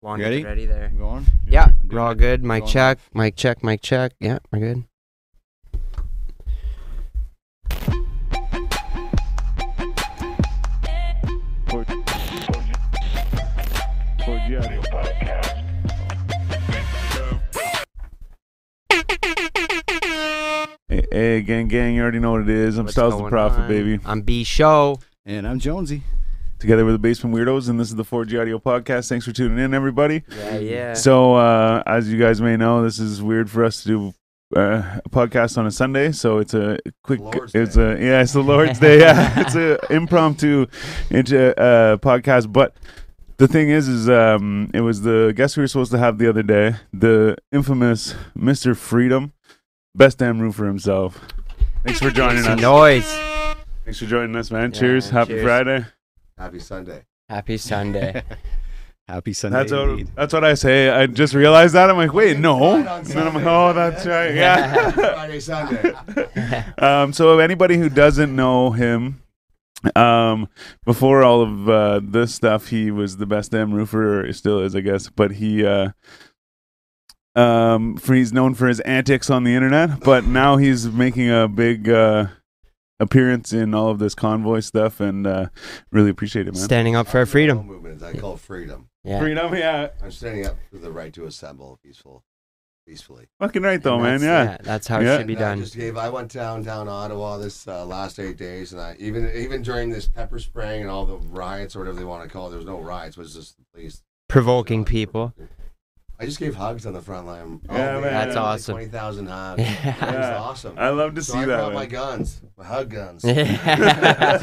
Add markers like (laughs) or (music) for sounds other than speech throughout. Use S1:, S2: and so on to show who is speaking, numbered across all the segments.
S1: Juan,
S2: Ready?
S1: get ready there.
S2: Going?
S1: Yeah,
S2: Doing
S1: we're all
S2: it?
S1: good. Mic
S2: Going?
S1: check, mic check, mic check. Yeah, we're good.
S3: Hey, hey, gang, gang, you already know what it is. I'm
S1: What's
S3: Styles the
S1: going
S3: Prophet,
S1: on?
S3: baby.
S1: I'm B Show.
S2: And I'm Jonesy.
S3: Together with the Basement Weirdos, and this is the 4G Audio Podcast. Thanks for tuning in, everybody.
S1: Yeah, yeah.
S3: So, uh, as you guys may know, this is weird for us to do uh, a podcast on a Sunday. So it's a quick,
S2: Lord's
S3: it's a yeah, it's the Lord's Day. Yeah, it's a impromptu into uh, podcast. But the thing is, is um, it was the guest we were supposed to have the other day, the infamous Mister Freedom, best damn roofer himself. Thanks for
S1: Make
S3: joining
S1: some
S3: us.
S1: noise.
S3: Thanks for joining us, man.
S1: Yeah,
S3: cheers. Happy
S1: cheers.
S3: Friday.
S4: Happy Sunday.
S1: Happy Sunday.
S2: (laughs) Happy Sunday.
S3: That's what,
S2: indeed.
S3: that's what I say. I just realized that. I'm like, wait, no.
S4: Right on
S3: And then I'm like,
S4: Sunday.
S3: oh, that's right. Yeah.
S4: Friday, Sunday.
S3: (laughs) um, so, anybody who doesn't know him, um, before all of uh, this stuff, he was the best damn roofer, or still is, I guess. But he, uh, um, for he's known for his antics on the internet. But now he's making a big uh, appearance in all of this convoy stuff, and uh, really appreciate it, man.
S1: Standing up for our freedom.
S4: Movement, I call freedom.
S1: Yeah.
S3: Freedom, yeah.
S4: I'm standing up for the right to assemble peaceful, peacefully.
S3: Fucking right, though,
S1: And
S3: man.
S1: that's-
S3: Yeah.
S1: That's how it
S3: Yeah.
S1: should be
S4: And I
S1: done.
S4: just gave. I went downtown Ottawa this uh, last eight days, and I even even during this pepper spraying and all the riots or whatever they want to call it. There was no riots. It was just the police.
S1: Provoking people.
S4: I just gave hugs on the front line. Oh,
S3: Yeah, man. That's
S1: awesome. (laughs)
S4: Twenty thousand hugs. That
S1: Yeah.
S4: was
S3: Yeah.
S4: awesome.
S3: I love to
S4: so
S3: see
S4: I
S3: that.
S4: brought my
S3: man.
S4: guns, my hug guns.
S1: (laughs)
S4: (laughs) Gas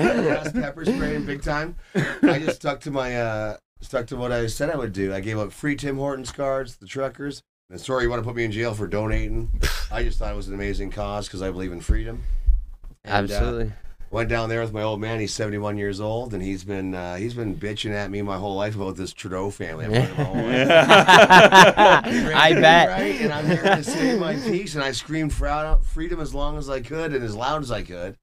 S1: Yeah.
S4: pepper spraying big time. I just stuck to my uh stuck to what I said I would do. I gave up free Tim Hortons cards, the truckers. And sorry, you want to put me in jail for donating? I just thought it was an amazing cause because I believe in freedom. And, uh,
S1: Absolutely.
S4: went down there with my old man. He's 71 years old, and he's been uh, he's been bitching at me my whole life about this Trudeau family. I've heard my whole life.
S1: (laughs)
S3: (laughs)
S4: (laughs)
S1: I
S4: Right? And I'm here to say my
S1: bet.
S4: piece, and I screamed frou- freedom as long as I could and as loud as I could.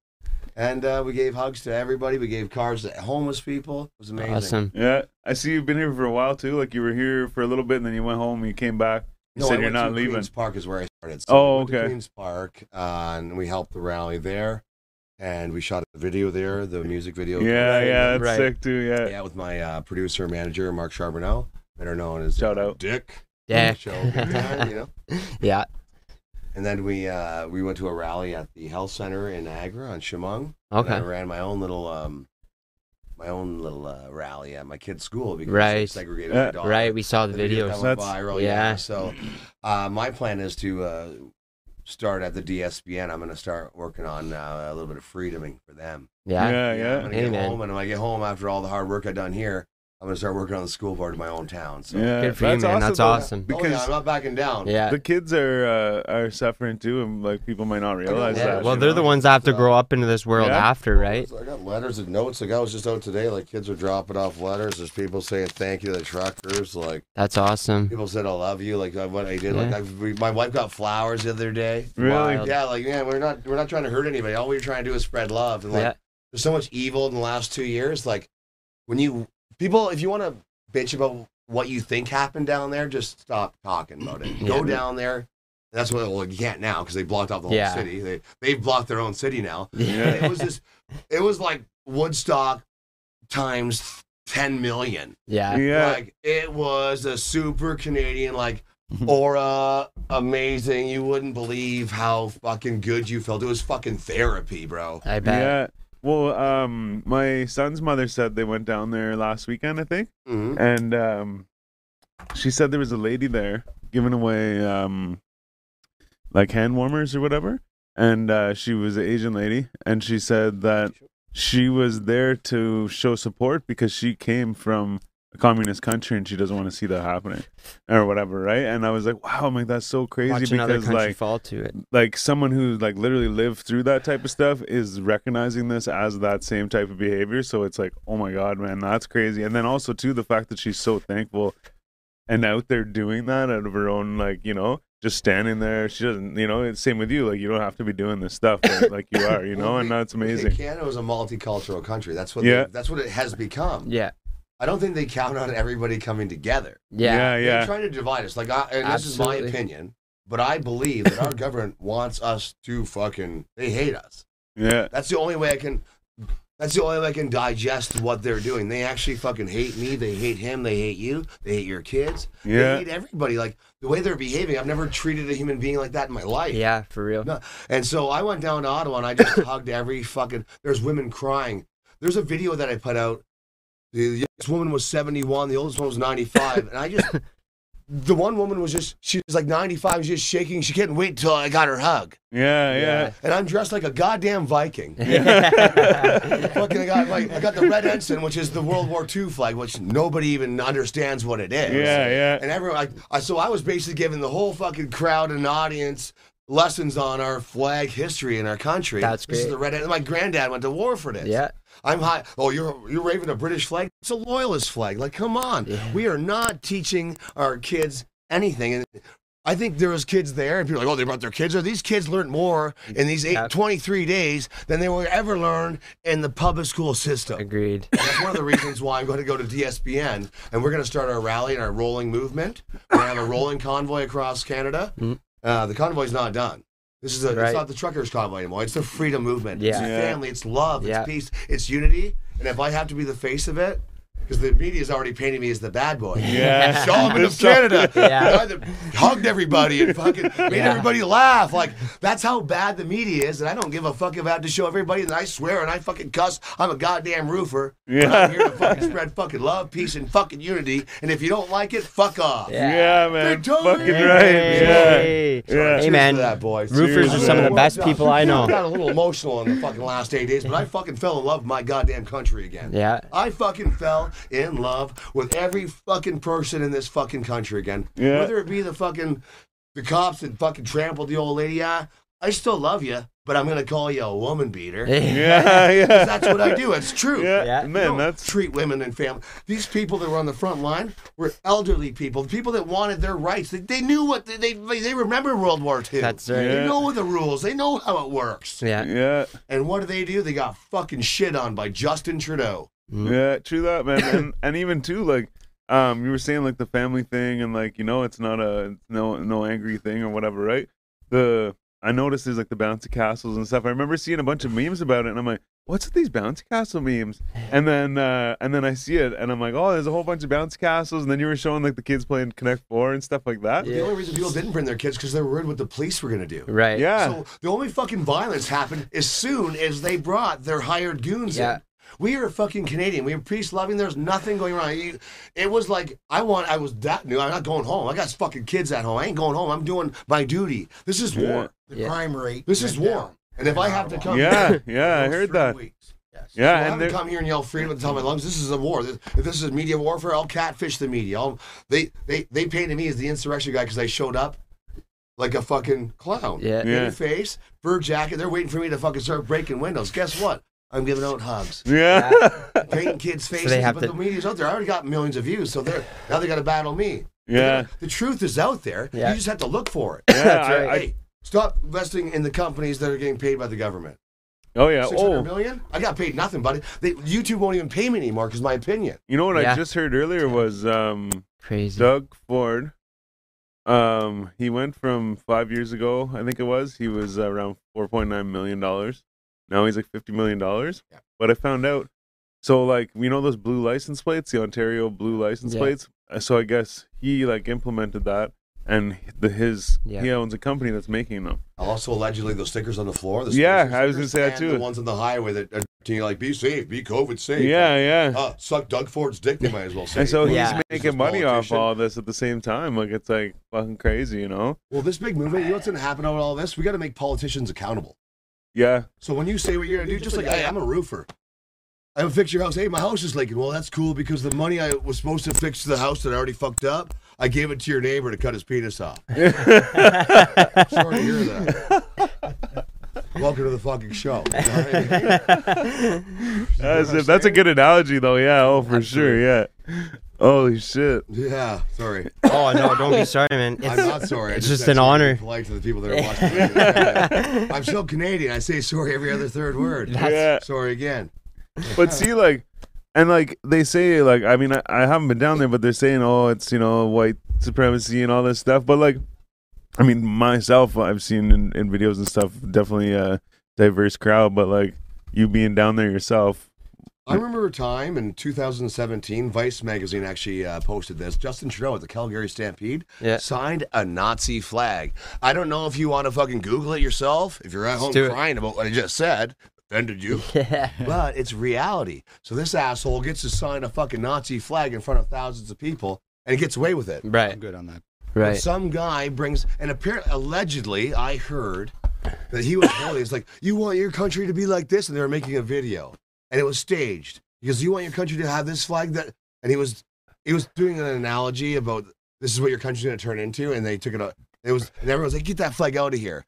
S4: And uh, we gave hugs to everybody. We gave cards to homeless people. It was amazing.
S1: Awesome.
S3: Yeah, I see you've been here for a while too. Like you were here for a little bit, and then you went home. and You came back. You
S4: I
S3: said you're
S4: went
S3: not
S4: to
S3: leaving.
S4: Queens Park is where I started.
S3: Oh,
S4: I went to
S3: okay.
S4: Queens Park, uh, and we helped the rally there, and we shot a video there, the music video. uh,
S3: Yeah, yeah, that's
S1: Right.
S3: sick too. Yeah.
S4: yeah, with my uh, producer and manager Mark Charbonneau, better known as
S3: shout out.
S4: Dick.
S1: Yeah.
S4: Show up in town, you know.
S1: (laughs) Yeah.
S4: And then we uh, we went to a rally at the health center in Niagara on Chemung. And I
S1: Okay.
S4: ran my own little um, my own little uh, rally at my kid's school because I
S1: Right.
S4: segregated
S3: Yeah.
S4: my daughter.
S1: Right. We saw the
S4: video
S1: videos.
S4: that went
S3: Uh, That's-
S4: viral.
S1: yeah.
S4: Yeah. So, uh, my plan is to uh, start at the DSBN. I'm going to start working on uh, a little bit of freedoming for them.
S1: Yeah.
S3: Oh, yeah,
S4: I'm
S3: yeah,
S4: going to get
S1: Amen.
S4: home, and when I get home after all the hard work I've done here, I'm going to start working on the school board of my own town. So,
S3: yeah.
S1: Good for you, man. That's
S3: though,
S1: awesome.
S4: Oh, yeah, I'm
S3: Because
S4: not backing down.
S1: Yeah.
S3: the kids are uh, are suffering too, and like people might not realize
S4: Yeah,
S3: that.
S1: Well,
S3: you
S1: they're
S3: know?
S1: the ones that have to grow up into this world
S3: Yeah.
S1: after, right?
S4: So I got letters and notes. Like I was just out today. Like kids are dropping off letters. There's people saying thank you to the truckers. Like
S1: That's awesome.
S4: people said I love you. Like what I did. Like I, we, my wife got flowers the other day.
S3: Really?
S1: Wild.
S4: Yeah, like man, we're not we're not trying to hurt anybody. All we're trying to do is spread love. And like,
S1: Yeah.
S4: there's so much evil in the last two years. Like, when you people, if you want to bitch about what you think happened down there, just stop talking about
S1: (clears throat)
S4: it.
S1: Yeah.
S4: Go down there. That's what well you can't now because they blocked off the whole
S1: Yeah.
S4: city. They they've blocked their own city now. And it
S1: (laughs) Yeah.
S4: was just, it was like Woodstock times ten million.
S1: (laughs) yeah.
S3: Yeah.
S4: Like it was a super Canadian, like aura, amazing. You wouldn't believe how fucking good you felt. It was fucking therapy, bro.
S1: I bet.
S3: Yeah. Well, um, my son's mother said they went down there last weekend, I think,
S4: hmm
S1: Mm-hmm.
S3: and um, she said there was a lady there giving away um, like hand warmers or whatever, and uh, she was an Asian lady, and she said that she was there to show support because she came from a communist country and she doesn't want to see that happening or whatever, right? And I was like, wow, I'm like that's so crazy
S1: Watch another
S3: because
S1: country
S3: like
S1: fall to it.
S3: like someone who like literally lived through that type of stuff is recognizing this as that same type of behavior so it's like oh my god man that's crazy and then also too the fact that she's so thankful and out there doing that out of her own like you know just standing there she doesn't you know it's same with you like you don't have to be doing this stuff but, like you are you know and that's amazing
S4: Canada was a multicultural country. That's what.
S3: Yeah.
S4: They, that's what it has become.
S1: Yeah.
S4: I don't think they count on everybody coming together.
S1: (laughs) Yeah.
S3: yeah,
S4: They're trying to divide us. Like, I, and this is my
S1: Absolutely.
S4: opinion, but I believe that our government wants us to fucking. They hate us.
S3: yeah.
S4: That's the only way I can. That's the only way I can digest what they're doing. They actually fucking hate me. They hate him. They hate you. They hate your kids. They
S3: yeah.
S4: hate everybody. Like the way they're behaving. I've never treated a human being like that in my life.
S1: Yeah, for real. (laughs)
S4: No. And so I went down to Ottawa and I just hugged every fucking. There's women crying. There's a video that I put out. The youngest woman was 71. The oldest one was 95. And I just, the one woman was just, she was like 95, just shaking. She couldn't wait till I got her hug.
S3: Yeah, yeah.
S4: And I'm dressed like a goddamn Viking. Fucking, I got like, I got the red ensign, which is the World War II flag, which nobody even understands what it is.
S3: Yeah, yeah.
S4: And everyone, like, I, so I was basically giving the whole fucking crowd and audience lessons on our flag history in our country.
S1: That's
S4: This is
S1: great.
S4: the red. My granddad went to war for
S1: (laughs)
S4: this.
S1: yeah.
S4: I'm high. Oh, you're you're waving a British flag. It's a loyalist flag. Like, come on.
S1: Yeah.
S4: We are not teaching our kids anything. And I think there was kids there, and people are like, oh, they brought their kids. Or these kids learned more in these eight,
S1: Yeah.
S4: 23 days than they were ever learned in the public school system.
S1: Agreed.
S4: That's one of the reasons why I'm going to go to DSBN, and we're going to start our rally and our rolling movement. We're going to have a rolling convoy across Canada.
S1: Mm.
S4: Uh, the convoy's not done. This is a,
S1: Right.
S4: it's not the truckers' convoy anymore. It's the freedom movement. It's
S1: Yeah.
S3: Yeah.
S4: family. It's love.
S1: Yeah.
S4: It's peace. It's unity. And if I have to be the face of it, because the media's already painting me as the bad boy. (laughs)
S3: Yeah.
S4: So I'm in
S3: It's so- (laughs)
S4: Canada.
S1: Yeah.
S4: The (laughs) guy that hugged everybody and fucking
S1: (laughs)
S4: made
S1: Yeah.
S4: everybody laugh. Like that's how bad the media is, and I don't give a fuck if I have to show everybody that I swear and I fucking cuss. I'm a goddamn roofer.
S3: Yeah.
S4: I'm here to fucking spread fucking love, peace, and fucking unity. And if you don't like it, fuck off.
S1: Yeah.
S3: Yeah, man.
S4: Victoria!
S3: Fucking right.
S1: Hey.
S3: Yeah. Yeah.
S4: Cheers
S1: Hey, man.
S4: for that, boys.
S1: Roofers
S3: are some of the
S1: best people I know.
S4: I got a little emotional in the fucking last eight days, but I fucking fell in love with my goddamn country again.
S1: Yeah. (laughs)
S4: I fucking fell in love with every fucking person in this fucking country again.
S3: Yeah.
S4: Whether it be the fucking the cops that fucking trampled the old lady, I, I still love you, but I'm gonna call you a woman beater. 'Cause
S3: Yeah, (laughs) yeah.
S4: That's what I do. It's true.
S3: (laughs) Yeah,
S1: Yeah.
S4: You
S3: man,
S4: don't
S3: that's
S4: treat women and family. These people that were on the front line were elderly people, people that wanted their rights. They, they knew what they, they they remember World War II.
S1: That's right.
S4: They
S3: Yeah.
S4: know the rules. They know how it works.
S1: Yeah.
S3: yeah,
S4: And what do they do? They got fucking shit on by Justin Trudeau.
S3: yeah, true that, man, and and even too, like, um, you were saying like the family thing, and like you know, it's not a no no angry thing or whatever, right? The I noticed there's like the bouncy castles and stuff. I remember seeing a bunch of memes about it, and I'm like, what's with these bouncy castle memes? And then uh, and then I see it, and I'm like, oh, there's a whole bunch of bouncy castles, and then you were showing like the kids playing Connect Four and stuff like that.
S4: The only reason people didn't bring their kids because they were worried what the police were going to do.
S1: Right.
S3: yeah,
S4: So the only fucking violence happened as soon as they brought their hired goons
S1: Yeah.
S4: in. We are fucking Canadian. We are peace loving. There's nothing going wrong. You- It was like I want. I was that new. I'm not going home. I got fucking kids at home. I ain't going home. I'm doing my duty. This is war.
S5: The
S1: Yeah.
S5: crime rate.
S4: This is
S5: went
S4: war.
S5: down.
S4: And if I have to come,
S3: yeah, yeah, I
S5: Those
S3: heard
S5: three
S3: that.
S5: weeks. Yes.
S4: Well, I
S3: Yeah, and
S4: haven't
S3: there,
S4: come here and yell freedom at the top of my lungs. This is a war. This, if this is media warfare, I'll catfish the media. I'll, they they they painted me as the insurrection guy because I showed up like a fucking clown.
S1: Yeah.
S3: Yeah.
S4: In face, fur jacket. They're waiting for me to fucking start breaking windows. Guess what? I'm giving out
S3: (laughs)
S4: hugs,
S3: yeah,
S4: painting kids' faces.
S1: have
S4: but
S1: to-
S4: the media's out there. I already got millions of views, so they're now they got to battle me.
S3: yeah,
S4: The truth is out there.
S1: Yeah.
S4: You just have to look for it.
S3: yeah.
S1: That's
S3: I-
S1: right.
S3: I-
S4: hey, stop investing in the companies that are getting paid by the government.
S3: oh yeah.
S4: Six
S3: Oh,
S4: hundred million? I got paid nothing, buddy. They, YouTube won't even pay me anymore because my opinion.
S3: You know what I
S1: Yeah.
S3: just heard earlier was um,
S1: Crazy.
S3: Doug Ford. Um, he went from five years ago, I think it was. He was around four point nine million dollars. Now he's like fifty million dollars.
S5: Yeah.
S3: But I found out, so like you know those blue license plates, the Ontario blue license
S1: Yeah.
S3: plates. Uh, So I guess he like implemented that, and the his
S1: Yeah.
S3: he owns a company that's making them.
S4: Also, allegedly, those stickers on the floor. The
S3: Yeah,
S4: stickers
S3: I was gonna say that
S4: and
S3: too.
S4: The ones on the highway that are to you like, be safe, be COVID safe.
S3: Yeah, yeah.
S4: Uh, suck Doug Ford's dick. They might
S3: (laughs)
S4: as well say.
S3: and so
S1: Yeah.
S3: he's
S4: He's a
S3: making money off
S4: politician.
S3: all this at the same time. Like it's like fucking crazy, you know?
S4: Well, this big movement. You know what's gonna happen over all this? We got to make politicians accountable.
S3: Yeah,
S4: So when you say what you're gonna do, just like, hey, I'm a roofer. I would fix your house. Hey, my house is leaking. Well, that's cool because the money I was supposed to fix the house that I already fucked up, I gave it to your neighbor to cut his penis
S3: (laughs)
S4: off. Sorry to hear that. Welcome to the fucking show. You know what I mean?
S3: That's a, that's a good analogy, though. Yeah. Oh, for sure. Yeah. Holy shit. (laughs)
S4: Yeah, sorry.
S1: oh no, don't be sorry, man. It's,
S4: I'm not sorry. I
S1: it's just
S4: said
S1: an
S4: sorry to
S1: honor.
S4: be Polite to the people that are
S1: (laughs)
S4: watching. I'm so Canadian. I say sorry every other third word.
S3: Yeah.
S4: Sorry again.
S3: (laughs) But see, like, And like they say, like I mean, I, I haven't been down there, but they're saying, oh, it's you know white supremacy and all this stuff. But like, I mean, myself, I've seen in, in videos and stuff, definitely a diverse crowd. But like you being down there yourself,
S4: I remember a time in 2017, Vice magazine actually uh, posted this. Justin Trudeau at the Calgary Stampede
S1: Yeah.
S4: signed a Nazi flag. I don't know if you want to fucking Google it yourself. If you're at home
S1: do it.
S4: crying about what I just said, offended you.
S1: (laughs) Yeah.
S4: but it's reality. So this asshole gets to sign a fucking Nazi flag in front of thousands of people, and he gets away with it.
S2: I'm
S1: Right.
S2: good on that.
S4: But
S1: Right.
S4: Some guy brings, and apparently, allegedly, I heard that he was holding. It's like, you want your country to be like this, and they were making a video, and it was staged because you want your country to have this flag that, and he was, he was doing an analogy about this is what your country's gonna turn into, and they took it. out. It was, and everyone was like, get that flag out of here,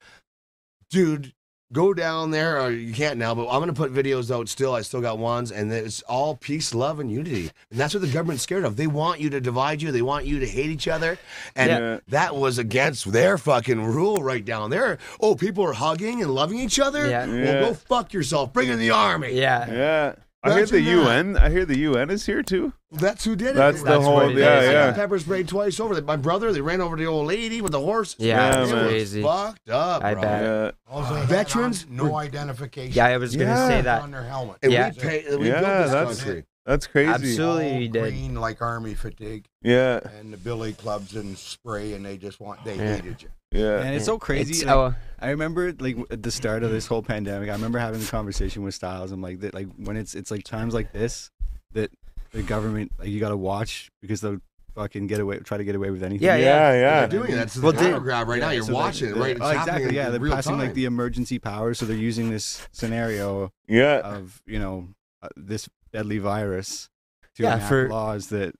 S4: dude. Go down there, or you can't now, but I'm gonna put videos out still. I still got ones, and it's all peace, love, and unity. And that's what the government's scared of. They want you to divide you, they want you to hate each other. And
S3: Yeah.
S4: that was against their fucking rule right down there. Oh, people are hugging and loving each other?
S1: Yeah.
S3: Yeah.
S4: Well, go fuck yourself. Bring in the army.
S1: Yeah.
S3: yeah. I hear the
S4: Imagine that.
S3: UN. I hear the UN is here too.
S4: That's who did it.
S3: That's the
S1: That's
S3: whole.
S1: what it
S3: yeah,
S1: is,
S4: I
S3: yeah.
S4: got pepper sprayed twice over. My brother, they ran over the old lady with the horse.
S1: Yeah,
S4: They
S3: it's
S4: were
S1: crazy.
S4: Fucked up,
S1: I
S4: bro.
S1: bet.
S3: Yeah.
S5: Also, they had
S4: Uh, Veterans
S5: on no identification.
S1: Yeah, I was gonna
S3: Yeah.
S1: say
S5: on
S1: that.
S5: their helmet.
S4: And
S1: Yeah.
S4: we, pay, we
S3: Yeah,
S4: built this
S3: that's-
S4: country.
S3: That's crazy.
S1: Absolutely. Absolutely,
S5: All
S1: you did.
S5: green like army fatigue,
S3: Yeah.
S5: and the billy clubs and spray, and they just want they
S1: Yeah.
S5: hated you.
S3: Yeah.
S2: And it's so crazy.
S1: It's,
S2: like,
S1: oh,
S2: I remember like w- at the start of this whole pandemic, I remember having a conversation with Styles. I'm like that, like when it's it's like times like this that the government like you gotta watch because they'll fucking get away, try to get away with anything.
S1: Yeah,
S3: Yeah. Yeah.
S4: They're doing it. That's the
S1: Well,
S4: power
S1: dude.
S4: grab right now.
S2: Yeah,
S4: You're
S2: so they-
S4: watching it,
S2: they-
S4: right? It's
S2: oh,
S4: happening
S2: exactly.
S4: in
S2: Yeah, they're
S4: real
S2: passing like
S4: time.
S2: the emergency powers, so they're using this scenario
S3: Yeah.
S2: of you know uh, this deadly virus to
S1: Yeah,
S2: enact
S1: for-
S2: laws that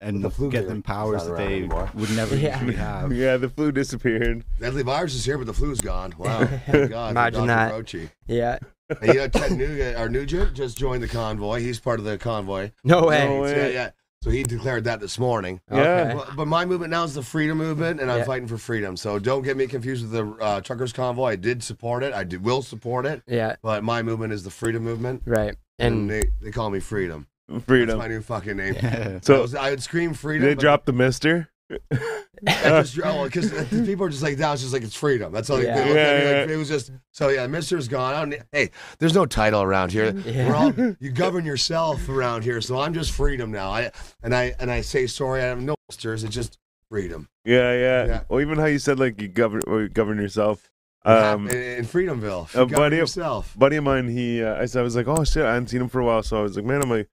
S2: and
S4: The flu
S2: get
S4: variant
S2: them
S4: is
S2: powers
S4: not
S2: that they
S4: around anymore.
S2: would
S1: (laughs)
S2: never
S1: Yeah.
S2: usually have.
S3: Yeah, the flu disappeared.
S4: Deadly virus is here, but the flu's gone. Wow. Thank God. for
S1: Imagine
S4: Dr.
S1: that.
S4: Fauci.
S1: yeah.
S4: And you know, Ted Nugent, or Nugent just joined the convoy. He's part of the convoy.
S1: No way.
S3: No way.
S4: Yeah, yeah. So he declared that this morning.
S3: Yeah.
S1: Okay.
S4: Well, but my movement now is the freedom movement, and I'm
S1: Yeah.
S4: fighting for freedom. So don't get me confused with the uh, truckers convoy. I did support it. I do, will support it.
S1: Yeah.
S4: But my movement is the freedom movement,
S1: Right.
S4: and,
S1: And
S4: they, they call me freedom. That's
S3: Freedom.
S4: my new fucking name. I,
S3: (laughs) So
S4: was- I would scream freedom.
S3: they
S4: but
S3: dropped the mister.
S4: (laughs) I
S3: (laughs)
S4: just- oh, because people are just like now. It's just like it's freedom. That's all. They,
S1: Yeah.
S4: they look at me
S3: Yeah,
S4: like,
S3: yeah.
S4: it was just so. Yeah, Mister's gone. I don't, hey, there's no title around here.
S1: Yeah.
S4: We're
S1: (laughs)
S4: all you govern yourself around here. So I'm just freedom now. I and I and I say sorry. I have no misters. It's just freedom.
S3: Yeah, yeah,
S4: Yeah.
S3: Or even how you said like you govern or govern yourself.
S4: Um,
S3: Um,
S4: in, in Freedomville,
S3: a
S4: you
S3: buddy
S4: govern
S3: of-
S4: yourself.
S3: buddy of mine, he uh, I said I was like, oh shit, I hadn't seen him for a while, so I was like, man, I'm like,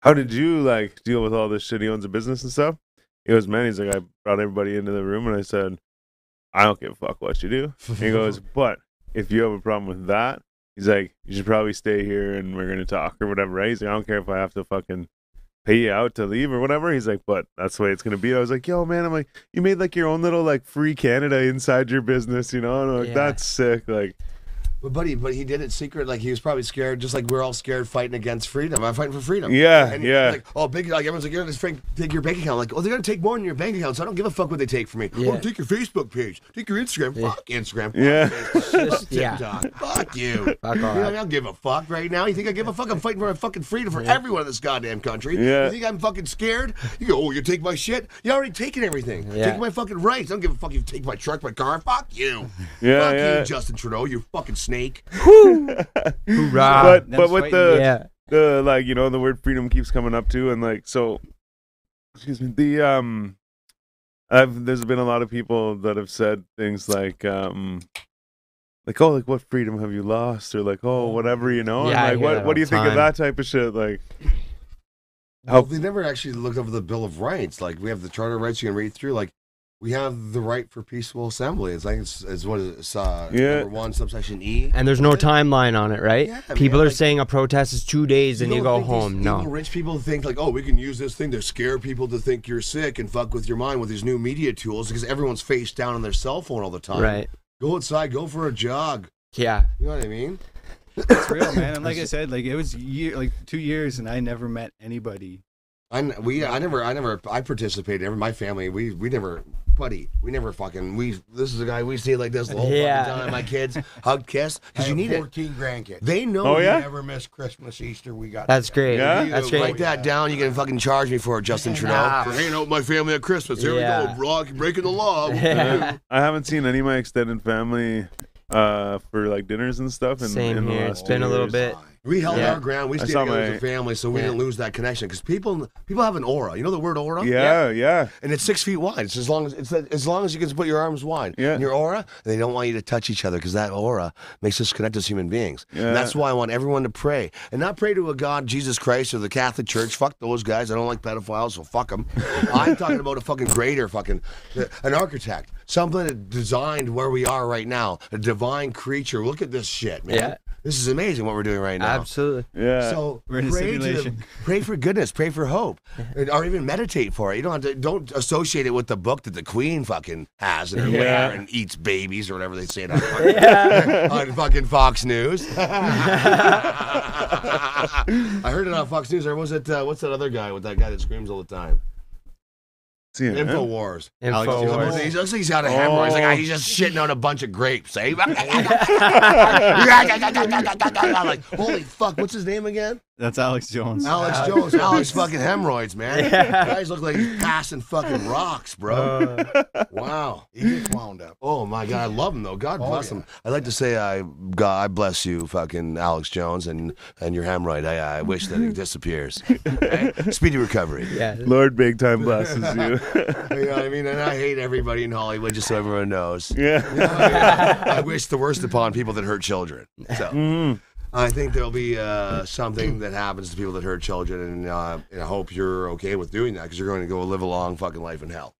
S3: how did you like deal with all this shit? He owns a business and stuff. He goes, man, he's like, I brought everybody into the room and I said, I don't give a fuck what you do. (laughs) he goes, but if you have a problem with that, he's like, you should probably stay here and we're gonna talk or whatever. Right? He's like, I don't care if I have to fucking pay you out to leave or whatever. He's like, but that's the way it's gonna be. I was like, yo, man, I'm like, you made like your own little like free Canada inside your business, you know? And I'm like,
S1: Yeah.
S3: that's sick. Like,
S4: (laughs) But buddy, but he did it secret. Like he was probably scared, just like we're all scared fighting against freedom. I'm fighting for freedom.
S3: Yeah,
S4: and
S3: yeah.
S4: Like oh, big. Like everyone's like, you're gonna take- take your bank account. Like oh, they're gonna take more than your bank account, so I don't give a fuck what they take from me.
S1: Yeah.
S4: Oh, take your Facebook page, take your Instagram.
S1: Yeah.
S4: Fuck Instagram. (laughs)
S3: Yeah.
S1: (laughs)
S4: Fuck
S1: Just-
S4: Facebook,
S1: yeah.
S4: TikTok. Fuck you.
S1: fuck all
S4: You know, I (laughs)
S1: that.
S4: don't give a fuck right now. You think I give a fuck? I'm fighting for my fucking freedom for everyone in this goddamn country.
S3: Yeah.
S4: You think I'm fucking scared? You go, oh, you take my shit? You already taken everything.
S1: Yeah.
S4: Take my fucking rights. I don't give a fuck if you take my truck, my car. Fuck you.
S3: yeah,
S4: fuck
S3: yeah. (laughs)
S4: you, Justin Trudeau, you fucking snake.
S1: Hoorah.
S3: but uh,
S2: Them
S3: but with
S2: fighting,
S3: the
S1: Ah, yeah.
S3: the like you know the word freedom keeps coming up too, and like so, excuse me. The um, I've there's been a lot of people that have said things like um, like oh like what freedom have you lost or like oh whatever you know,
S1: Yeah, I
S3: and
S1: hear
S3: like
S1: that
S3: what what do
S1: all
S3: you think
S1: the
S3: of
S1: time.
S3: that type of shit? Like How-
S4: Well, they never actually looked over the Bill of Rights. Like we have the Charter of Rights you can read through. Like we have the right for peaceful assembly. It's like it's, it's what is it, it's, uh,
S3: Yeah.
S4: number one subsection E.
S1: And there's no timeline on it, right?
S4: Yeah,
S1: People
S4: man,
S1: are
S4: like-
S1: saying a protest is two days and you,
S4: don't
S1: go
S4: think
S1: home.
S4: these evil
S1: No.
S4: rich people think like, oh, we can use this thing to scare people to think you're sick and fuck with your mind with these new media tools because everyone's face down on their cell phone all the time.
S1: Right.
S4: Go outside. Go for a jog.
S1: Yeah.
S4: You know what I mean?
S2: It's real, man. And like I said, like it was year, like two years, and I never met anybody.
S4: I n- we I never I never I participated. Every, my family we we never buddy, we never fucking we. This is a guy we see like this the whole
S1: Yeah.
S4: fucking time. My kids hugged, kissed because you need it.
S5: 14 grandkids.
S4: They know.
S3: Oh,
S4: you-
S3: yeah?
S5: Never miss Christmas, Easter. We got
S1: That's
S5: together.
S1: great.
S3: Yeah?
S1: That's
S4: Write
S1: great.
S4: that down. You can fucking charge me for it, Justin Trudeau.
S1: Nah.
S4: For hanging out with my family at Christmas. Here
S1: Yeah.
S4: we go, Brock, breaking
S1: (laughs)
S4: the law.
S1: Yeah.
S3: I haven't seen any of my extended family uh, for like dinners and stuff. In,
S1: Same
S3: in the
S1: here.
S3: last
S1: It's
S3: two
S1: been a little
S3: years.
S1: bit.
S4: We held
S1: Yeah.
S4: our ground. We
S3: I
S4: stayed
S3: saw
S4: together as
S3: my-
S4: a family, so we
S1: Yeah.
S4: didn't lose that connection. Because people, people have an aura. You know the word aura?
S3: Yeah, yeah.
S4: and it's six feet wide. It's as long as it's as long as you can put your arms wide.
S3: Yeah.
S4: And your aura, they don't want you to touch each other because that aura makes us connect as human beings.
S3: Yeah.
S4: And that's why I want everyone to pray and not pray to a God, Jesus Christ, or the Catholic Church. Fuck those guys. I don't like pedophiles, so fuck
S3: (laughs)
S4: them. I'm talking about a fucking creator, fucking an architect, something that designed where we are right now, a divine creature. Look at this shit, man.
S1: Yeah.
S4: This is amazing what we're doing right now.
S1: Absolutely.
S3: Yeah.
S4: So
S2: Uh, We're in a
S4: pray, to the,
S2: simulation.
S4: (laughs) pray for goodness, pray for
S2: (laughs)
S4: hope, and- or even meditate for it. You don't have to, don't associate it with the book that the Queen fucking has in her
S3: Yeah.
S4: lair and eats babies or whatever they say on, fucking- on fucking Fox News. I heard it on Fox News. Or was it uh, what's that other guy with that guy that screams all the time?
S3: See ya, man.
S4: Infowars.
S2: Alex,
S1: Info
S2: you
S1: wars.
S2: know-
S4: He looks like he's out of hammer. He's like,
S3: Oh.
S4: "Ah, he's just shitting on a bunch of grapes. (laughs) Eh? I'm like, holy fuck, what's his name again?
S2: That's Alex Jones.
S4: Alex
S5: Uh, (laughs)
S4: Jones, Alex fucking hemorrhoids, man. Guys look like he's passing fucking rocks, bro. wow.
S5: He just wound up.
S4: Oh my God, I love him though. God
S5: Oh,
S4: bless
S5: yeah.
S4: him. I'd like to say I God I bless you, fucking Alex Jones, and and your hemorrhoid. I, I wish that
S5: (laughs)
S4: it disappears. Okay? Speedy recovery.
S1: Yeah.
S3: Lord big time (laughs) blesses you.
S4: You know what I mean? And I hate everybody in Hollywood, just so everyone
S5: (laughs)
S4: knows.
S3: yeah.
S4: I wish the worst upon people that hurt children. So
S3: Mm.
S4: I think there'll be uh, something that happens to people that hurt children, and, uh, and I hope you're okay with doing that because you're going to go live a long fucking life in hell.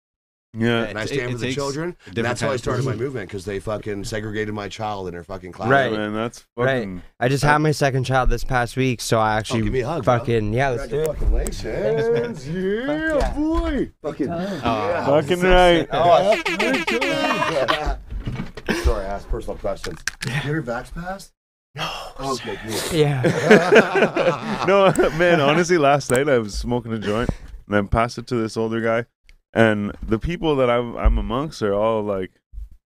S3: Yeah.
S4: and I
S2: It-
S4: stand
S2: it
S4: for the
S2: takes
S4: children.
S2: a
S4: and
S2: different
S4: that's how I
S2: kind of
S4: started my
S2: person.
S4: movement because they fucking segregated my child in her fucking class.
S1: Right.
S3: Man, that's
S1: Right.
S3: fucking.
S1: I just had my second child this past week, so I actually
S4: give me a hug, bro.
S1: fucking yeah, let's do it.
S4: Fucking legs, hands, yeah, boy. Fucking.
S2: Uh,
S3: Fucking right.
S4: Oh, Sorry, I asked personal questions. You ever vax passed? No. Okay, good.
S1: Yeah.
S3: (laughs) no,
S1: (laughs)
S3: man, honestly, last night I was smoking a joint and I passed it to this older guy. And the people that I'm, I'm amongst are all like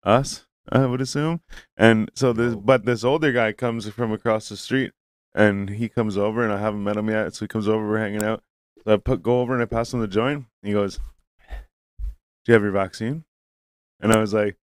S3: us, I would assume. And so this, but this older guy comes from across the street and he comes over and I haven't met him yet. So he comes over, we're hanging out. So I put, go over and I pass him the joint. And he goes, Do you have your vaccine? And I was like,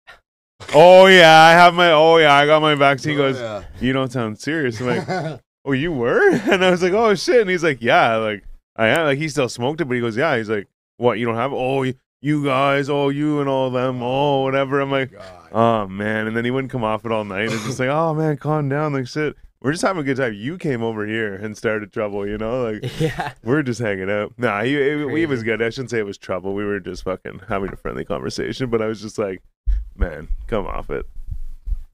S3: Oh, yeah, I have my, oh, yeah, I got my vaccine. He
S4: (laughs)
S3: goes,
S4: Yeah.
S3: you don't sound serious. I'm like, oh, you were? (laughs) And I was like, oh shit. And he's like, yeah, like I am. Like he still smoked it, but he goes, yeah. He's like, what? You don't have? it? Oh, you, you guys, oh, you and all them, oh, whatever. I'm like,
S5: God.
S3: oh man. And then he wouldn't come off it all night. It's just like, oh man, calm down, like shit. We're just having a good time. You came over here and started trouble, you know?
S1: (laughs)
S3: Like
S1: Yeah.
S3: we're just hanging out. Nah, he, it, we
S1: Crazy.
S3: was good. I shouldn't say it was trouble. We were just fucking having a friendly conversation. But I was just like, man, come off it.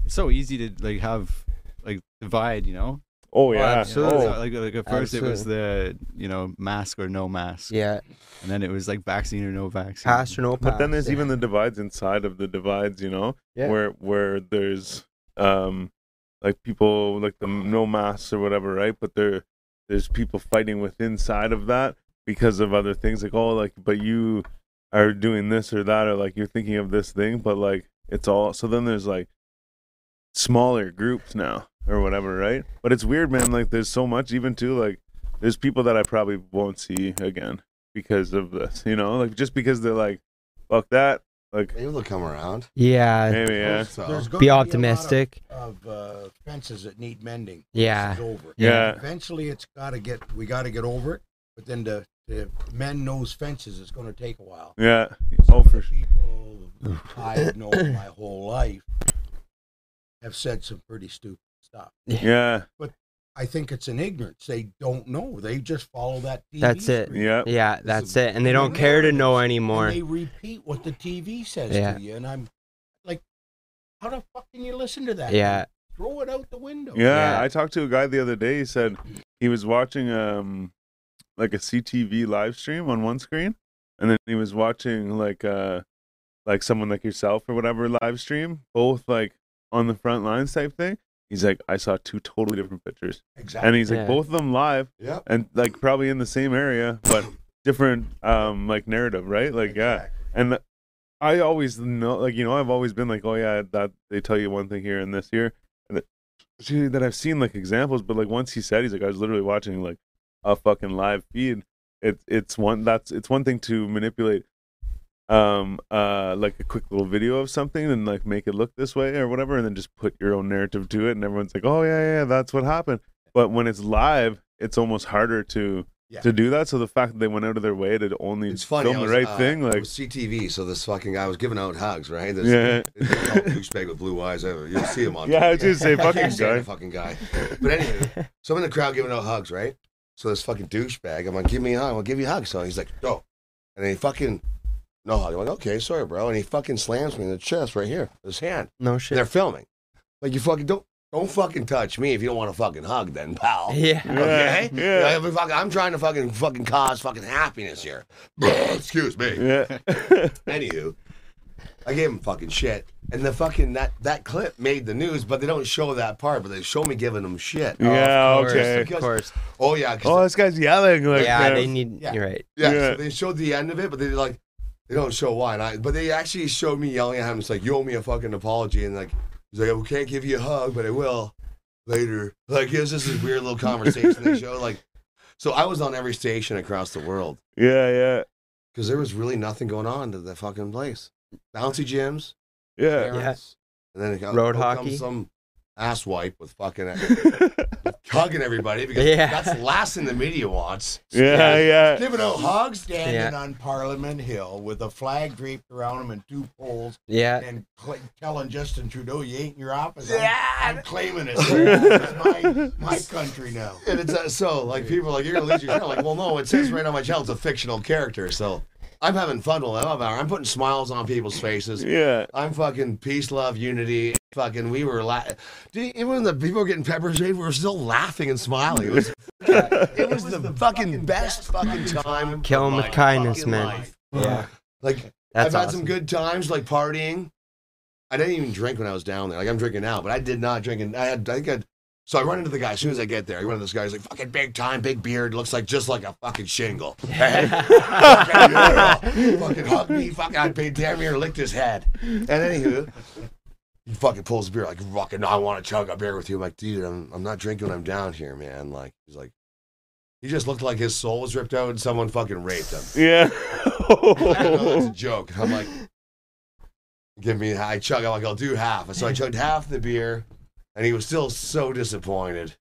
S2: it's so easy to like have like divide, you know.
S3: Oh yeah,
S1: absolutely.
S3: Oh,
S2: So, like, like at first it was the you know mask or no mask,
S1: Yeah.
S2: and then it was like vaccine or no vaccine.
S1: Pass or no
S3: But then
S1: pass,
S3: there's
S1: yeah.
S3: even the divides inside of the divides, you know,
S1: Yeah.
S3: where where there's um like people like the no masks or whatever, right? But there there's people fighting with inside of that because of other things like oh like but you are doing this or that or like you're thinking of this thing, but like it's all so then there's like smaller groups now or whatever, right? But it's weird, man. Like there's so much even too like there's people that I probably won't see again because of this, you know, like just because they're like fuck that. Like,
S4: Maybe they'll come around.
S1: Yeah.
S3: maybe, yeah.
S4: So.
S5: There's gonna
S1: Be
S5: a lot
S1: optimistic.
S5: Of, of uh, fences that need mending.
S1: Yeah.
S5: This is over.
S3: Yeah.
S5: Eventually, it's got to get. We got to get over it. But then to, to mend those fences, it's going to take a while.
S3: Yeah.
S5: Some
S3: Oh,
S5: of
S3: for
S5: the
S3: sure.
S5: people I've known my whole life have said some pretty stupid stuff.
S3: Yeah.
S5: I think it's an ignorance. They don't know. They just follow that. TV
S1: That's it.
S5: screen.
S3: Yeah.
S1: Yeah, that's it. And they don't care to know anymore.
S5: And they repeat what the TV says
S1: Yeah.
S5: to you, and I'm like, how the fuck can you listen to that?
S1: Yeah.
S5: Throw it out the window.
S3: Yeah.
S1: Yeah.
S3: I talked to a guy the other day. He said he was watching um like a CTV live stream on one screen, and then he was watching like uh like someone like yourself or whatever live stream, both like on the front lines type thing. He's like, I saw two totally different pictures,
S5: Exactly.
S3: and he's like,
S1: Yeah.
S3: both of them live
S4: Yep.
S3: and like probably in the same area, but different um like narrative, right? Like, yeah.
S5: Exactly.
S3: and I always know, like you know, I've always been like, oh yeah, that they tell you one thing here and this here, and it, see, that I've seen like examples, but like once he said, he's like, I was literally watching like a fucking live feed. It's it's one that's it's one thing to manipulate, um, uh, like a quick little video of something and like make it look this way or whatever, and then just put your own narrative to it, and everyone's like, oh yeah, yeah, that's what happened. But when it's live, it's almost harder to.
S5: Yeah.
S3: To do that, so the fact that they went out of their way to only
S4: It's funny.
S3: film
S4: I was,
S3: the right
S4: uh,
S3: thing,
S4: it
S3: like
S4: was CTV. So this fucking guy was giving out hugs, right? This,
S3: Yeah.
S4: this tall douchebag with blue eyes. uh, You'll see him on.
S3: (laughs) (laughs) Yeah, I was gonna
S4: (laughs)
S3: say,
S4: I can't
S3: fucking
S4: stand
S3: guy.
S4: the Fucking guy. But (laughs) anyway, so I'm in the crowd giving out hugs, right? So this fucking douchebag, I'm like, give me a hug. I'll give you a hug. So he's like, no. And then he fucking no hug. I'm like, okay, sorry, bro. And he fucking slams me in the chest right here, with his hand.
S1: (laughs) No
S4: They're
S1: shit.
S4: filming. Like you fucking don't don't fucking touch me if you don't want to fucking hug, then pal.
S1: (laughs) Yeah.
S4: Okay?
S3: Yeah, yeah.
S4: Like, if we fucking- I'm trying to fucking fucking cause fucking happiness here. Excuse me.
S3: Yeah.
S4: Anywho, I gave him fucking shit, and the fucking that that clip made the news, but they don't show that part. But they show me giving him shit.
S3: (laughs) yeah,
S1: Oh, Of course,
S3: okay.
S1: Of course.
S4: Oh yeah, 'cause-
S3: Oh, this guy's yelling like
S1: Yeah,
S3: that.
S1: they need.
S5: Yeah.
S1: You're right.
S4: yeah. so
S3: yeah.
S4: they showed the end of it, but they like they don't show why. And I, but they actually showed me yelling at him. It's like you owe me a fucking apology, and like he's like, I can't give you a hug, but I will later. Like it was just this weird little conversation they show. Like, so I was on every station across the world
S3: Yeah, yeah.
S4: because there was really nothing going on to the fucking place. Bouncy gyms.
S3: Yeah.
S4: parents. And then it got,
S1: Road
S4: out comes
S1: hockey.
S4: some ass wipe with fucking uh, hugging everybody because
S1: Yeah.
S4: that's the last thing the media wants.
S3: yeah, yeah.
S4: Giving (laughs) out hugs.
S5: Hog standing
S1: Yeah.
S5: on Parliament Hill with a flag draped around him and two poles
S1: Yeah.
S5: and cl- telling Justin Trudeau, you ain't in your office. I'm, I'm claiming
S1: (laughs)
S5: it. It's my, my country now.
S4: And it's uh, so like people are like you're gonna lose your channel. Like, well, no, it says right on my channel it's a fictional character. So I'm having fun with it. I'm, I'm putting smiles on people's faces.
S3: Yeah.
S4: I'm fucking peace, love, unity. Fucking, we were la- Dude, even when the people were getting pepper shaved, we were still laughing and smiling. It (laughs) was, it was the, fucking, best, fucking time.
S1: Kill
S4: of
S1: 'em
S4: my
S1: with kindness,
S4: fucking
S1: man.
S4: life.
S1: Yeah.
S4: Like
S1: That's
S4: I've had
S1: awesome.
S4: some good times, like partying. I didn't even drink when I was down there. Like I'm drinking now, but I did not drink. And I had, I think, I, so I run into the guy as soon as I get there. I run into this guy. He's like, "Fucking big time, big beard, looks like just like a fucking shingle."
S1: (laughs)
S4: fucking hugged me. Fucking, I paid damn near licked his head. And anywho, he fucking pulls the beer like, "Fucking, I want to chug a beer with you." I'm like, "Dude, I'm I'm not drinking. when I'm down here, man." Like he's like, he just looked like his soul was ripped out and someone fucking raped him. (laughs)
S3: Yeah.
S4: I know that's a joke. I'm like, give me, I chug. I'm like, I'll do half.
S3: (laughs)
S4: So I chugged half the beer, and he was still so
S3: (laughs)
S4: disappointed.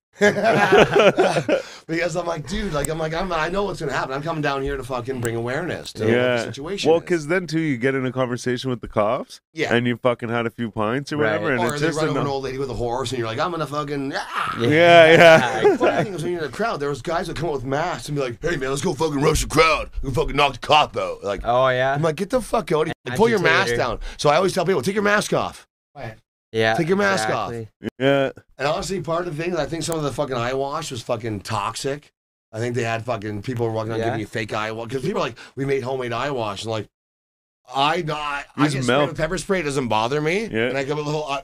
S4: because I'm like, dude, like I'm like, I'm, I know what's gonna happen. I'm coming down here to fucking bring awareness to what
S3: Yeah.
S4: the situation.
S3: well,
S4: is.
S3: because then too, you get in a conversation with the cops,
S4: yeah,
S3: and you fucking had a few pints or
S1: Right.
S3: whatever, and
S4: or
S3: it's
S4: they
S3: just
S4: run over an
S3: enough-
S4: old lady with a horse, and you're like, I'm gonna fucking. Ah. (laughs)
S3: Yeah, yeah.
S4: The Funny thing is, when you're in a crowd, there was guys that come up with masks and be like, "Hey man, let's go fucking rush the crowd. We fucking knock the cop out." Like,
S3: Uh,
S1: Oh
S4: I'm
S1: yeah.
S4: like, get the fuck out! of here. Like, pull your mask
S1: Agitator.
S4: down. So I always tell people, take your mask off.
S1: Yeah.
S4: Take your mask off.
S1: exactly.
S3: yeah,
S4: And honestly, part of the thing is I think some of the fucking eye wash was fucking toxic. I think they had fucking people were walking around
S1: Yeah.
S4: giving you fake eye wash because people are like, we made homemade eye wash and like, I not I
S3: Use
S4: get sprayed
S3: milk.
S4: with pepper spray it doesn't bother me.
S3: Yeah.
S4: And I give a little. I,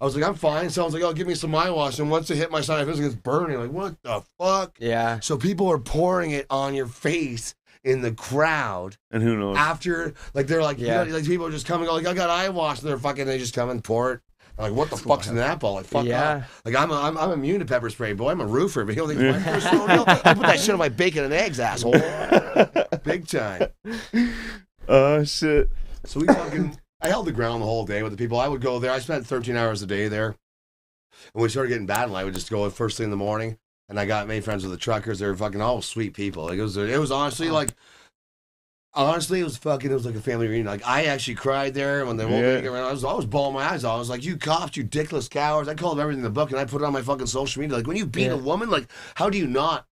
S4: I was like, I'm fine. Someone's like, oh, give me some eye wash. And once it hit my side, I feel like it's burning. Like, what the fuck?
S1: Yeah.
S4: So people are pouring it on your face in the crowd
S3: and who knows? (laughs)
S4: after like they're like
S1: Yeah.
S4: you know, like people are just coming like I got eye wash and they're fucking they just come and pour it. I'm like what the fuck's in that ball? Like fuck
S1: Yeah.
S4: off. Like I'm, I'm I'm immune to pepper spray, boy. I'm a roofer, but you don't think my personal deal? I put that shit on my bacon and eggs, asshole. Big time.
S3: Oh shit!
S4: So we fucking I held the ground the whole day with the people. I would go there. I spent 13 hours a day there. And we started getting battle. I would just go first thing in the morning, and I got made friends with the truckers. They were fucking all sweet people. Like it was, it was honestly like, honestly, it was fucking. It was like a family reunion. Like I actually cried there when they woke
S3: Yeah.
S4: me around. I was always bawling my eyes out. I was like, "You cops, you dickless cowards!" I called them everything in the book, and I put it on my fucking social media. Like when you beat
S1: Yeah.
S4: a woman, like how do you not,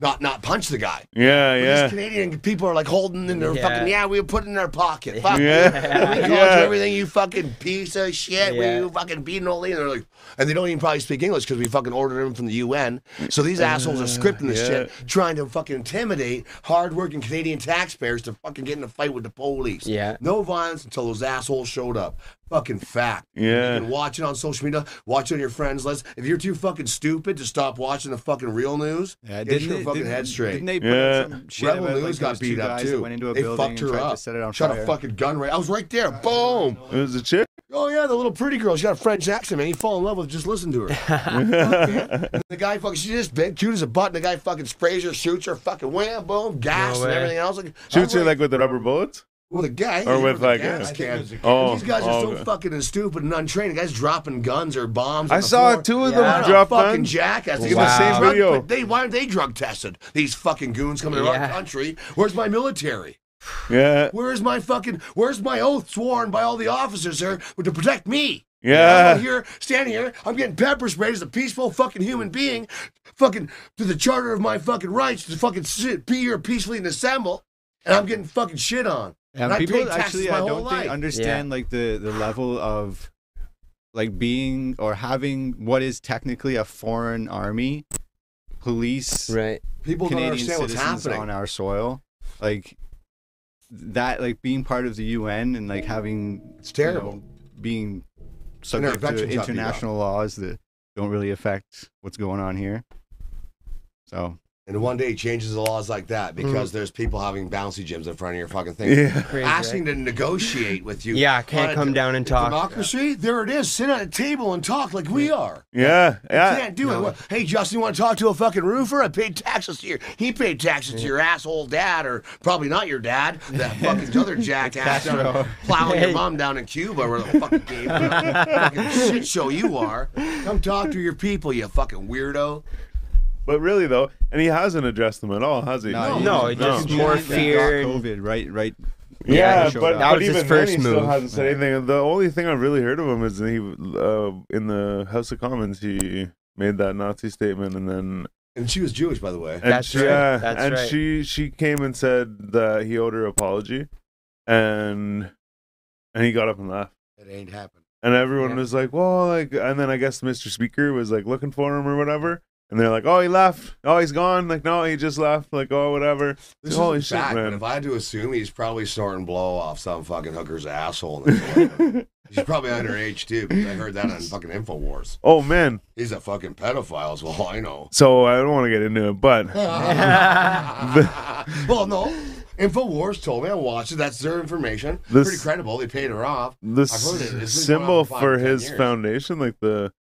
S4: not not punch the guy?
S3: Yeah,
S4: But
S3: yeah,
S4: These Canadian people are like holding in their
S1: Yeah.
S4: fucking yeah. We put it in our pocket. Fuck
S3: Yeah.
S4: you. (laughs) We called
S3: Yeah.
S4: you everything. You fucking piece of shit.
S1: Yeah.
S4: We you fucking beating all these. And they're like, and they don't even probably speak English because we fucking ordered them from the UN. So these assholes are scripting this
S3: yeah.
S4: shit, trying to fucking intimidate hardworking Canadian taxpayers to fucking get in a fight with the police.
S1: Yeah.
S4: No violence until those assholes showed up. fucking fact. You
S3: Yeah.
S4: can watch it on social media, watch it on your friends list. If you're too fucking stupid to stop watching the fucking real news,
S2: Yeah,
S4: Get your fucking head straight.
S2: Didn't they put
S3: Yeah.
S2: out some shit
S4: Rebel
S2: about, like,
S4: News got
S2: those two
S4: beat up,
S2: guys
S4: too.
S2: That went into a
S4: They
S2: building
S4: fucked
S2: and
S4: her
S2: tried to
S4: up.
S2: set it on
S4: shot
S2: fire.
S4: a fucking gun right. I was right there. Boom.
S3: It was
S4: (laughs)
S3: a chick.
S4: Oh yeah, the little pretty girl. She got a French accent, man. You fall in love with. her. Just listen to
S1: (laughs)
S4: her.
S3: (laughs) yeah.
S4: And the guy fucking. She's just big, cute as a butt. And the guy fucking sprays her, shoots her, fucking wham, boom, gas,
S1: No
S4: and
S1: way.
S4: everything else. Like, I was
S3: Shoots you like with the rubber bullets?
S4: with a guy
S3: or with, like, a-
S4: gas
S5: I
S4: can.
S5: think it was a-
S3: Oh,
S4: These guys are so
S3: oh,
S4: fucking stupid and untrained. The guys dropping guns or bombs. on
S3: I
S4: the
S3: saw
S4: floor.
S3: two of
S1: Yeah.
S3: them
S4: What a
S3: drop
S4: fucking
S3: guns.
S4: jackass!
S1: In the same
S4: Drug-
S3: video.
S4: They why aren't they drug tested? These fucking goons coming to our
S1: Yeah.
S4: country. Where's my military?
S3: Yeah.
S4: Where's my fucking? Where's my oath sworn by all the officers here to protect me? I'm
S3: Yeah.
S4: here, standing here. I'm getting pepper sprayed as a peaceful fucking human being, fucking to the charter of my fucking rights to fucking sit, be here peacefully and assemble, and I'm getting fucking shit on.
S2: And
S4: And I paid
S2: people
S4: taxes
S2: actually,
S4: my
S2: I
S4: whole
S2: don't
S4: life.
S2: think understand like the the level of like being or having what is technically a foreign army, police,
S1: Right.
S4: People
S2: Canadian
S4: don't understand what's
S2: citizens
S4: happening.
S2: on our soil, like that, like being part of the UN and like having
S4: It's terrible.
S2: you know, being subject to
S4: veterans got beat
S2: international laws that don't really affect what's going on here. So
S4: And one day he changes the laws like that because there's people having bouncy gyms in front of your fucking thing.
S3: Yeah.
S1: Crazy,
S4: Asking
S1: right?
S4: to negotiate with you.
S1: Yeah, I can't
S4: On a
S1: come
S4: de-
S1: down and talk.
S4: (laughs) Democracy? There it is. Sit at a table and talk like we are.
S3: (laughs) Yeah. Yeah.
S4: Can't do it. Well, Hey, Justin, you want to talk to a fucking roofer? I paid taxes to your. He paid taxes to your asshole dad, or probably not your
S3: (laughs)
S4: dad. That fucking other jackass down
S2: Castro.
S4: plowing your
S1: Hey.
S4: mom down in Cuba, where the
S3: (laughs)
S4: fucking game, fucking shit show you are. Come talk to your people, you fucking weirdo.
S3: But really though, and he hasn't addressed them at all, has he?
S2: No,
S1: No, it just
S2: No.
S1: more
S2: Yeah,
S1: fear.
S2: got
S1: and-
S2: COVID, right? Right.
S3: Yeah,
S2: he showed
S3: but,
S2: up.
S1: That
S3: but
S1: was his
S3: even
S1: first
S3: then, he still
S1: move.
S3: hasn't said anything. The only thing I've really heard of him is that he uh, in the House of Commons he made that Nazi statement, and then
S4: And she was Jewish, by the way.
S3: and
S1: That's
S3: she,
S1: right,
S3: yeah,
S1: that's
S3: and
S1: right.
S3: she she came and said that he owed her apology, and and he got up and left.
S4: It ain't (laughs) happened.
S3: And everyone
S1: Yeah.
S3: was like, well, like, and then I guess Mr. Speaker was like looking for him or whatever. And they're like, oh, he left. Oh, he's gone. Like, no, he just left. Like, oh, whatever.
S4: This
S3: Holy
S4: is a
S3: shit,
S4: fact,
S3: man.
S4: But if I had to assume, he's probably snorting blow off some fucking hooker's asshole. in the
S1: (laughs)
S4: toilet. He's probably underage too. Because I heard that on fucking Infowars.
S3: Oh, man.
S4: He's a fucking pedophile, is all I know.
S3: So I don't want to get into it, but
S1: (laughs)
S4: well, no. Infowars told me I watched it. That's their information.
S3: This-
S4: Pretty credible. They paid her off.
S3: the
S4: I've heard it. It's been going on
S3: symbol
S4: for five,
S3: for
S4: ten
S3: his
S4: years.
S3: foundation, like the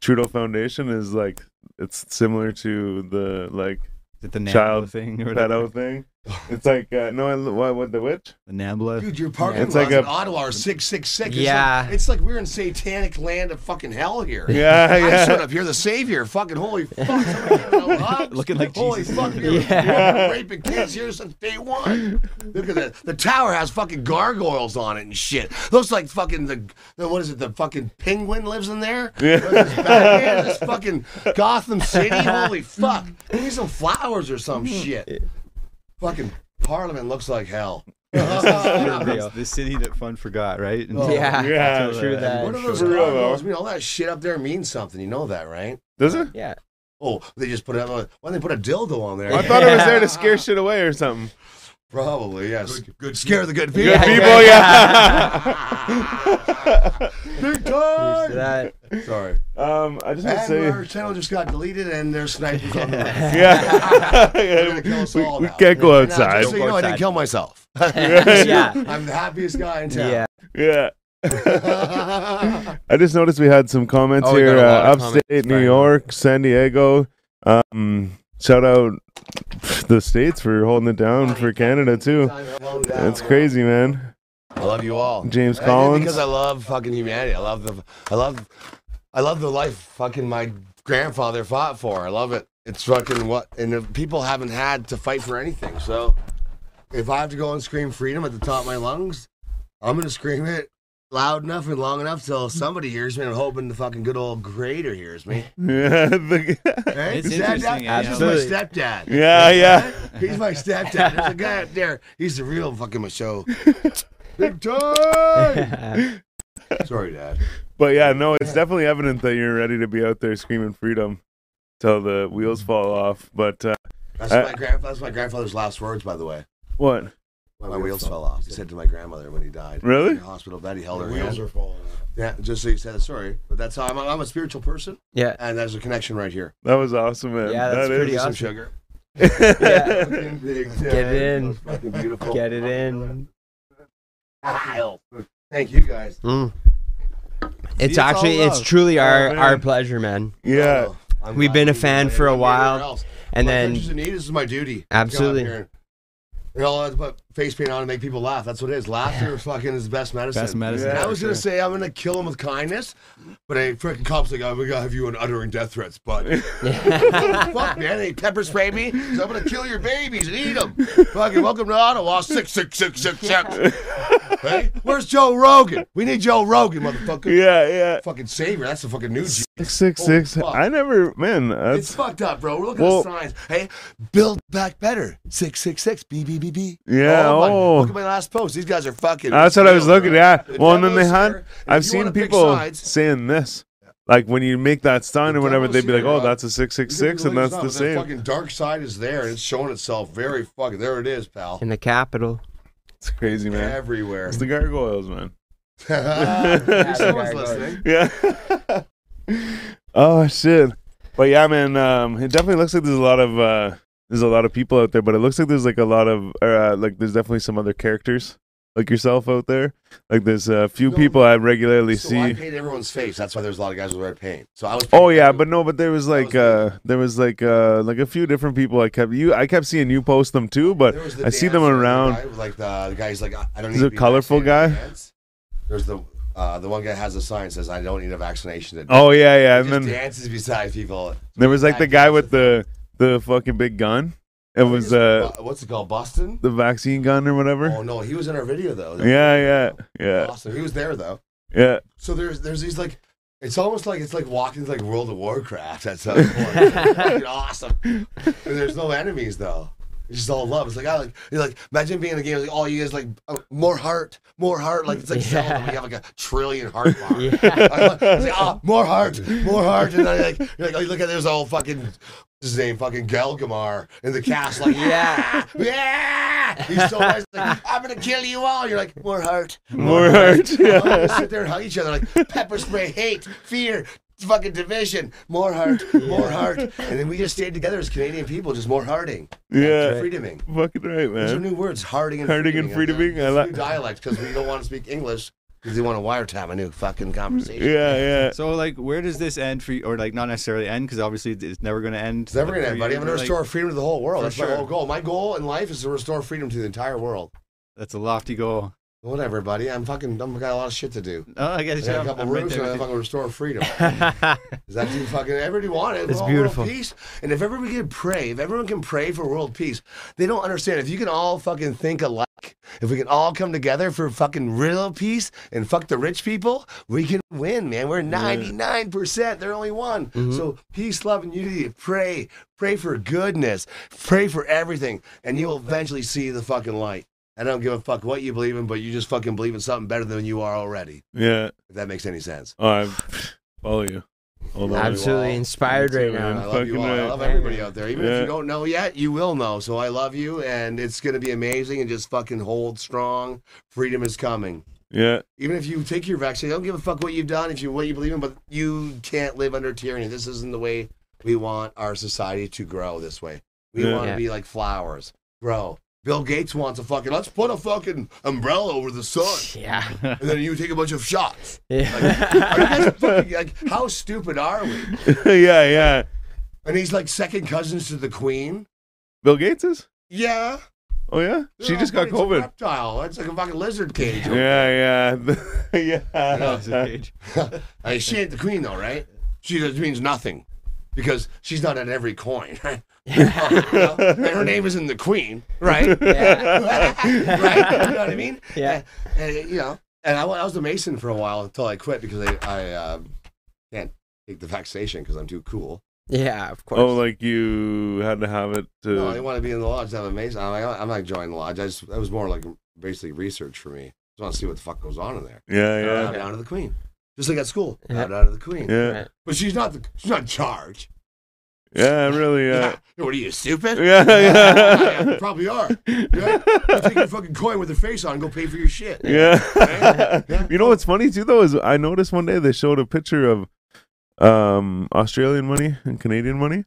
S3: Trudeau Foundation, is like, it's similar to the like
S2: Is it the Nambla
S3: Child
S2: thing or whatever?
S3: pedo thing. It's like, uh, no, I, what, what, the witch?
S2: The Nambla.
S4: Dude, your parking
S3: It's
S4: lots
S3: like a-
S4: in Ottawa are six six six.
S1: Yeah.
S4: it's like, it's like we're in satanic land of fucking hell here.
S3: Yeah,
S4: I showed
S3: yeah.
S4: up here the savior. Fucking holy fuck. somebody giving out hugs.
S2: (laughs) Looking like
S4: holy
S2: Jesus.
S4: fuck. You're
S1: Yeah.
S4: raping kids here since day one. Look at that. The tower has fucking gargoyles on it and shit. Looks like fucking the, the what is it? The fucking penguin lives in there. This Batman, this fucking Gotham
S3: (laughs)
S4: City. Holy fuck. Give me some flowers or some shit. Fucking Parliament looks like
S3: (laughs)
S4: hell.
S2: It's the city that fun forgot, right?
S4: Oh,
S2: And-
S1: Yeah.
S3: Yeah,
S1: True that.
S4: What are those
S3: For real, though.
S4: gargoyles? I mean, all that shit up there means something. You know that, right?
S1: (laughs)
S3: Does it?
S1: Yeah.
S4: Oh, they just put another. Why don't they put a dildo on there?
S3: I thought it was there to scare shit away or something.
S4: Probably yes. Good, scare the good people.
S3: Good people, yeah.
S4: Big
S1: Here's
S4: time.
S1: to (laughs)
S4: (laughs)
S1: that.
S4: Sorry.
S3: (laughs) Um, I just want to
S4: And
S3: say,
S4: our channel just got deleted, and there's snipers (laughs) on the way.
S3: (laughs) yeah,
S4: (laughs) They're gonna kill us
S3: we,
S4: all
S3: we
S4: now.
S3: can't go
S4: And now,
S3: outside.
S4: just so you know, I didn't
S1: outside.
S4: kill myself.
S1: (laughs) Yeah.
S4: I'm the happiest guy in town.
S1: Yeah. (laughs)
S3: Yeah, I just noticed we had some comments
S1: Oh, we got
S3: here.
S1: a lot
S3: Uh,
S1: of comments.
S3: upstate New
S1: Sorry.
S3: York, San Diego. Um, shout out the states for holding it down for Canada too.
S4: (laughs)
S3: It's crazy, man.
S4: I love you all.
S3: James
S4: I did it
S3: Collins.
S4: Because I love fucking humanity. I love the I love I love the life fucking my grandfather fought for. I love it. It's fucking what and if people haven't had to fight for anything. So if I have to go and scream freedom at the top of my lungs, I'm gonna scream it loud enough and long enough till somebody hears me. I'm hoping the fucking good old grader hears me.
S3: Yeah, the-
S4: Right?
S2: (laughs) It's
S4: Is that-
S2: interesting,
S4: that- This is my stepdad.
S3: (laughs) yeah, yeah.
S4: He's my stepdad. There's a guy up there. He's the real fucking Michaud. Big time. Sorry, Dad.
S3: But yeah, no, it's definitely evident that you're ready to be out there screaming freedom till the wheels fall off. But uh,
S4: That's
S3: Uh,
S4: my grand. That's my grandfather's last words, by the way.
S3: what?
S4: My wheels fell off. He said to my grandmother when he died.
S3: Really?
S4: In the hospital bed, he held
S5: The
S4: her
S5: wheels
S4: hand.
S5: are falling off.
S4: Yeah, just so you said the story. But that's how I'm, I'm a spiritual person,
S1: Yeah.
S4: and there's a connection right here.
S3: That was awesome, man.
S1: Yeah, that's
S3: That
S1: pretty
S3: is-
S1: awesome.
S4: Some sugar.
S1: Yeah.
S4: Fucking (laughs) big
S1: Get it
S4: time.
S1: in.
S4: Fucking beautiful.
S1: Get it in.
S4: Wow. Thank you guys.
S1: Mm. It's
S2: it's all
S1: actually, it's
S2: love.
S1: truly our
S3: man.
S1: our pleasure, man.
S3: (laughs) Yeah.
S4: Oh,
S1: Uh,
S4: I'm
S1: We've
S4: glad
S1: been a
S4: we
S1: fan
S4: did it.
S1: for a
S4: I'm
S1: while,
S4: everywhere else.
S1: And
S4: My
S1: then
S4: country's in need. This is my duty. to come out
S1: Absolutely.
S4: here and- We all have to put face paint on and make people laugh. That's what it is. Laughter fucking is the best medicine.
S2: Best medicine.
S4: And I
S2: for
S4: was gonna
S2: sure.
S4: say I'm gonna kill him with kindness, but a freaking cop's like, "I'm gonna have you on uttering death threats,
S2: (laughs)
S4: bud." Fuck, man, they pepper spray me. So I'm gonna kill your babies and eat them. Fucking welcome to Ottawa, six six six six six. (laughs) Hey, where's Joe Rogan? We need Joe Rogan, motherfucker.
S3: Yeah, yeah.
S4: Fucking savior. That's the fucking new. G-
S3: Six six six.
S4: Oh, fuck.
S3: I never, man.
S4: it's
S3: That's
S4: fucked up, bro. We're looking
S3: Well-
S4: at signs. Hey, build back better. Six six six. B B B B.
S3: yeah.
S4: Oh, my-
S3: Oh,
S4: Look at my last post. These guys are fucking.
S3: that's what I was
S4: real,
S3: looking
S4: bro.
S3: at.
S4: The
S3: Well, and then they
S4: devil's
S3: had.
S4: here. If
S3: I've
S4: you
S3: seen
S4: wanna pick
S3: people
S4: sides,
S3: saying this, like when you make that sign
S4: The
S3: or whatever,
S4: devil's
S3: they'd be like,
S4: here,
S3: "Oh,
S4: bro.
S3: that's a six six
S4: you can
S3: six,
S4: do
S3: and
S4: what
S3: that's
S4: it's
S3: the
S4: not, but
S3: same."
S4: Fucking dark side is there, and it's showing itself very fucking. There it is, pal.
S1: in the
S4: (laughs)
S1: capital.
S3: It's crazy, man.
S4: Everywhere.
S3: It's the
S4: (laughs)
S3: gargoyles, man. (laughs)
S1: Yeah,
S4: Someone's listening.
S3: Yeah. (laughs) oh shit. But yeah, man. Um, it definitely looks like there's a lot of uh, there's a lot of people out there. But it looks like there's like a lot of uh, like there's definitely some other characters like yourself out there. Like there's a few
S4: No,
S3: people I regularly
S4: So I
S3: see.
S4: painted everyone's face. That's why there's a lot of guys with red paint. So I was.
S3: Oh
S4: painting
S3: yeah,
S4: everyone.
S3: but no, but there was like
S4: was
S3: uh there was like uh like a few different people I kept you I kept seeing you post them too, but
S4: There was
S3: I see them
S4: dancer, the
S3: around.
S4: guy- like the, the guy's like, I I don't.
S3: Is
S4: need
S3: it
S4: to
S3: a
S4: be
S3: colorful
S4: vaccinated to dance. There's the uh, the one guy has a sign that says, "I don't need a
S1: (laughs)
S4: vaccination." To dance."
S3: Oh yeah, yeah,
S4: He
S3: and
S4: just
S3: then
S4: dances beside people.
S3: there was like the guy with
S4: He
S3: the the fucking big gun. It
S4: just-
S3: was uh
S4: what's it called, Boston?
S3: the vaccine gun or whatever.
S4: Oh no, he was in our video though.
S3: Yeah, yeah, yeah,
S4: Awesome. He was there though.
S3: yeah.
S4: So there's there's these like it's almost like it's like walking like World of Warcraft at some point. It's fucking awesome. And there's no enemies though. It's just all love. It's like I like you're like imagine being in a game like all you guys like oh, more heart, more heart. Like it's like
S1: Yeah.
S4: Zelda when you have like a trillion heart bar.
S1: Yeah.
S4: It's (laughs) like, ah, more heart,
S1: (laughs)
S4: more heart, and then like you're like, oh, look at this old fucking what's his name, fucking Gelgamar in the castle, like (laughs) yeah, yeah. He's
S1: (laughs)
S4: so nice, like I'm gonna kill you all. You're like more heart,
S3: More hurt.
S4: Oh,
S3: Yeah.
S4: they sit there and hug each other like pepper spray, hate, fear, fucking division, more heart,
S3: (laughs)
S4: more heart, and then we just stayed together as Canadian people, just more hearting,
S3: (laughs) yeah.
S4: freedoming.
S3: Fucking right,
S4: These are
S3: man.
S4: new words, hearting and
S3: Hearting and
S4: freedoming.
S3: freedoming, I
S4: It's
S3: like-
S4: new dialect because we don't want to speak English because they want to wiretap a new fucking
S3: (laughs)
S4: conversation.
S3: Yeah, yeah.
S2: So like, where does this end for you, or like not necessarily end because obviously it's never going to end.
S4: It's never gonna end, buddy. I'm gonna restore freedom to the whole world.
S2: For
S4: That's my
S2: sure.
S4: whole goal. My goal in life is to restore freedom to the entire world.
S2: That's a lofty goal.
S4: Whatever, buddy. I'm fucking. I'm got a lot of shit to do.
S2: Oh, I
S4: I
S2: guess
S4: got a
S2: I'm,
S4: couple
S2: I'm right
S4: rooms,
S2: there
S4: and I'm
S2: with you.
S4: fucking restore freedom.
S1: yeah,
S4: Is that too fucking everybody want it?
S1: It's
S4: World- world
S1: beautiful.
S4: peace. And if everyone can pray, if everyone can pray for world peace, they don't understand. If you can all fucking think alike, if we can all come together for fucking real peace and fuck the rich people, we can win, man. We're ninety nine percent. They're only one.
S1: Mm-hmm.
S4: So peace, love, and unity. Pray, pray for goodness. Pray for everything, and you will eventually see the fucking light. I don't give a fuck what you believe in, but you just fucking believe in something better than you are already.
S3: Yeah.
S4: If that makes any sense.
S3: Oh, I follow you. Hold on.
S4: Absolute-
S1: absolutely
S4: all.
S1: inspired right now.
S4: I love you
S3: Fucking
S4: all. I
S3: right.
S4: love everybody out there. Even if
S3: Yeah.
S4: you don't know yet, you will know. So I love you, and it's going to be amazing. And just fucking hold strong. Freedom is coming.
S3: Yeah. (laughs)
S4: Even if you take your vaccine, I don't give a fuck what you've done, if you what you believe in, but you can't live under tyranny. This isn't the way we want our society to grow. This way, we
S3: Yeah.
S4: want
S1: Yeah.
S4: to be like flowers, grow. Bill Gates wants a fucking let's put a fucking umbrella over the sun,
S1: Yeah.
S4: and then you take a bunch of
S3: (laughs)
S4: shots. Are you
S1: Yeah. (laughs)
S4: guys fucking, (laughs) like, how stupid are we?
S3: yeah, yeah.
S4: And he's like second cousins to the Queen.
S3: Bill Gates is?
S4: Yeah.
S3: Oh yeah? She
S4: Yeah,
S3: just
S4: but
S3: got
S4: it's a
S3: COVID.
S4: reptile. That's like a fucking lizard cage.
S3: Yeah, yeah.
S2: That's
S3: (laughs)
S2: a
S3: yeah.
S2: cage.
S4: (laughs) Hey, she ain't the queen though, right? She just means nothing because she's not at every coin. (laughs) right? and her name isn't the queen,
S3: (laughs)
S4: right? right? You know what I mean?
S1: Yeah.
S4: And, and, you know, and I, wa- I was a Mason for a while until I quit because I, I uh, can't take the vaccination because I'm too cool.
S1: Yeah, of course.
S3: Oh, like you had to have it to
S4: No, I want to Oh, be in the lodge. I'm amazing. I'm like, I'm not joining the lodge. I just, that was more like basically research for me. Just want to see what the fuck goes on in there.
S3: Yeah,
S4: Bow down to the queen. Just like at school, bow
S1: Yeah.
S4: down to the queen.
S3: yeah. Yeah.
S4: But she's not the, she's not in charge.
S3: Yeah,
S4: (laughs)
S3: (laughs) really. Uh,
S4: What are you stupid?
S3: yeah,
S4: (laughs) Yeah,
S3: yeah.
S4: you probably are. (laughs) Yeah. You take your fucking coin with a face on. and Go pay for your shit.
S3: Yeah.
S4: (laughs) Yeah.
S3: You know what's funny too though is I noticed one day they showed a picture of um Australian money and Canadian money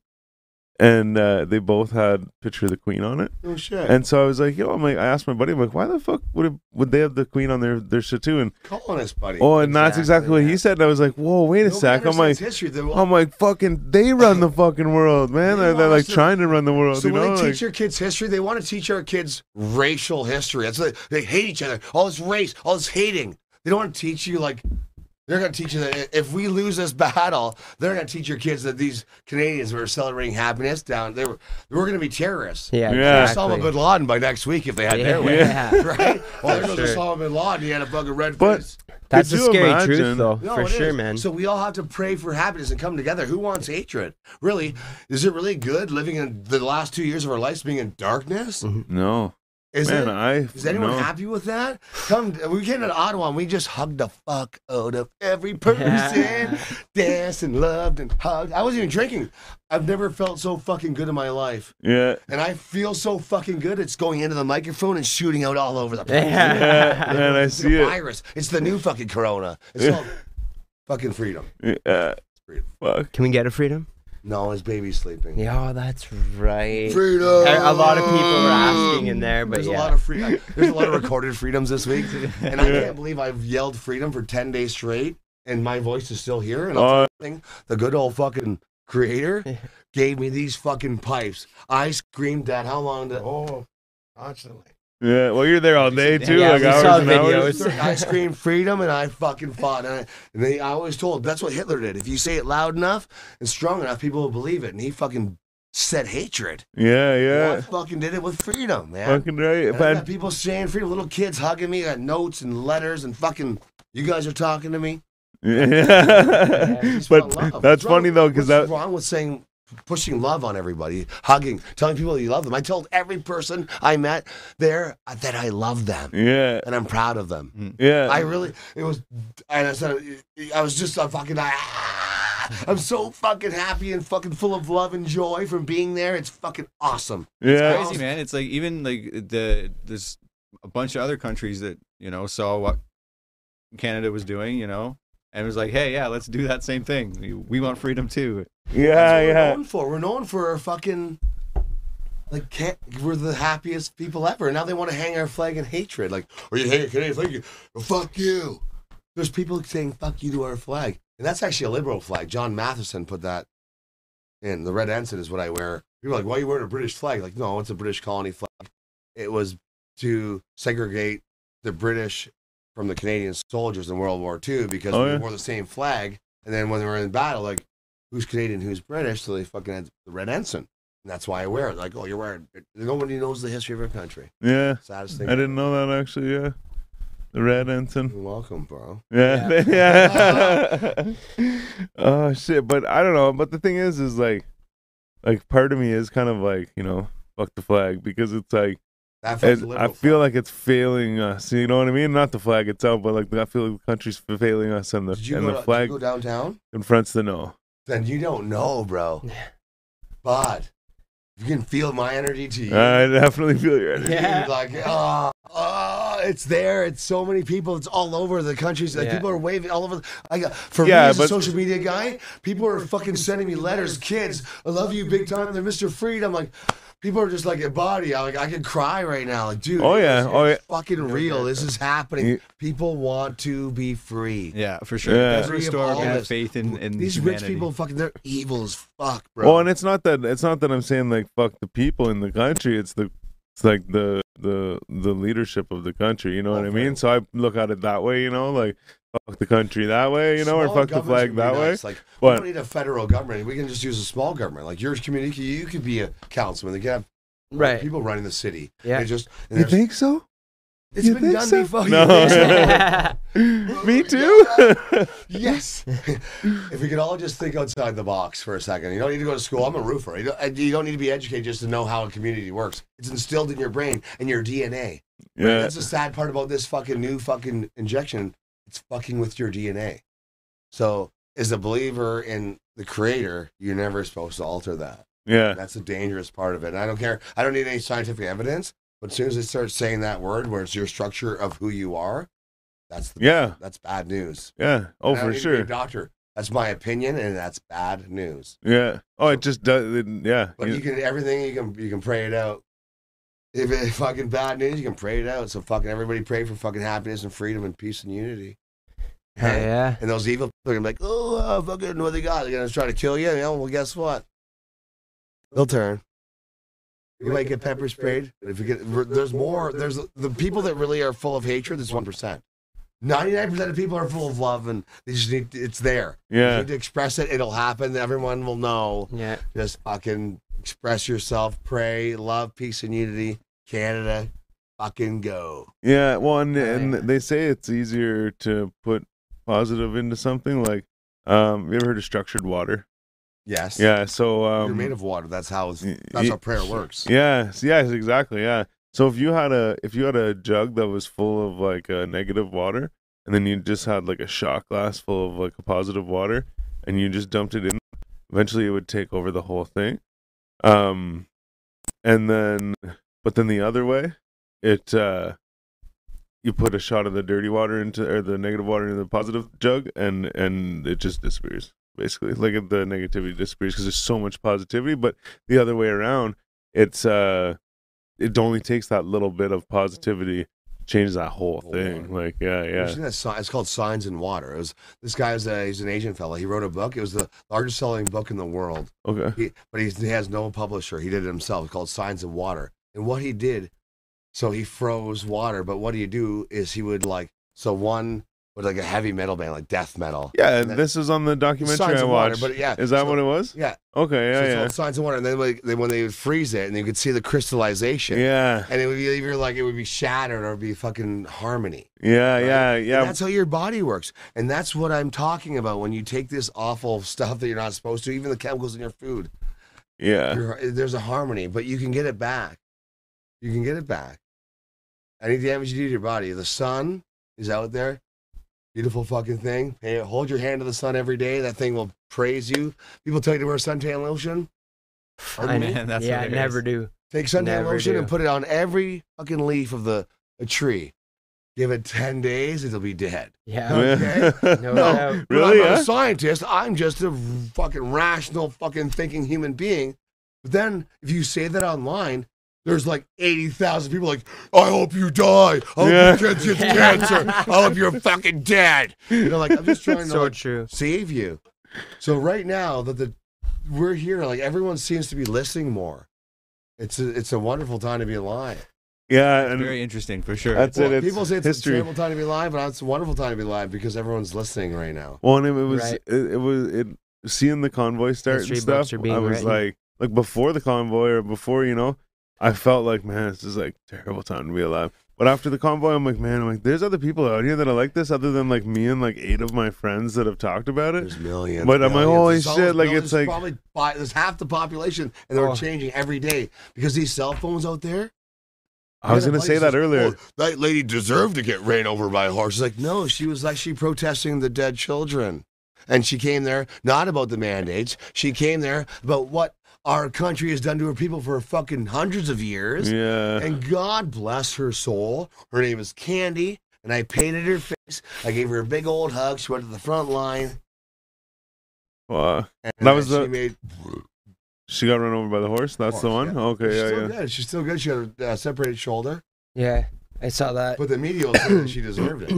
S3: and uh, they both had picture of the queen on it.
S4: No shit.
S3: And so I was like, yo, I'm like I asked my buddy I'm like why the fuck would it, would they have the queen on their their shit too and
S4: Colonist, buddy.
S3: oh and that's exactly what he said and I was like, "Whoa, wait a
S4: Nobody
S3: sec." I'm
S4: understands
S3: like
S4: history. They're all-
S3: I'm like fucking they run the fucking world, man.
S4: They
S3: They're, they're
S4: want
S3: like
S4: us to-
S3: trying to run the world,
S4: So
S3: you
S4: when
S3: know?
S4: they
S3: Like,
S4: teach your kids history, they want to teach our kids racial history. That's what they hate each other. All this race, all this hating. They don't want to teach you like they're going to teach you that if we lose this battle, they're going to teach your kids that these Canadians were celebrating happiness down. They were they were going to be terrorists.
S1: Yeah,
S3: Yeah.
S1: exactly.
S4: Osama bin Laden by next week if they had their way,
S1: Yeah.
S4: right? Well, there
S1: Oh, For
S4: goes
S1: sure.
S4: Osama bin Laden. He had a fucking red
S3: But-
S4: face.
S1: That's
S3: Could
S1: the
S3: you
S1: scary
S3: imagine-
S1: truth, though,
S4: No,
S1: for
S4: it
S1: sure,
S4: is.
S1: man.
S4: So we all have to pray for happiness and come together. Who wants hatred? Really? Is it really good living in the last two years of our lives being in darkness?
S1: Mm-hmm.
S3: no.
S4: Is
S3: man,
S1: uh,
S4: it?
S3: I
S4: Is anyone
S3: no.
S4: happy with that? Come, we came to Ottawa and we just hugged the fuck out of every person,
S1: Yeah.
S4: (laughs) danced and loved and hugged. I wasn't even drinking. I've never felt so fucking good in my life,
S3: Yeah.
S4: and I feel so fucking good. It's going into the microphone and shooting out all over the place. (laughs)
S1: Yeah.
S3: Yeah, man, I
S4: It's the
S3: see it.
S4: virus. It's the new fucking corona. It's
S3: (laughs)
S4: called fucking freedom.
S3: Yeah. Fuck.
S1: Can we get a freedom?
S4: No, his baby's sleeping.
S1: Yeah, oh, that's right.
S4: Freedom.
S1: A, a lot of people were asking in there, but
S4: There's
S1: yeah.
S4: a lot of free. There's a lot of
S3: (laughs)
S4: recorded freedoms this week, (laughs) and I can't believe I've yelled freedom for ten days straight, and my voice is still here. And I'll
S3: Oh,
S4: thing, the good old fucking creator
S1: (laughs)
S4: gave me these fucking pipes. I screamed at how long? To,
S5: Oh, constantly.
S3: yeah. Well, you're there all day too.
S1: Yeah,
S3: like
S1: we
S3: hours
S1: saw
S3: and hours. (laughs)
S1: videos.
S4: I screamed freedom, and I fucking fought. And, I, and they, I always told that's what Hitler did. If you say it loud enough and strong enough, people will believe it. And he fucking said hatred.
S3: Yeah, yeah.
S4: I fucking did it with freedom, man.
S3: Fucking right.
S4: And I got
S3: But
S4: people saying freedom, little kids hugging me, I got notes and letters and fucking. You guys are talking to me.
S3: yeah.
S4: It's about love.
S3: (laughs) but
S4: What's
S3: that's
S4: wrong-
S3: funny though, because
S4: what's
S3: that
S4: wrong with saying pushing love on everybody, hugging, telling people you love them. I told every person I met there that I love them
S3: yeah,
S4: and I'm proud of them.
S3: yeah.
S4: I really, it was, and I said, I was just a fucking, ah, I'm so fucking happy and fucking full of love and joy from being there. It's fucking awesome.
S3: yeah.
S4: awesome.
S2: crazy, man. (laughs) It's like even like the there's a bunch of other countries that you know saw what Canada was doing, you know, and was like, hey, yeah, let's do that same thing. We- We want freedom too.
S4: That's what
S3: Yeah,
S4: we're
S3: yeah.
S4: known for. We're known for our fucking like can't, we're the happiest people ever. Now they want to hang our flag in hatred. Like, are you hanging Canadian flag? Well, Fuck you. There's people saying fuck you to our flag, and that's actually a liberal flag. John Matheson put that in. The red ensign is what I wear. People are like, why are you wearing a British flag? Like, no, it's a British colony flag. It was to segregate the British from the Canadian soldiers in World War II because
S3: Oh,
S4: we
S3: yeah.
S4: wore the same flag. And then when they were in battle, like, who's Canadian, who's British, so they fucking had the red ensign. And that's why I wear it. Like, oh, you're wearing it. Nobody knows the history of our country.
S3: Yeah.
S4: Saddest
S3: I
S4: thing.
S3: didn't know that actually. Yeah. The red ensign.
S4: You're welcome, bro.
S3: Yeah. (laughs) Yeah. oh shit! But I don't know. But the thing is, is like, like part of me is kind of like you know, fuck the flag because it's like.
S4: That
S3: It's-
S4: fucking
S3: I
S4: liberal
S3: feel
S4: flag.
S3: like it's failing us. You know what I mean? Not the flag itself, but like I feel like the country's failing us, and the
S4: Did you, go,
S3: and the
S4: to- did you
S3: flag
S4: go downtown?
S3: confronts the no.
S4: Then you don't know, bro. But you can feel my energy to you.
S3: I definitely feel your energy.
S1: (laughs)
S4: Dude,
S1: Yeah.
S4: Like, ah, ah, it's there. It's so many people. It's all over the country. Like,
S1: Yeah.
S4: People are waving all over. Like, uh, for
S3: Yeah,
S4: me as a
S3: but-
S4: social media guy, people are fucking sending me letters. Kids, I love you big time. They're Mr. Freedom. Like, people are just like, a body. I, like, I can cry right now. Like, dude.
S3: Oh, yeah.
S4: it's-
S3: Oh,
S4: it's Fucking real. This is
S3: You-
S4: happening. People want to be free.
S2: Yeah, for sure.
S3: Yeah.
S2: It does restore
S4: All
S2: my
S4: this-
S2: faith in, in
S4: These
S2: humanity.
S4: rich people, fucking, they're evil as fuck, bro.
S3: Well, and it's not that it's not that I'm saying like fuck the people in the country. It's the it's like the the the leadership of the country. You know what I mean? So I look at it that way. You know, like fuck the country that way. You know, or
S4: Smaller
S3: fuck the
S4: governments
S3: flag
S4: would be
S3: that way.
S4: nice. Like we
S3: But-
S4: don't need a federal government. We can just use a small government. Like your community, you could be a councilman. They could have
S1: Right.
S4: people running the city.
S1: Yeah.
S4: They just and
S3: You
S4: there's-
S3: think so?
S4: it's
S3: you
S4: been
S3: think
S4: done
S3: so?
S4: before. (laughs)
S3: No.
S1: Yeah.
S3: (laughs) Me too. (laughs)
S4: yes. (laughs) if we could all just think outside the box for a second, you don't need to go to school. I'm a roofer. You don't, you don't need to be educated just to know how a community works. It's instilled in your brain and your DNA.
S3: yeah.
S4: That's the sad part about this fucking new fucking injection. It's fucking with your DNA. So, as a believer in the creator, you're never supposed to alter that.
S3: Yeah.
S4: That's a dangerous part of it. And I don't care. I don't need any scientific evidence. But as soon as they start saying that word, where it's your structure of who you are, that's the,
S3: Yeah.
S4: that's bad news.
S3: Yeah.
S4: And I
S3: Oh,
S4: don't need
S3: for
S4: to be a
S3: sure.
S4: doctor. That's my opinion, and that's bad news.
S3: Yeah. Oh, it just does. It, yeah.
S4: But
S3: You-
S4: you can everything you can you can pray it out. If it's (laughs) fucking bad news, you can pray it out. So fucking everybody pray for fucking happiness and freedom and peace and unity.
S1: Hell yeah.
S4: And those evil people are gonna be like, oh, uh, fucking what they got? They're gonna try to kill you. You know, well, guess what? They'll turn. You might get pepper sprayed. but If you get, there's more. There's the people that really are full of hatred. It's one percent. Ninety-nine percent of people are full of love, and they just need. It's there. You
S3: yeah.
S4: need to express it. It'll happen. Everyone will know.
S1: (laughs) Yeah.
S4: Just fucking express yourself. Pray, love, peace, and unity. Canada, fucking go.
S3: Yeah. Well, and,
S1: Yeah.
S3: and they say it's easier to put positive into something. Like, um, you ever heard of structured water?
S4: Yes.
S3: Yeah. So, um,
S4: You're made of water. That's how. That's
S3: y-
S4: how prayer works.
S3: Yes, yes, exactly. Yeah. So if you had a if you had a jug that was full of like uh, negative water, and then you just had like a shot glass full of like a positive water, and you just dumped it in, eventually it would take over the whole thing. Um, and then, but then the other way, it uh, you put a shot of the dirty water into or the negative water into the positive jug, and and it just disappears. Basically, like the negativity disappears because there's so much positivity. But the other way around it's uh it only takes that little bit of positivity to change that whole
S4: Whole
S3: thing
S4: lot.
S3: like yeah
S4: You've
S3: yeah
S4: seen that sign? It's called Signs in Water. It was this guy's a, he's an Asian fella. He wrote a book. It was the largest selling book in the world.
S3: okay
S4: He, but he's, he has no publisher. He did it himself. It's called Signs in Water. And what he did, so he froze water. But what he do is he would like so one was like a heavy metal band like death metal.
S3: yeah
S4: And then-
S3: this is on the documentary
S4: Signs
S3: i
S4: of Water,
S3: watched
S4: but yeah,
S3: is that
S4: so-
S3: what it was
S4: Yeah,
S3: okay
S4: so it's
S3: yeah
S4: called Signs in Water. And then like, they, when they would freeze it, and you could see the crystallization.
S3: yeah yeah
S4: And it would be either like it would be shattered or it'd be fucking harmony.
S3: yeah yeah
S4: And
S3: yeah
S4: that's how your body works. And that's what I'm talking about when you take this awful (laughs) stuff that you're not supposed to, even the chemicals in your food,
S1: Uh.
S3: yeah
S4: you're- there's a harmony, but you can get it back. You can get it back. Any damage you do to your body, the sun is out there. Beautiful fucking thing. Hey, hold your hand to the sun every day. That thing will praise you. People tell you to wear suntan lotion.
S1: I
S2: (laughs)
S4: me?
S1: know.
S6: That's
S1: yeah,
S6: hilarious.
S1: never do.
S4: Take suntan
S1: Never
S4: lotion and
S1: do.
S4: put it on every fucking leaf of the a tree. Give it 10 days, it'll be dead.
S1: Yeah.
S3: (laughs) Yeah.
S1: (laughs) No doubt.
S4: But
S3: really
S4: I'm not
S3: yeah
S4: a scientist. I'm just a fucking rational, fucking thinking human being. But then if you say that online, there's like 80,000 people like, I hope you die. I hope
S3: Yeah.
S4: your kids
S3: (laughs)
S4: get cancer. I hope you're fucking dead. You know, like, I'm
S3: (laughs)
S4: just trying to
S1: So
S4: like,
S1: true.
S4: save you. So right now that the we're here, like everyone seems to be listening more. It's a, it's a wonderful time to be alive.
S3: yeah and
S6: Very interesting for sure.
S3: that's it it's
S4: People say it's a
S3: history
S4: terrible time to be alive, but it's a wonderful time to be alive because everyone's listening right now.
S3: Well, and it, was
S1: Right.
S3: it, it was it seeing the convoy start
S1: History
S3: and
S1: books
S3: stuff.
S1: are being
S3: I was
S1: written.
S3: like, like before the convoy or before you know, I felt like man, this is like terrible time to be alive. But after the convoy, I'm like, man, I'm like, there's other people out here that are like this, other than like me and like eight of my friends that have talked about it.
S4: There's millions.
S3: But I'm like,
S4: millions.
S3: holy
S4: There's all
S3: shit,
S4: those
S3: like,
S4: millions,
S3: it's like-
S4: probably by, there's half the population, and they're
S1: Oh.
S4: changing every day because these cell phones out there.
S3: I was
S4: Yeah,
S3: gonna
S4: like,
S3: say
S4: it's
S3: that
S4: just,
S3: earlier.
S4: "Oh, that lady deserved to get ran over by a horse. It's like, no, she was actually protesting the dead children, and she came there not about the mandates. She came there about what our country has done to her people for fucking hundreds of years.
S3: yeah,
S4: And God bless her soul. Her name is Candy, and I painted her face. I gave her a big old hug. She went to the front line.
S3: wow.
S4: And
S3: That was
S4: she
S3: the-
S4: made
S3: She got run over by the horse. That's the
S4: Horse,
S3: one.
S4: yeah.
S3: Okay,
S4: She's
S3: yeah,
S4: still
S3: yeah.
S4: good. She's still good. She had a uh, separated shoulder,
S1: Yeah. I saw that.
S4: but the media will say that she deserved it.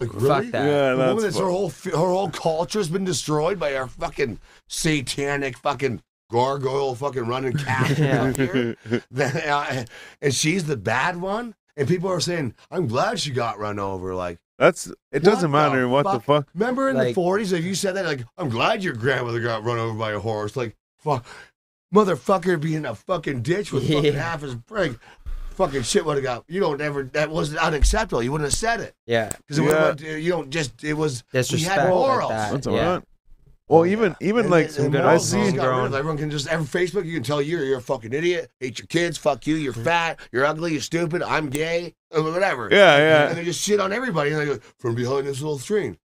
S4: Like really?
S1: Fuck that.
S3: Yeah,
S4: The woman
S3: that's
S4: that's her whole f- her whole culture's been destroyed by our fucking satanic fucking gargoyle fucking running cat
S1: Yeah.
S4: out here. Then, uh, and she's the bad one. And people are saying, "I'm glad she got run over." Like,
S3: that's. It doesn't
S4: What the
S3: matter what the fuck.
S4: remember in the
S1: Like-
S4: '40s, if you said that, like, "I'm glad your grandmother got run over by a horse," like, fuck, motherfucker, be in a fucking ditch with fucking
S1: Yeah.
S4: half his brain. Fucking shit would have got. You don't ever. That was unacceptable. You wouldn't have said it
S1: Yeah.
S4: because it
S3: Yeah.
S4: would have. You don't just. It was.
S1: Disrespect like
S4: morals.
S1: that.
S3: That's all
S1: yeah.
S3: right. Well, even even
S4: Oh, And
S3: like
S4: then- and
S1: good
S3: I
S1: old
S4: morals
S3: see
S4: just got rid of
S1: homegrown-
S4: it. Everyone can just every Facebook. You can tell you you're a fucking idiot. Hate your kids. Fuck you. You're fat. You're ugly. You're stupid. I'm gay. Or whatever.
S3: Mm-hmm. Yeah,
S4: And-
S3: yeah.
S4: And they just shit on everybody. And they go from behind this little screen.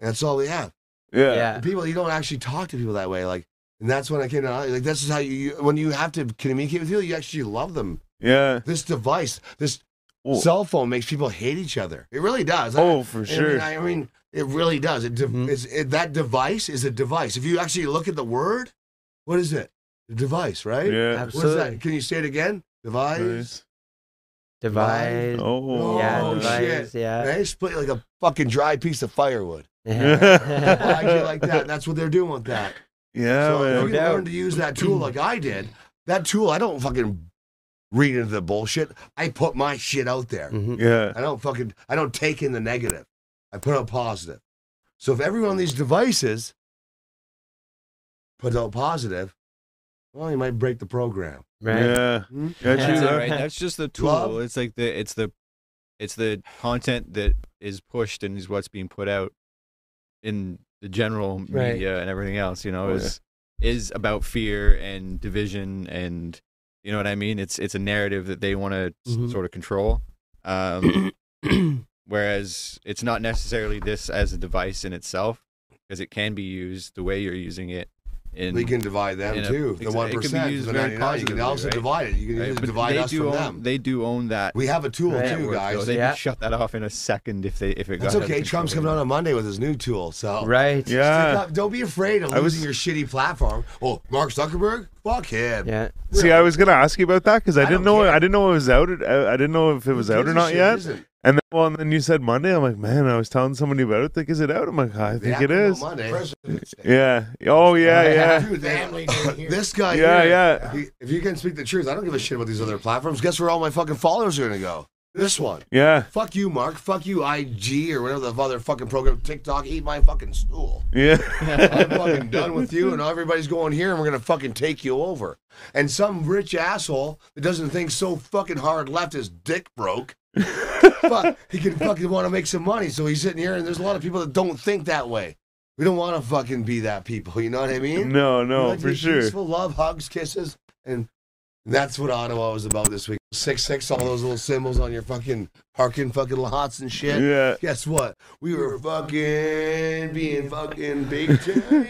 S4: That's all they have.
S3: Yeah.
S1: Yeah.
S4: People, you don't actually talk to people that way. Like, and that's when I came to like this is how you, you when you have to communicate with people, you actually love them.
S3: Yeah.
S4: This device, this
S3: Oh,
S4: cell phone makes people hate each other. It really does. I-
S3: oh, for
S4: I mean,
S3: sure. Mm-hmm.
S4: I, I mean, it really does. It, de-
S1: Mhm.
S4: it's, it that device is a device. If you actually look at the word, what is it? The device, right?
S3: Yeah.
S4: What is
S1: Absolutely.
S4: that? Can you say it again? Device.
S3: Nice.
S1: Device.
S3: Oh.
S1: Yeah,
S4: Oh,
S1: device. Yeah.
S4: They split like a fucking dry piece of firewood.
S1: (laughs) Yeah.
S4: Why'd you like that? That's what they're doing with that.
S3: Yeah,
S4: so
S3: man.
S4: if you
S1: doubt.
S4: learn to use that tool like I did, that tool, I don't fucking read into the bullshit. I put my shit out there.
S3: Mm.
S1: Mhm.
S3: Yeah.
S4: I don't fucking I don't take in the negative. I put out positive. So if everyone on these devices puts out positive, well, you might break the program.
S1: Right.
S3: Yeah.
S4: Hmm?
S3: Got
S1: Yeah.
S2: That's,
S3: you.
S2: it,
S1: Yeah.
S2: right? That's just the tool.
S4: Love.
S2: It's like the it's the it's the content that is pushed and is what's being put out in the general
S1: Right.
S2: media and everything else. You know,
S3: Oh, yeah.
S2: is is about fear and division and you know what I mean. It's it's a narrative that they want to
S1: Mhm.
S2: sort of control.
S1: (coughs)
S2: Um, whereas it's not necessarily this as a device in itself because it can be used the way you're using it. In,
S4: We can divide them
S2: in a-
S4: too. The
S2: exa-
S4: one
S2: it can be
S4: percent,
S2: used
S4: the
S2: very
S4: ninety nine. You can
S2: positively,
S4: also
S2: right?
S4: divide it. You can
S2: right?
S4: just
S2: But
S4: divide
S2: they
S4: us
S2: do
S4: from
S2: own,
S4: them.
S2: They do own that
S4: we have a tool
S1: Right.
S4: too,
S2: network, though.
S4: guys.
S2: They
S1: Yeah.
S2: can shut that off in a second if they if it got
S4: That's
S2: out of
S4: okay. Trump's coming
S2: control.
S4: out on Monday with his new tool. So
S1: Right. Yeah.
S3: Yeah.
S4: don't be afraid of
S3: Ah. I
S4: losing
S3: was-
S4: your shitty platform. Oh, Mark Zuckerberg? Fuck him.
S3: See, I was gonna ask you about that because I,
S4: don't
S3: didn't know.
S4: care.
S3: I didn't know it was out. uh, I, I didn't know if it was
S4: Who
S3: out
S4: gives
S3: or
S4: a
S3: not
S4: shit,
S3: yet.
S4: is it?
S3: And then, well, and then you said Monday. I'm like, man, I was telling somebody about it. Like, is it out? I'm like, I
S4: They
S3: think
S4: have
S3: it
S4: to know
S3: is.
S4: Monday.
S5: President's Day.
S3: Yeah. Oh yeah. Yeah.
S4: Dude, they- (laughs)
S5: Family Day here.
S4: this guy
S3: Yeah.
S4: here,
S3: Yeah.
S4: he- if you can speak the truth, I don't give a shit about these other platforms. Guess where all my fucking followers are going to go? This one.
S3: Yeah.
S4: Fuck you, Mark. Fuck you, IG, or whatever the other fucking program, TikTok. Eat my fucking stool. (laughs) I'm
S3: Yeah.
S4: fucking done with you, and everybody's going here, and we're gonna fucking take you over. And some rich asshole that doesn't think so fucking hard left his dick
S3: (laughs)
S4: broke. fuck, he can fucking want to make some money, so he's sitting here, and there's a lot of people that don't think that way. We don't want to fucking be that people. You know what I mean?
S3: (laughs) no.
S4: We
S3: No.
S4: like to
S3: for
S4: be
S3: sure.
S4: Peaceful love, hugs, kisses, and that's what Ottawa was about this week. Six six, all those little symbols on your fucking parking fucking lots and shit.
S3: Yeah.
S4: Guess what? We were fucking being fucking
S3: (laughs)
S4: big time.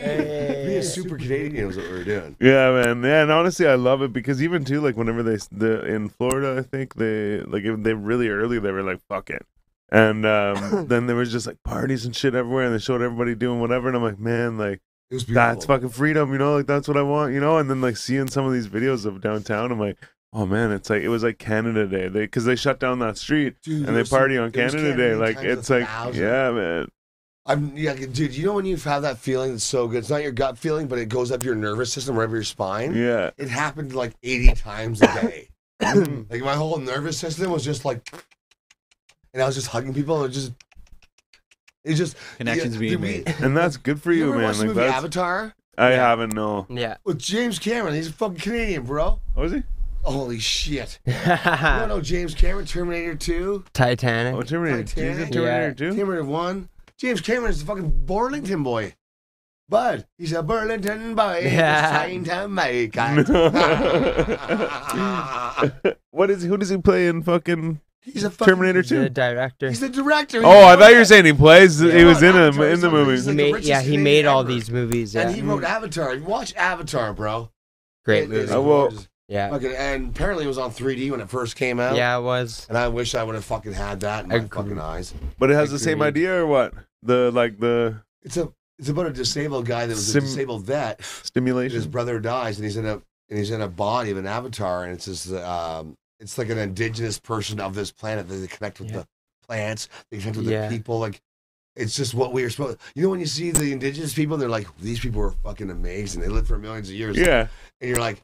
S4: being super Canadian is what we were doing.
S3: Yeah, man. Yeah, and honestly, I love it because even too, like whenever they the in Florida, I think they like if they really early they were like fuck it, and
S4: (laughs)
S3: um, then there was just like parties and shit everywhere, and they showed everybody doing whatever, and I'm like, man, like
S4: It was beautiful.
S3: that's fucking freedom, you know, like that's what I want, you know, and then like seeing some of these videos of downtown, I'm like, oh man, it's like it was like Canada Day, they because they shut down that street
S4: Dude,
S3: and
S4: it
S3: they
S4: was so-
S3: party on
S4: it was
S3: Canada Day,
S4: Canadian
S3: like
S4: times a
S3: it's like
S4: thousand.
S3: yeah, man,
S4: I'm, yeah, dude. You know when you have that feeling that's so good. It's not your gut feeling, but it goes up your nervous system, right up your spine.
S3: yeah,
S4: It happened like 80 times a
S2: (coughs)
S4: day. like my whole nervous system was just like, and I was just hugging people and it just, it just
S2: Connections
S4: yeah,
S2: being
S4: did we- (laughs)
S2: made.
S3: and that's good for
S4: You
S3: you,
S4: ever
S3: man.
S4: watched the
S3: Like
S4: movie
S3: that's
S4: Avatar
S3: I
S1: Yeah.
S3: haven't no.
S1: Yeah.
S4: with James Cameron? He's a fucking Canadian, bro.
S3: Oh, is he?
S4: Holy shit!
S1: Yeah.
S4: No, no, James Cameron, Terminator 2,
S3: Oh,
S1: (laughs) Titanic.
S3: Terminator. Is
S4: Titanic.
S3: it Terminator
S1: Yeah.
S3: Two?
S4: Terminator 1. James Cameron's the fucking Burlington boy. Bud, he's a Burlington boy.
S1: Yeah.
S4: Yeah. Trying to make
S3: (laughs) No.
S4: it.
S3: (laughs)
S4: (laughs)
S3: what is who does he play in fucking
S4: he's a fucking,
S3: Terminator
S1: The
S3: Two?
S1: director.
S4: He's the director.
S3: Oh, I thought you were saying he plays.
S4: Yeah.
S3: He was in
S4: Yeah.
S3: him in the movie.
S4: He's
S1: He
S4: like the
S1: made,
S4: richest
S1: yeah, he
S4: Canadian
S1: made all
S4: ever.
S1: these movies. Yeah.
S4: And he
S3: Mm-hmm.
S4: wrote Avatar. Watch Avatar, bro.
S1: Great
S4: It is
S1: movie.
S3: Oh, well-
S4: gorgeous.
S1: Yeah.
S4: Fucking, and apparently it was on 3D when it first came out.
S1: Yeah, it was. (laughs)
S4: And I wish I would have fucking had that in my
S1: Agreed.
S4: fucking eyes.
S3: But it has the same
S1: Agreed.
S3: idea or what? The like the
S4: It's a it's about a disabled guy that was
S3: Sim-
S4: a disabled vet. And his
S1: Hmm.
S3: stimulation.
S4: brother dies, and he's in a and he's in a body of an avatar, and it's this um, it's like an indigenous person of this planet. They connect with
S1: Yeah.
S4: the plants, they connect with
S1: Yeah.
S4: the people. Like it's just what we are supposed. You know, when you see the indigenous people, and they're like, these people are fucking amazing. They lived for millions of years,
S3: Yeah,
S4: and you're like,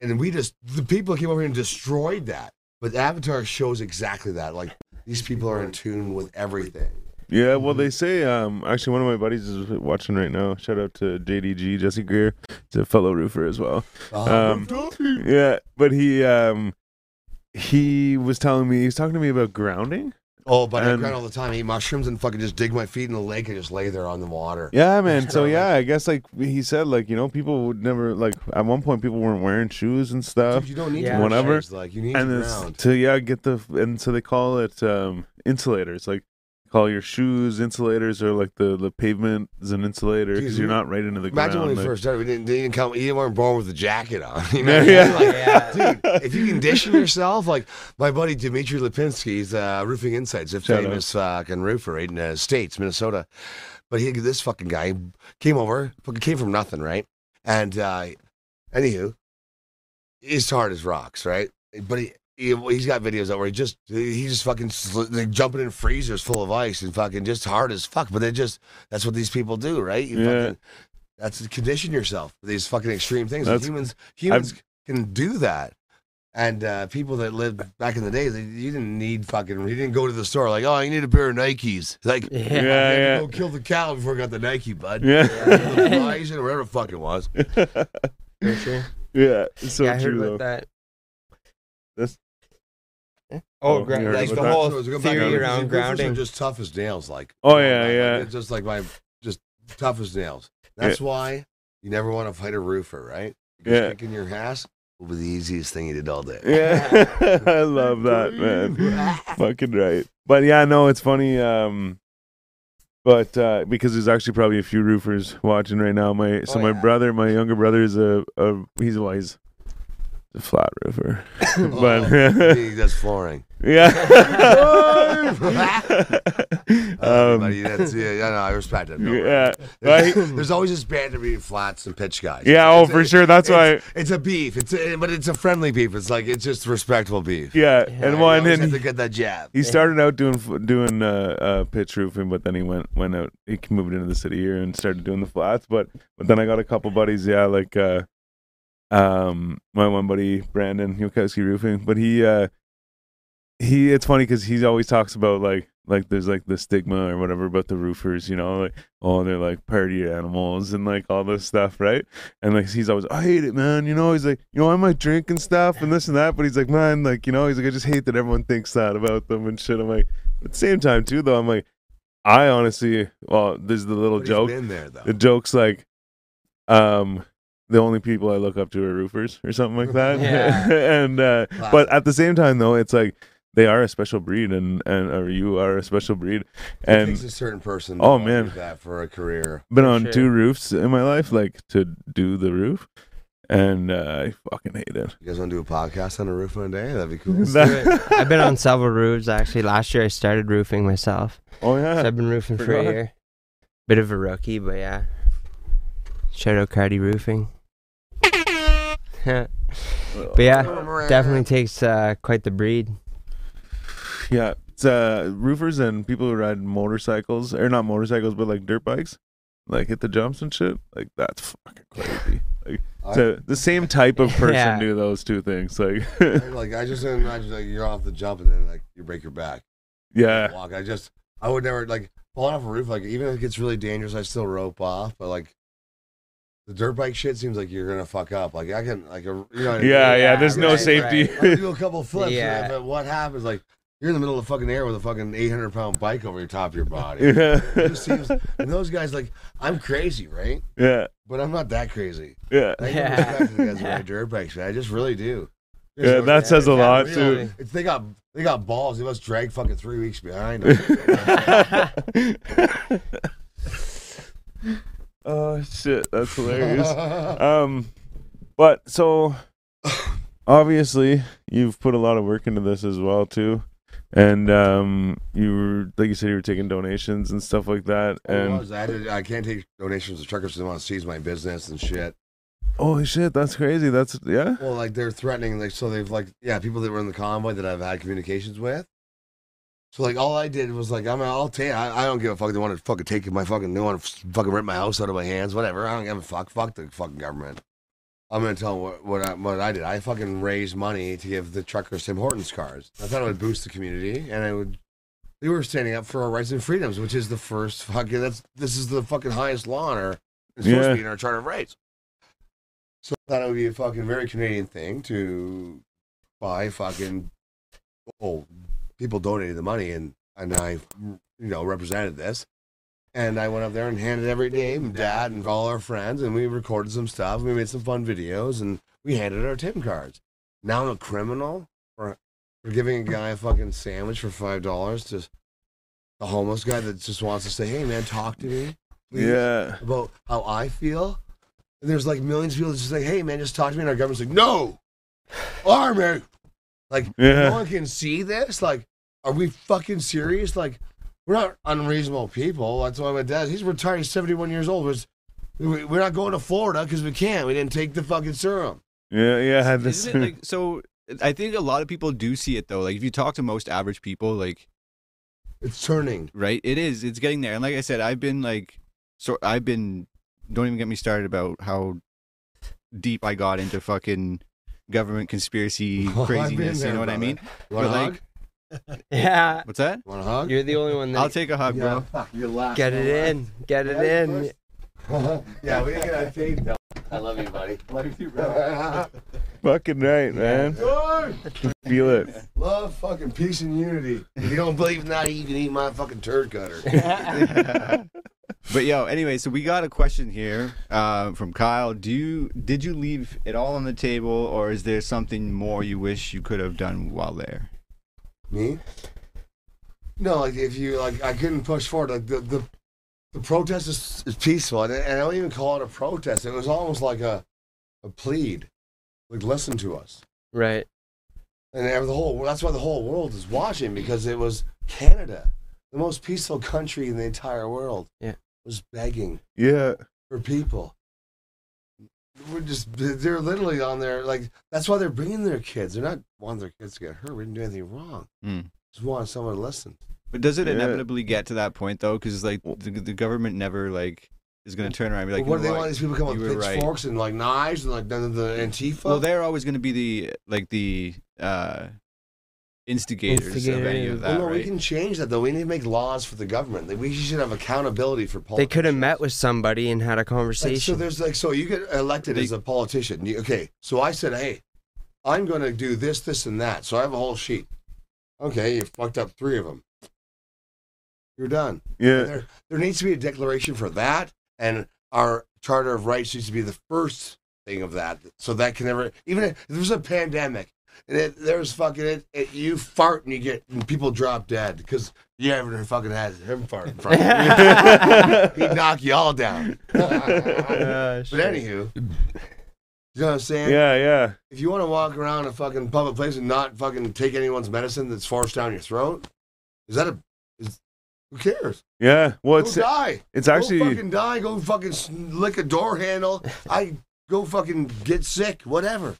S4: and we just the people came over here and destroyed that. But Avatar shows exactly that. Like these people are in tune with everything.
S3: yeah. Well, they say. Um, actually, one of my buddies is watching right now. Shout out to JDG Jesse Greer. He's a fellow roofer as (laughs) well. Um, Yeah, but he um, he was telling me he was talking to me about grounding.
S4: oh, but I
S3: and-
S4: grind all the time. I eat mushrooms and fucking just dig my feet in the lake and just lay there on the water.
S3: Yeah, man. So
S4: like-
S3: yeah, I guess like he said, like you know, people would never like at one point people weren't wearing shoes and stuff,
S4: Dude, you don't need
S1: Yeah.
S4: to
S3: Whatever.
S4: whatever. Like you need
S3: and
S4: to
S3: it's
S4: ground.
S3: to yeah get the and so they call it um insulators, like call your shoes insulators or like the the pavement is an insulator because
S4: Dude,
S3: you're
S4: we-
S3: not right into the
S4: Imagine
S3: ground.
S4: when we
S3: like-
S4: first started, we didn't, they didn't come, you weren't born with a jacket on. (laughs) You know,
S3: Yeah.
S4: what I mean? Like,
S1: Yeah.
S4: (laughs) dude, if you condition yourself, like my buddy Dimitri Lipinski, he's uh, roofing insights, a
S3: Shout out.
S4: famous fucking roofer right in the states, Minnesota. But he, this fucking guy came over, fucking came from nothing, right? And uh, anywho, he's hard as rocks, right? But he. He, he's got videos out where he just he just fucking sli- like jumping in freezers full of ice and fucking just hard as fuck. But they just that's what these people do, right? You
S3: Yeah.
S4: fucking that's to condition yourself for these fucking extreme things. And
S3: That's-
S4: humans humans can do that. And uh, people that lived back in the day, they, you didn't need fucking. You didn't go to the store like, oh, you need a pair of Nikes. Like,
S1: Yeah.
S4: you
S3: (laughs) Yeah,
S4: had to
S3: yeah.
S4: go kill the cow before I got the Nike, bud.
S3: yeah,
S4: Or the Verizon or whatever the fuck it was.
S1: For sure.
S3: (laughs) yeah, it's so
S1: yeah, I heard
S3: true
S1: about
S3: though.
S1: that.
S3: This-
S1: Oh,
S3: Oh,
S1: gra-
S3: you heard
S1: like the
S3: about that?
S1: whole
S4: So it's going back
S1: theory
S4: to-
S1: around
S4: roofers are
S1: grounding.
S4: just tough as nails. Like,
S3: Oh, yeah, yeah.
S4: It's just like my just tough as nails. That's why you never want to fight a roofer, right? Because
S3: Yeah.
S4: Kicking your ass will be the easiest thing you did all day.
S3: (laughs) Yeah,
S4: (laughs)
S3: I love that man. Fucking right. But yeah, no, it's funny. Um, but uh, because there's actually probably a few roofers watching right now. My so
S4: Oh,
S3: my
S4: yeah.
S3: brother, my younger brother, is a, a he's well, he's a flat
S4: (laughs)
S3: roofer, (laughs) but (laughs)
S4: Oh, gee, that's flooring. (laughs) Oh,
S3: yeah.
S4: Um, (laughs)
S3: um,
S4: that's, yeah, yeah, no, I respect it.
S3: yeah, but
S4: There's,
S3: he-
S4: there's always this banter between flats and pitch guys.
S3: yeah. Oh,
S4: It's a-
S3: for sure. That's why.
S4: It's, it's a beef. It's a, but it's a friendly beef. It's like it's just respectful beef.
S3: Yeah,
S1: Yeah,
S3: and one
S4: You always
S3: and
S4: have to get that jab.
S3: He started out doing doing uh, uh, pitch roofing, but then he went went out. He moved into the city here and started doing the flats. But but then I got a couple buddies. Yeah, like uh, um, my one buddy Brandon Yukowski Roofing. But he uh, he it's funny because he always talks about like like there's like the stigma or whatever about the roofers. You know, like oh they're like party animals and like all this stuff, right? And like he's always I hate it, man. You know, he's like you know I might drink and stuff and this and that, but he's like man, like you know he's like I just hate that everyone thinks that about them and shit. I'm like at the same time too though I'm like I honestly well there's the little
S4: But he's
S3: joke
S4: been there though.
S3: the joke's like um the only people i look up to are roofers or something like that
S1: Yeah.
S3: (laughs) and uh but at the same time though it's like they are a special breed and and or you are a special breed
S4: it takes
S3: and
S4: a certain person.
S3: Oh,
S4: to
S3: man.
S4: do that for a career.
S3: been on
S1: sure.
S3: two roofs in my life like to do the roof and uh, i fucking hate it
S4: You guys want to do a podcast on a roof one day? That'd be
S3: (laughs)
S4: cool.
S3: That-
S1: I've been on several roofs actually. Last year I started roofing myself.
S3: (laughs) oh
S1: So
S3: yeah
S1: I've been roofing for a
S3: forgot.
S1: year. Bit of a rookie, but yeah. Shout out Cardi Roofing. (laughs) but yeah, definitely takes uh, quite the breed. (laughs)
S3: yeah it's uh roofers and people who ride motorcycles or not motorcycles but like dirt bikes like hit the jumps and shit like that's fucking crazy like
S4: I-
S3: So the same type
S1: (laughs)
S3: of person
S1: Yeah.
S3: do those two things. Like, (laughs)
S4: like I just imagine like you're off the jump and then like you break your back.
S3: yeah,
S4: walk. I just I would never like falling off a roof. Like even if it gets really dangerous, I still rope off. But like the dirt bike shit seems like you're gonna fuck up. Like I can like a you know what I
S3: yeah,
S4: mean?
S3: yeah.
S1: Yeah,
S3: there's no
S1: right,
S3: safety.
S4: I'll do a couple flips.
S1: Yeah.
S4: Yeah. But what happens? Like you're in the middle of the fucking air with a fucking 800 pound bike over your top of your
S3: (laughs)
S4: body.
S3: (laughs) yeah,
S4: It just seems, and those guys like I'm crazy, right?
S3: yeah,
S4: But I'm not that crazy.
S3: yeah,
S4: I
S1: Yeah.
S4: yeah. respect the guys who
S3: (laughs)
S4: ride dirt bikes, man. I just really do.
S3: yeah. That says a
S1: Yeah,
S3: lot,
S1: really.
S3: too.
S4: It's, they got they got balls. They must drag fucking three weeks behind. Them.
S3: (laughs) oh shit, that's hilarious. Um, but so obviously you've put a lot of work into this as well too, and um, you were like you said you were taking donations and stuff like that,
S4: I
S3: and
S4: was. I, had to- I can't take donations to truckers because they want to seize my business and shit.
S3: holy shit, that's crazy. That's yeah,
S4: Well, like they're threatening, like so they've like yeah, people that were in the convoy that I've had communications with. So like all I did was like I'm I'll take I, I don't give a fuck. They want to fucking take my fucking they want to fucking rip my house out of my hands, whatever. I don't give a fuck. Fuck the fucking government. I'm gonna tell them what what I, what I did. I fucking raised money to give the truckers Tim Hortons cards. I thought it would boost the community, and I would. They were standing up for our rights and freedoms, which is the first fucking. That's this is the fucking highest law in our. It's supposed
S3: Yeah.
S4: to be in our charter of rights. So I thought it would be a fucking very Canadian thing to buy fucking. Oh, people donated the money, and and I, you know, represented this. And I went up there and handed every day, and dad and all our friends, and we recorded some stuff. We made some fun videos, and we handed our Tim cards. Now I'm a criminal for, for giving a guy a fucking sandwich for five dollars to a homeless guy that just wants to say, "Hey, man, talk to me." please,
S3: Yeah.
S4: About how I feel. And there's like millions of people that's just like, "Hey, man, just talk to me." And our government's like, "No, army." Like
S3: Yeah.
S4: no one can see this. Like, are we fucking serious? Like, we're not unreasonable people. That's why my dad. He's retired. He's 71 years old. Was we- we're not going to Florida because we can't. We didn't take the fucking serum.
S3: Yeah. Yeah. I had this.
S2: Isn't it like so? I think a lot of people do see it though. Like if you talk to most average people, like
S4: (laughs) It's turning.
S2: right, it is. It's getting there. And like I said, I've been like, so I've been. Don't even get me started about how deep I got into fucking government conspiracy
S4: Oh, (laughs) I've been
S2: craziness.
S4: there,
S2: you know what I
S4: brother.
S2: mean?
S4: You want a
S2: But, like,
S4: hug?
S1: Yeah.
S2: What's that?
S4: Want a hug?
S1: You're the only one that
S2: I'll take a hug,
S4: yeah,
S2: bro.
S4: fuck, you're laughing.
S1: get it in. Get it in.
S4: yeah, we didn't get on tape. though. I (laughs) love you, buddy.
S2: Love you too,
S3: (laughs) Fucking right, man. Feel it.
S4: Love, fucking peace and unity. If you don't believe in that, you can eat my fucking turd
S3: (laughs)
S4: cutter.
S2: But yo, anyway, so we got a question here uh, from Kyle. Do you did you leave it all on the table, or is there something more you wish you could have done while there?
S4: Me? No, like if you like, I couldn't push forward. Like the the, the protest is, is peaceful, and, and I don't even call it a protest. It was almost like a a plead, like listen to us.
S1: Right.
S4: and ev- the whole that's why the whole world is watching because it was Canada, the most peaceful country in the entire world.
S1: Yeah.
S4: was begging
S3: Yeah.
S4: for people. We're just they're literally on there like that's why they're bringing their kids. They're not wanting their kids to get hurt. We didn't do anything wrong.
S2: Mm.
S4: Just want someone to listen.
S2: But does it
S3: Yeah.
S2: inevitably get to that point though? Because like the, the government never like is going to turn around and be like,
S4: But what
S2: "You
S4: do
S2: know
S4: they want these people to come
S2: you
S4: with
S2: were right."
S4: pitchforks and like knives and like none of the antifa?
S2: Well, they're always going to be the like the uh, instigators of any
S1: Instigators.
S2: of
S4: Well,
S2: that,
S4: Oh, no, we
S2: right?
S4: can change that though. We need to make laws for the government. Like, We should have accountability for
S1: They
S4: politics.
S1: could have met with somebody and had a
S4: Like, so
S1: conversation.
S4: there's like so you get elected
S2: They-
S4: as a politician. You- okay, so I said, hey, I'm going to do this, this, and that. So I have a whole sheet. Okay, you fucked up three of them. You're done.
S3: Yeah.
S4: There, there needs to be a declaration for that, and our Charter of Rights needs to be the first thing of that. So that can never, even if there's a pandemic, and it, there's fucking it, it, you fart and you get and people drop dead because you haven't fucking had him fart in front of you.
S3: (laughs)
S4: He'd knock y'all down. (laughs)
S1: Uh,
S4: But anywho, (laughs) you know what I'm saying?
S3: Yeah. Yeah.
S4: If you want to walk around a fucking public place and not fucking take anyone's medicine that's forced down your throat, is that a? Is, who cares?
S3: Yeah. Well,
S4: go
S3: it's
S4: die.
S3: it's
S4: go
S3: actually
S4: fucking die. Go fucking s- lick a door handle. I go fucking get sick. Whatever.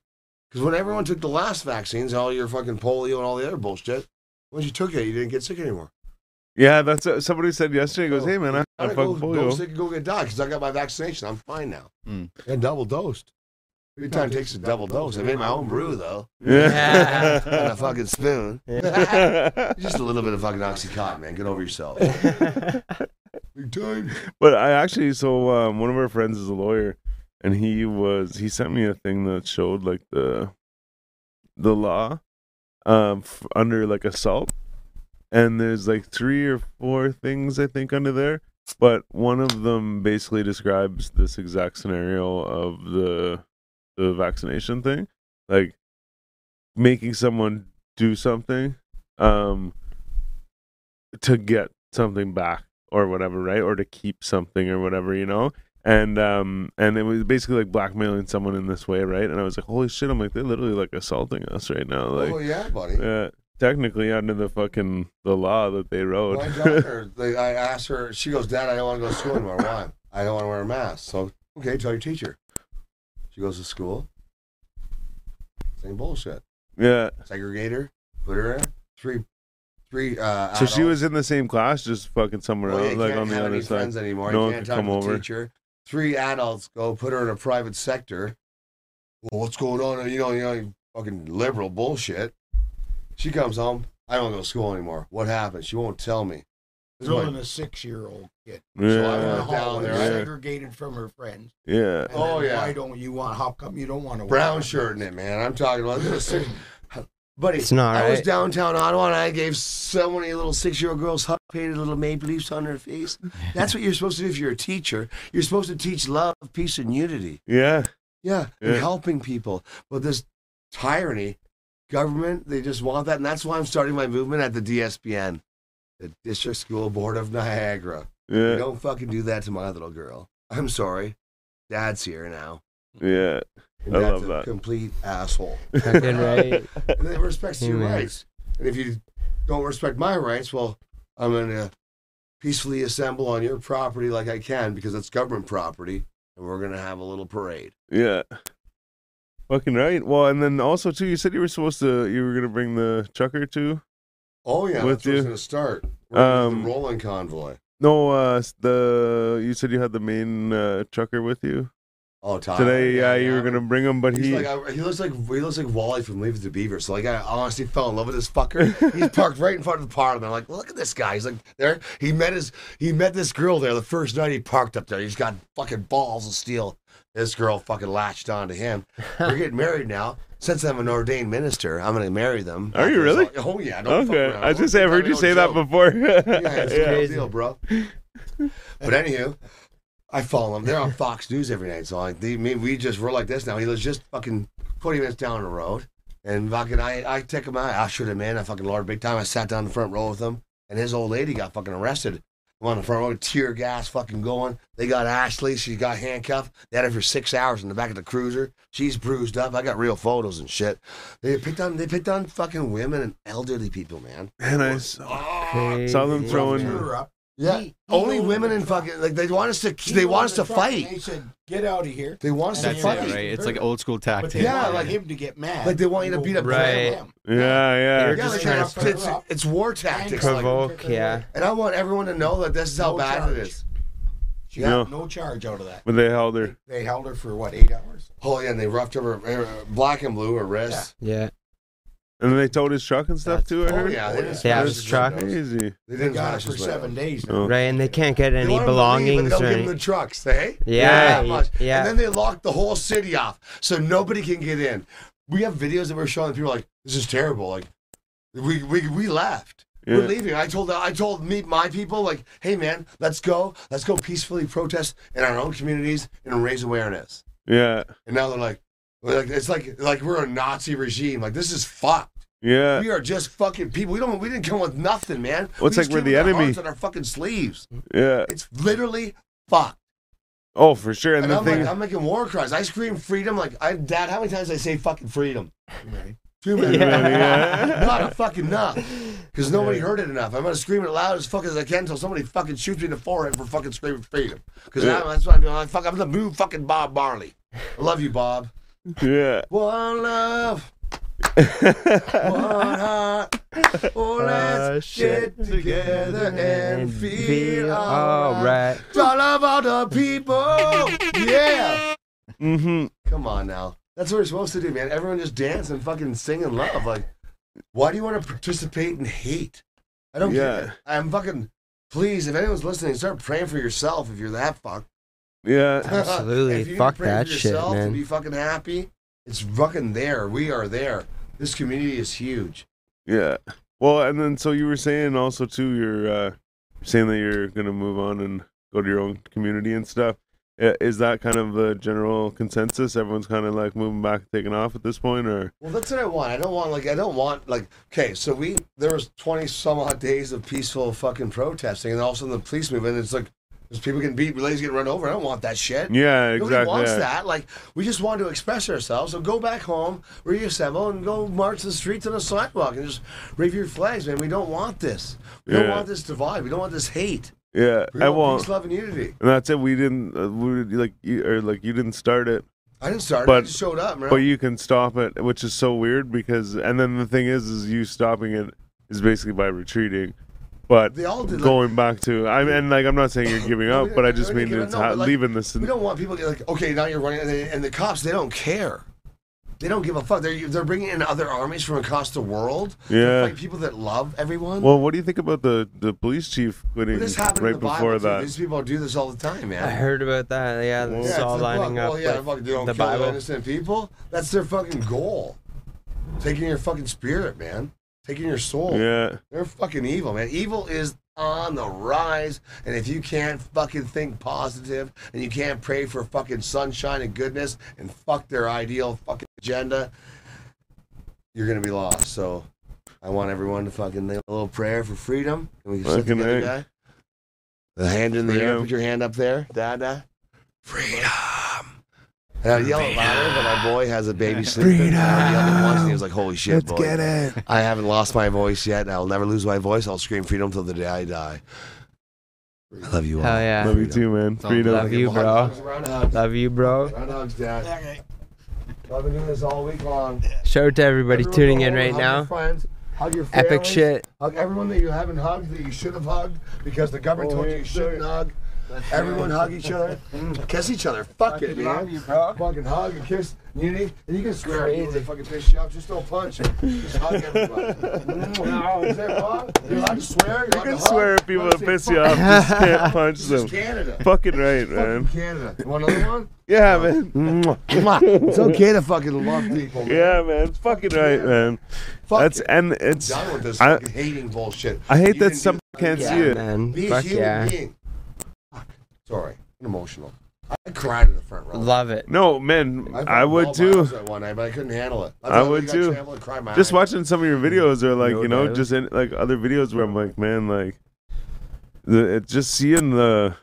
S4: Because when everyone took the last vaccines, all your fucking polio and all the other bullshit, once you took it, you didn't get sick anymore.
S3: yeah. That's what somebody said yesterday. Goes,
S4: No.
S3: hey man, I
S4: I
S3: had
S4: don't
S3: fucking
S4: go, go
S3: polio.
S4: sick and go get died because I got my vaccination. I'm fine now.
S2: Mm.
S4: And double dosed. Every time it takes a double dose. I made my own brew though, and a
S3: Yeah.
S4: fucking spoon. Just a little bit of fucking oxycontin, man. Get over (laughs) yourself. Big time.
S3: (laughs) But I actually, so um, one of our friends is a lawyer, and he was he sent me a thing that showed like the the law um f- under like assault, and there's like three or four things I think under there, but one of them basically describes this exact scenario of the the vaccination thing, like making someone do something um to get something back or whatever, right? Or to keep something or whatever, you know? And um and it was basically like blackmailing someone in this way, right? And I was like, Holy shit, I'm like, they're literally like assaulting us right now.
S4: oh
S3: Like
S4: yeah, buddy.
S3: uh, technically under the fucking the law that they wrote. (laughs)
S4: My daughter, they, I asked her, she goes, Dad, I don't want to go to school anymore. Why? I don't want to wear a mask. So, okay, tell your teacher. She goes to school. Same bullshit.
S3: yeah.
S4: Segregate her, put her in. Three, three, uh,
S3: So she
S4: adults.
S3: was in the same class, just fucking somewhere
S4: Well, yeah,
S3: else,
S4: you
S3: like
S4: can't
S3: on the
S4: have
S3: other
S4: any
S3: side.
S4: friends anymore.
S3: No
S4: you
S3: one
S4: can't
S3: could
S4: talk
S3: come
S4: to the
S3: over.
S4: teacher. Three adults go put her in a private sector. Well, what's going on? You know, you know, you fucking liberal bullshit. She comes home. I don't go to school anymore. What happened? She won't tell me. This is my-
S5: Drilling a six-year-old kid.
S4: So I
S5: in the
S4: went
S3: Yeah.
S4: down
S5: hallway,
S4: there.
S3: Yeah.
S5: segregated from her friends.
S3: Yeah.
S5: And
S4: Oh,
S5: then
S4: yeah.
S5: Why don't you want? How come you don't want to?
S4: brown
S5: (laughs)
S4: shirting it, man. I'm talking about this. is- Buddy,
S1: It's not
S4: I was
S1: right.
S4: downtown Ottawa and I gave so many little six year old girls hot painted little maple leaves on their face. That's what you're supposed to do if you're a teacher. You're supposed to teach love, peace, and unity.
S3: Yeah.
S4: Yeah, and
S3: Yeah.
S4: helping people. But this tyranny, government, they just want that. And that's why I'm starting my movement at the DSPN. the District School Board of Niagara.
S3: Yeah.
S4: Don't fucking do that to my little girl. I'm sorry. Dad's here now.
S3: Yeah.
S4: And
S3: I
S4: dad's
S3: love
S4: a
S3: that.
S4: complete
S3: (laughs)
S4: asshole.
S1: (laughs)
S4: (laughs)
S1: Fucking right.
S4: And it respects your
S1: Amen.
S4: rights. And if you don't respect my rights, well, I'm going to peacefully assemble on your property like I can because it's government property and we're going to have a little parade.
S3: Yeah. Fucking right. Well, and then also too, you said you were supposed to, you were gonna bring the trucker too.
S4: Oh, yeah.
S3: With
S4: that's where
S3: you.
S4: it's going to start. We're gonna do
S3: Um,
S4: the rolling convoy.
S3: No, uh, s- the you said you had the main uh, trucker with you
S4: Oh, Tyler.
S3: today. Yeah, you were
S4: yeah.
S3: gonna bring him, but
S4: He's
S3: he.
S4: like I, he looks like he looks like Wally from Leave It to Beaver. So like I honestly fell in love with this fucker.
S3: (laughs)
S4: He's parked right in front of the parliament. I'm like, look at this guy. He's like there. He met his he met this girl there the first night he parked up there. He's got fucking balls of steel. This girl fucking latched on to him. They're getting married now. Since I'm an ordained minister, I'm gonna marry them.
S3: Are you really?
S4: Oh yeah. Don't fuck
S3: okay,
S4: around.
S3: I was gonna say I've heard you
S4: No
S3: say that
S4: joke.
S3: before. (laughs)
S4: Yeah, it's a
S3: Yeah.
S4: crazy deal, bro. But anywho, I follow him. They're on Fox News every night, so like, they, me, we just we're like this now. He lives just fucking twenty minutes down the road, and fucking I, I take him out, I ushered him in, I fucking lord big time. I sat down in the front row with him, and his old lady got fucking arrested. I'm on the front row, tear gas fucking going. They got Ashley, she got handcuffed. They had her for six hours in the back of the cruiser. She's bruised up. I got real photos and shit. They picked on they picked on fucking women and elderly people, man.
S3: And I saw,
S5: Oh,
S1: Crazy.
S3: saw them throwing.
S5: Europe.
S4: Yeah,
S5: He- he
S4: only
S5: owned
S4: women
S5: the
S4: and
S5: truck.
S4: fucking like they want us to
S5: He
S4: they
S5: owned
S4: want us
S5: the
S4: to
S5: truck, and
S4: fight.
S5: They said, "Get out of here."
S4: They want us to
S5: That's
S6: That's
S5: fuck
S4: fight.
S6: it,
S5: you.
S6: right? It's like old school
S5: But
S6: tactics.
S5: they
S4: Yeah,
S5: yeah, like
S4: like-
S5: him to get mad.
S4: like they want you to
S5: and
S4: beat
S5: go
S4: up
S1: Right.
S5: play with him.
S3: Yeah,
S1: They're
S3: yeah.
S4: Yeah, like
S1: just
S4: trying
S1: trying
S4: to,
S1: to
S4: it's, it's, it's war tactics. Like,
S1: provoke. Yeah.
S4: and I want everyone to know that this is how
S5: No
S4: bad it
S5: charge.
S4: is.
S5: She
S3: Yeah.
S5: got no charge out of that.
S3: But they held her.
S5: They held her for what eight hours?
S4: Oh yeah, and they roughed up her, her black and blue her wrists.
S1: Yeah.
S3: And then they towed his truck and stuff too. I
S4: Oh
S3: heard.
S4: yeah, they didn't
S1: Yeah,
S4: smash
S1: it's
S4: his
S1: truck.
S4: windows.
S3: Crazy.
S4: They
S5: They
S4: didn't
S5: got her
S4: smash
S5: for
S4: his
S5: seven
S4: windows.
S5: days.
S3: Oh.
S1: Right, and they can't get
S4: They
S1: any
S4: want 'em to leave, but
S1: belongings
S4: They'll
S1: or
S4: give them the
S1: anything.
S4: trucks, hey?
S1: Yeah,
S4: That much.
S1: yeah.
S4: And then they locked the whole city off, so nobody can get in. We have videos that we're showing. People are like, "This is terrible." Like, we we we left. We're
S3: Yeah.
S4: leaving. I told I told me my people like, hey man, let's go, let's go peacefully protest in our own communities and raise awareness.
S3: Yeah.
S4: And now they're like, like it's like like we're a Nazi regime. Like this is fucked.
S3: Yeah.
S4: We are just fucking people. We don't we didn't come with nothing, man.
S3: Well,
S4: we
S3: it's like
S4: just
S3: we're
S4: came
S3: the
S4: with our
S3: enemy.
S4: hearts on our fucking sleeves.
S3: Yeah.
S4: It's literally fucked.
S3: Oh, for sure. And,
S4: And,
S3: the
S4: I'm
S3: thing.
S4: like, I'm making war cries. I scream freedom. Like I, Dad, how many times I say fucking freedom?
S5: Right.
S4: Too many.
S3: Yeah.
S4: (laughs) Not a fucking enough. Because nobody heard it enough. I'm going to scream it loud as fuck as I can until somebody fucking shoots me in the forehead for fucking screaming freedom. Because
S3: Yeah.
S4: that's what I'm doing. I'm, fuck, I'm the new fucking Bob Marley. I love you, Bob.
S3: yeah.
S4: One love. One heart. (laughs) Oh,
S1: Oh,
S4: let's
S1: shit.
S4: get together and feel
S1: all
S4: alright.
S1: right.
S4: All about the people. (laughs) Yeah.
S3: (laughs) Mm-hmm.
S4: Come on now. That's what we're supposed to do, man. Everyone just dance and fucking sing and love. Like, why do you want to participate in hate? I don't
S3: Yeah.
S4: care. I'm fucking. Please, if anyone's listening, start praying for yourself if you're that fucked. (laughs)
S3: Yeah.
S1: Absolutely.
S4: If you need to
S1: Fuck
S4: pray
S1: that
S4: for
S1: shit,
S4: yourself
S1: man.
S4: To be fucking happy. It's fucking there. We are there. This community is huge.
S3: Yeah. Well, and then so you were saying also too, you're uh, saying that you're gonna move on and go to your own community and stuff. I- Is that kind of the general consensus? Everyone's kind of like moving back, taking off at this point, or
S4: Well, that's what I want. I don't want like I don't want like okay. So we there was twenty some odd days of peaceful fucking protesting, and all of a sudden the police move in. And it's like there's people getting beat, ladies getting run over. I don't want that shit.
S3: yeah,
S4: Nobody
S3: exactly.
S4: wants
S3: yeah.
S4: that. Like, we just want to express ourselves. So go back home, reassemble, and go march the streets on the sidewalk and just wave your flags, man. We don't want this. We don't
S3: Yeah.
S4: want this divide. We don't want this hate.
S3: Yeah,
S4: We
S3: I
S4: want
S3: won't.
S4: peace, love, and unity.
S3: And that's it. We didn't, uh, we like you or like you didn't start it,
S4: I didn't start. it. I
S3: But-
S4: just showed up, man.
S3: but you can stop it, which is so weird because. And then the thing is, is you stopping it is basically by retreating, but
S4: They all did, like-
S3: going back to. I and like I'm not saying you're giving
S4: No,
S3: up,
S4: we (laughs)
S3: but I
S4: didn't-
S3: just
S4: we
S3: mean
S4: didn't give
S3: it's
S4: up, no,
S3: ha-
S4: but, like,
S3: leaving this.
S4: we don't want people to get like, okay, now you're running, and, they, and the cops they don't care. They don't give a fuck. They're they're bringing in other armies from across the world. to
S3: Yeah.
S4: fight people that love everyone.
S3: Well, what do you think about the, the police chief quitting
S4: this happened
S3: right
S4: in the Bible,
S3: before
S4: too.
S3: that?
S4: These people do this all the time, man.
S1: I heard about that. Yeah,
S3: Yeah,
S1: it's
S4: it's
S1: all
S4: the
S1: lining
S4: book.
S1: up
S4: Well, yeah,
S1: with
S4: fuck, they don't
S1: the
S4: kill
S1: Bible.
S4: innocent people. That's their fucking goal. Taking your fucking spirit, man. Taking your soul.
S3: Yeah,
S4: They're fucking evil, man. Evil is on the rise. And if you can't fucking think positive and you can't pray for fucking sunshine and goodness and fuck their ideal fucking agenda, you're going to be lost. So I want everyone to fucking a little prayer for freedom. Can we sit
S3: Fucking
S4: together,
S3: A.
S4: guy? The hand in the air.
S3: Freedom.
S4: Put your hand up there. Da da. Freedom. And I yell it louder, but my boy has a baby sleeping. Freedom. I yelled it once, and he was like, "Holy shit, boy!
S3: it.
S4: I haven't lost my voice yet. and I'll never lose my voice. I'll scream freedom till the day I die." I love you all.
S1: Hell yeah.
S3: Love you too, man. Freedom.
S1: Love you, bro.
S4: Roundhogs.
S1: Love you, bro.
S4: Roundhogs, Dad.
S5: Okay.
S4: I've been doing this all week long.
S1: Shout out to everybody
S4: Everyone
S1: tuning
S4: go
S1: in
S4: home,
S1: right
S4: hug Your
S1: now.
S4: friends, hug your
S1: Epic
S4: families,
S1: shit.
S4: Hug everyone that you haven't hugged that you should have hugged because the government told you you shouldn't hug. Everyone hug each other, kiss each other. Fuck it, man. Fucking hug and kiss. You need, and you can swear at people they fucking piss you off. Just don't punch. Just hug everybody. Mm, is that wrong? You're allowed to swear. You're
S3: I
S4: allowed
S3: can
S4: to
S3: swear
S4: hug.
S3: at people
S4: Let's
S3: that
S4: say
S3: piss you
S4: fuck (laughs)
S3: off. Just can't punch them.
S4: Canada.
S3: Fucking right,
S4: Fucking
S3: man.
S4: Canada. (laughs) You want another one?
S3: Yeah, man. Mm-hmm.
S4: it's okay to fucking love people. Man.
S3: Yeah, man. Fucking right, man.
S4: Fuck
S3: That's
S4: it.
S3: and it's.
S4: done with this
S3: I,
S4: fucking hating bullshit.
S3: I hate
S4: You can
S3: that
S4: do
S3: some can't
S1: Yeah,
S3: see it.
S1: man.
S4: Be a
S1: Fuck
S4: human
S1: yeah.
S4: being. Fuck. Sorry, I'm emotional. I cried in the front row.
S1: Love it.
S3: No, man.
S4: fucking
S3: I would
S4: balled my
S3: too.
S4: eyes out One night, but I couldn't handle it.
S3: I would
S4: got
S3: too.
S4: trampled and cried my
S3: Just
S4: eyes
S3: watching some of your videos or like
S1: No
S3: you know
S1: doubt.
S3: just in, like other videos where I'm like, man, like the it, just seeing the.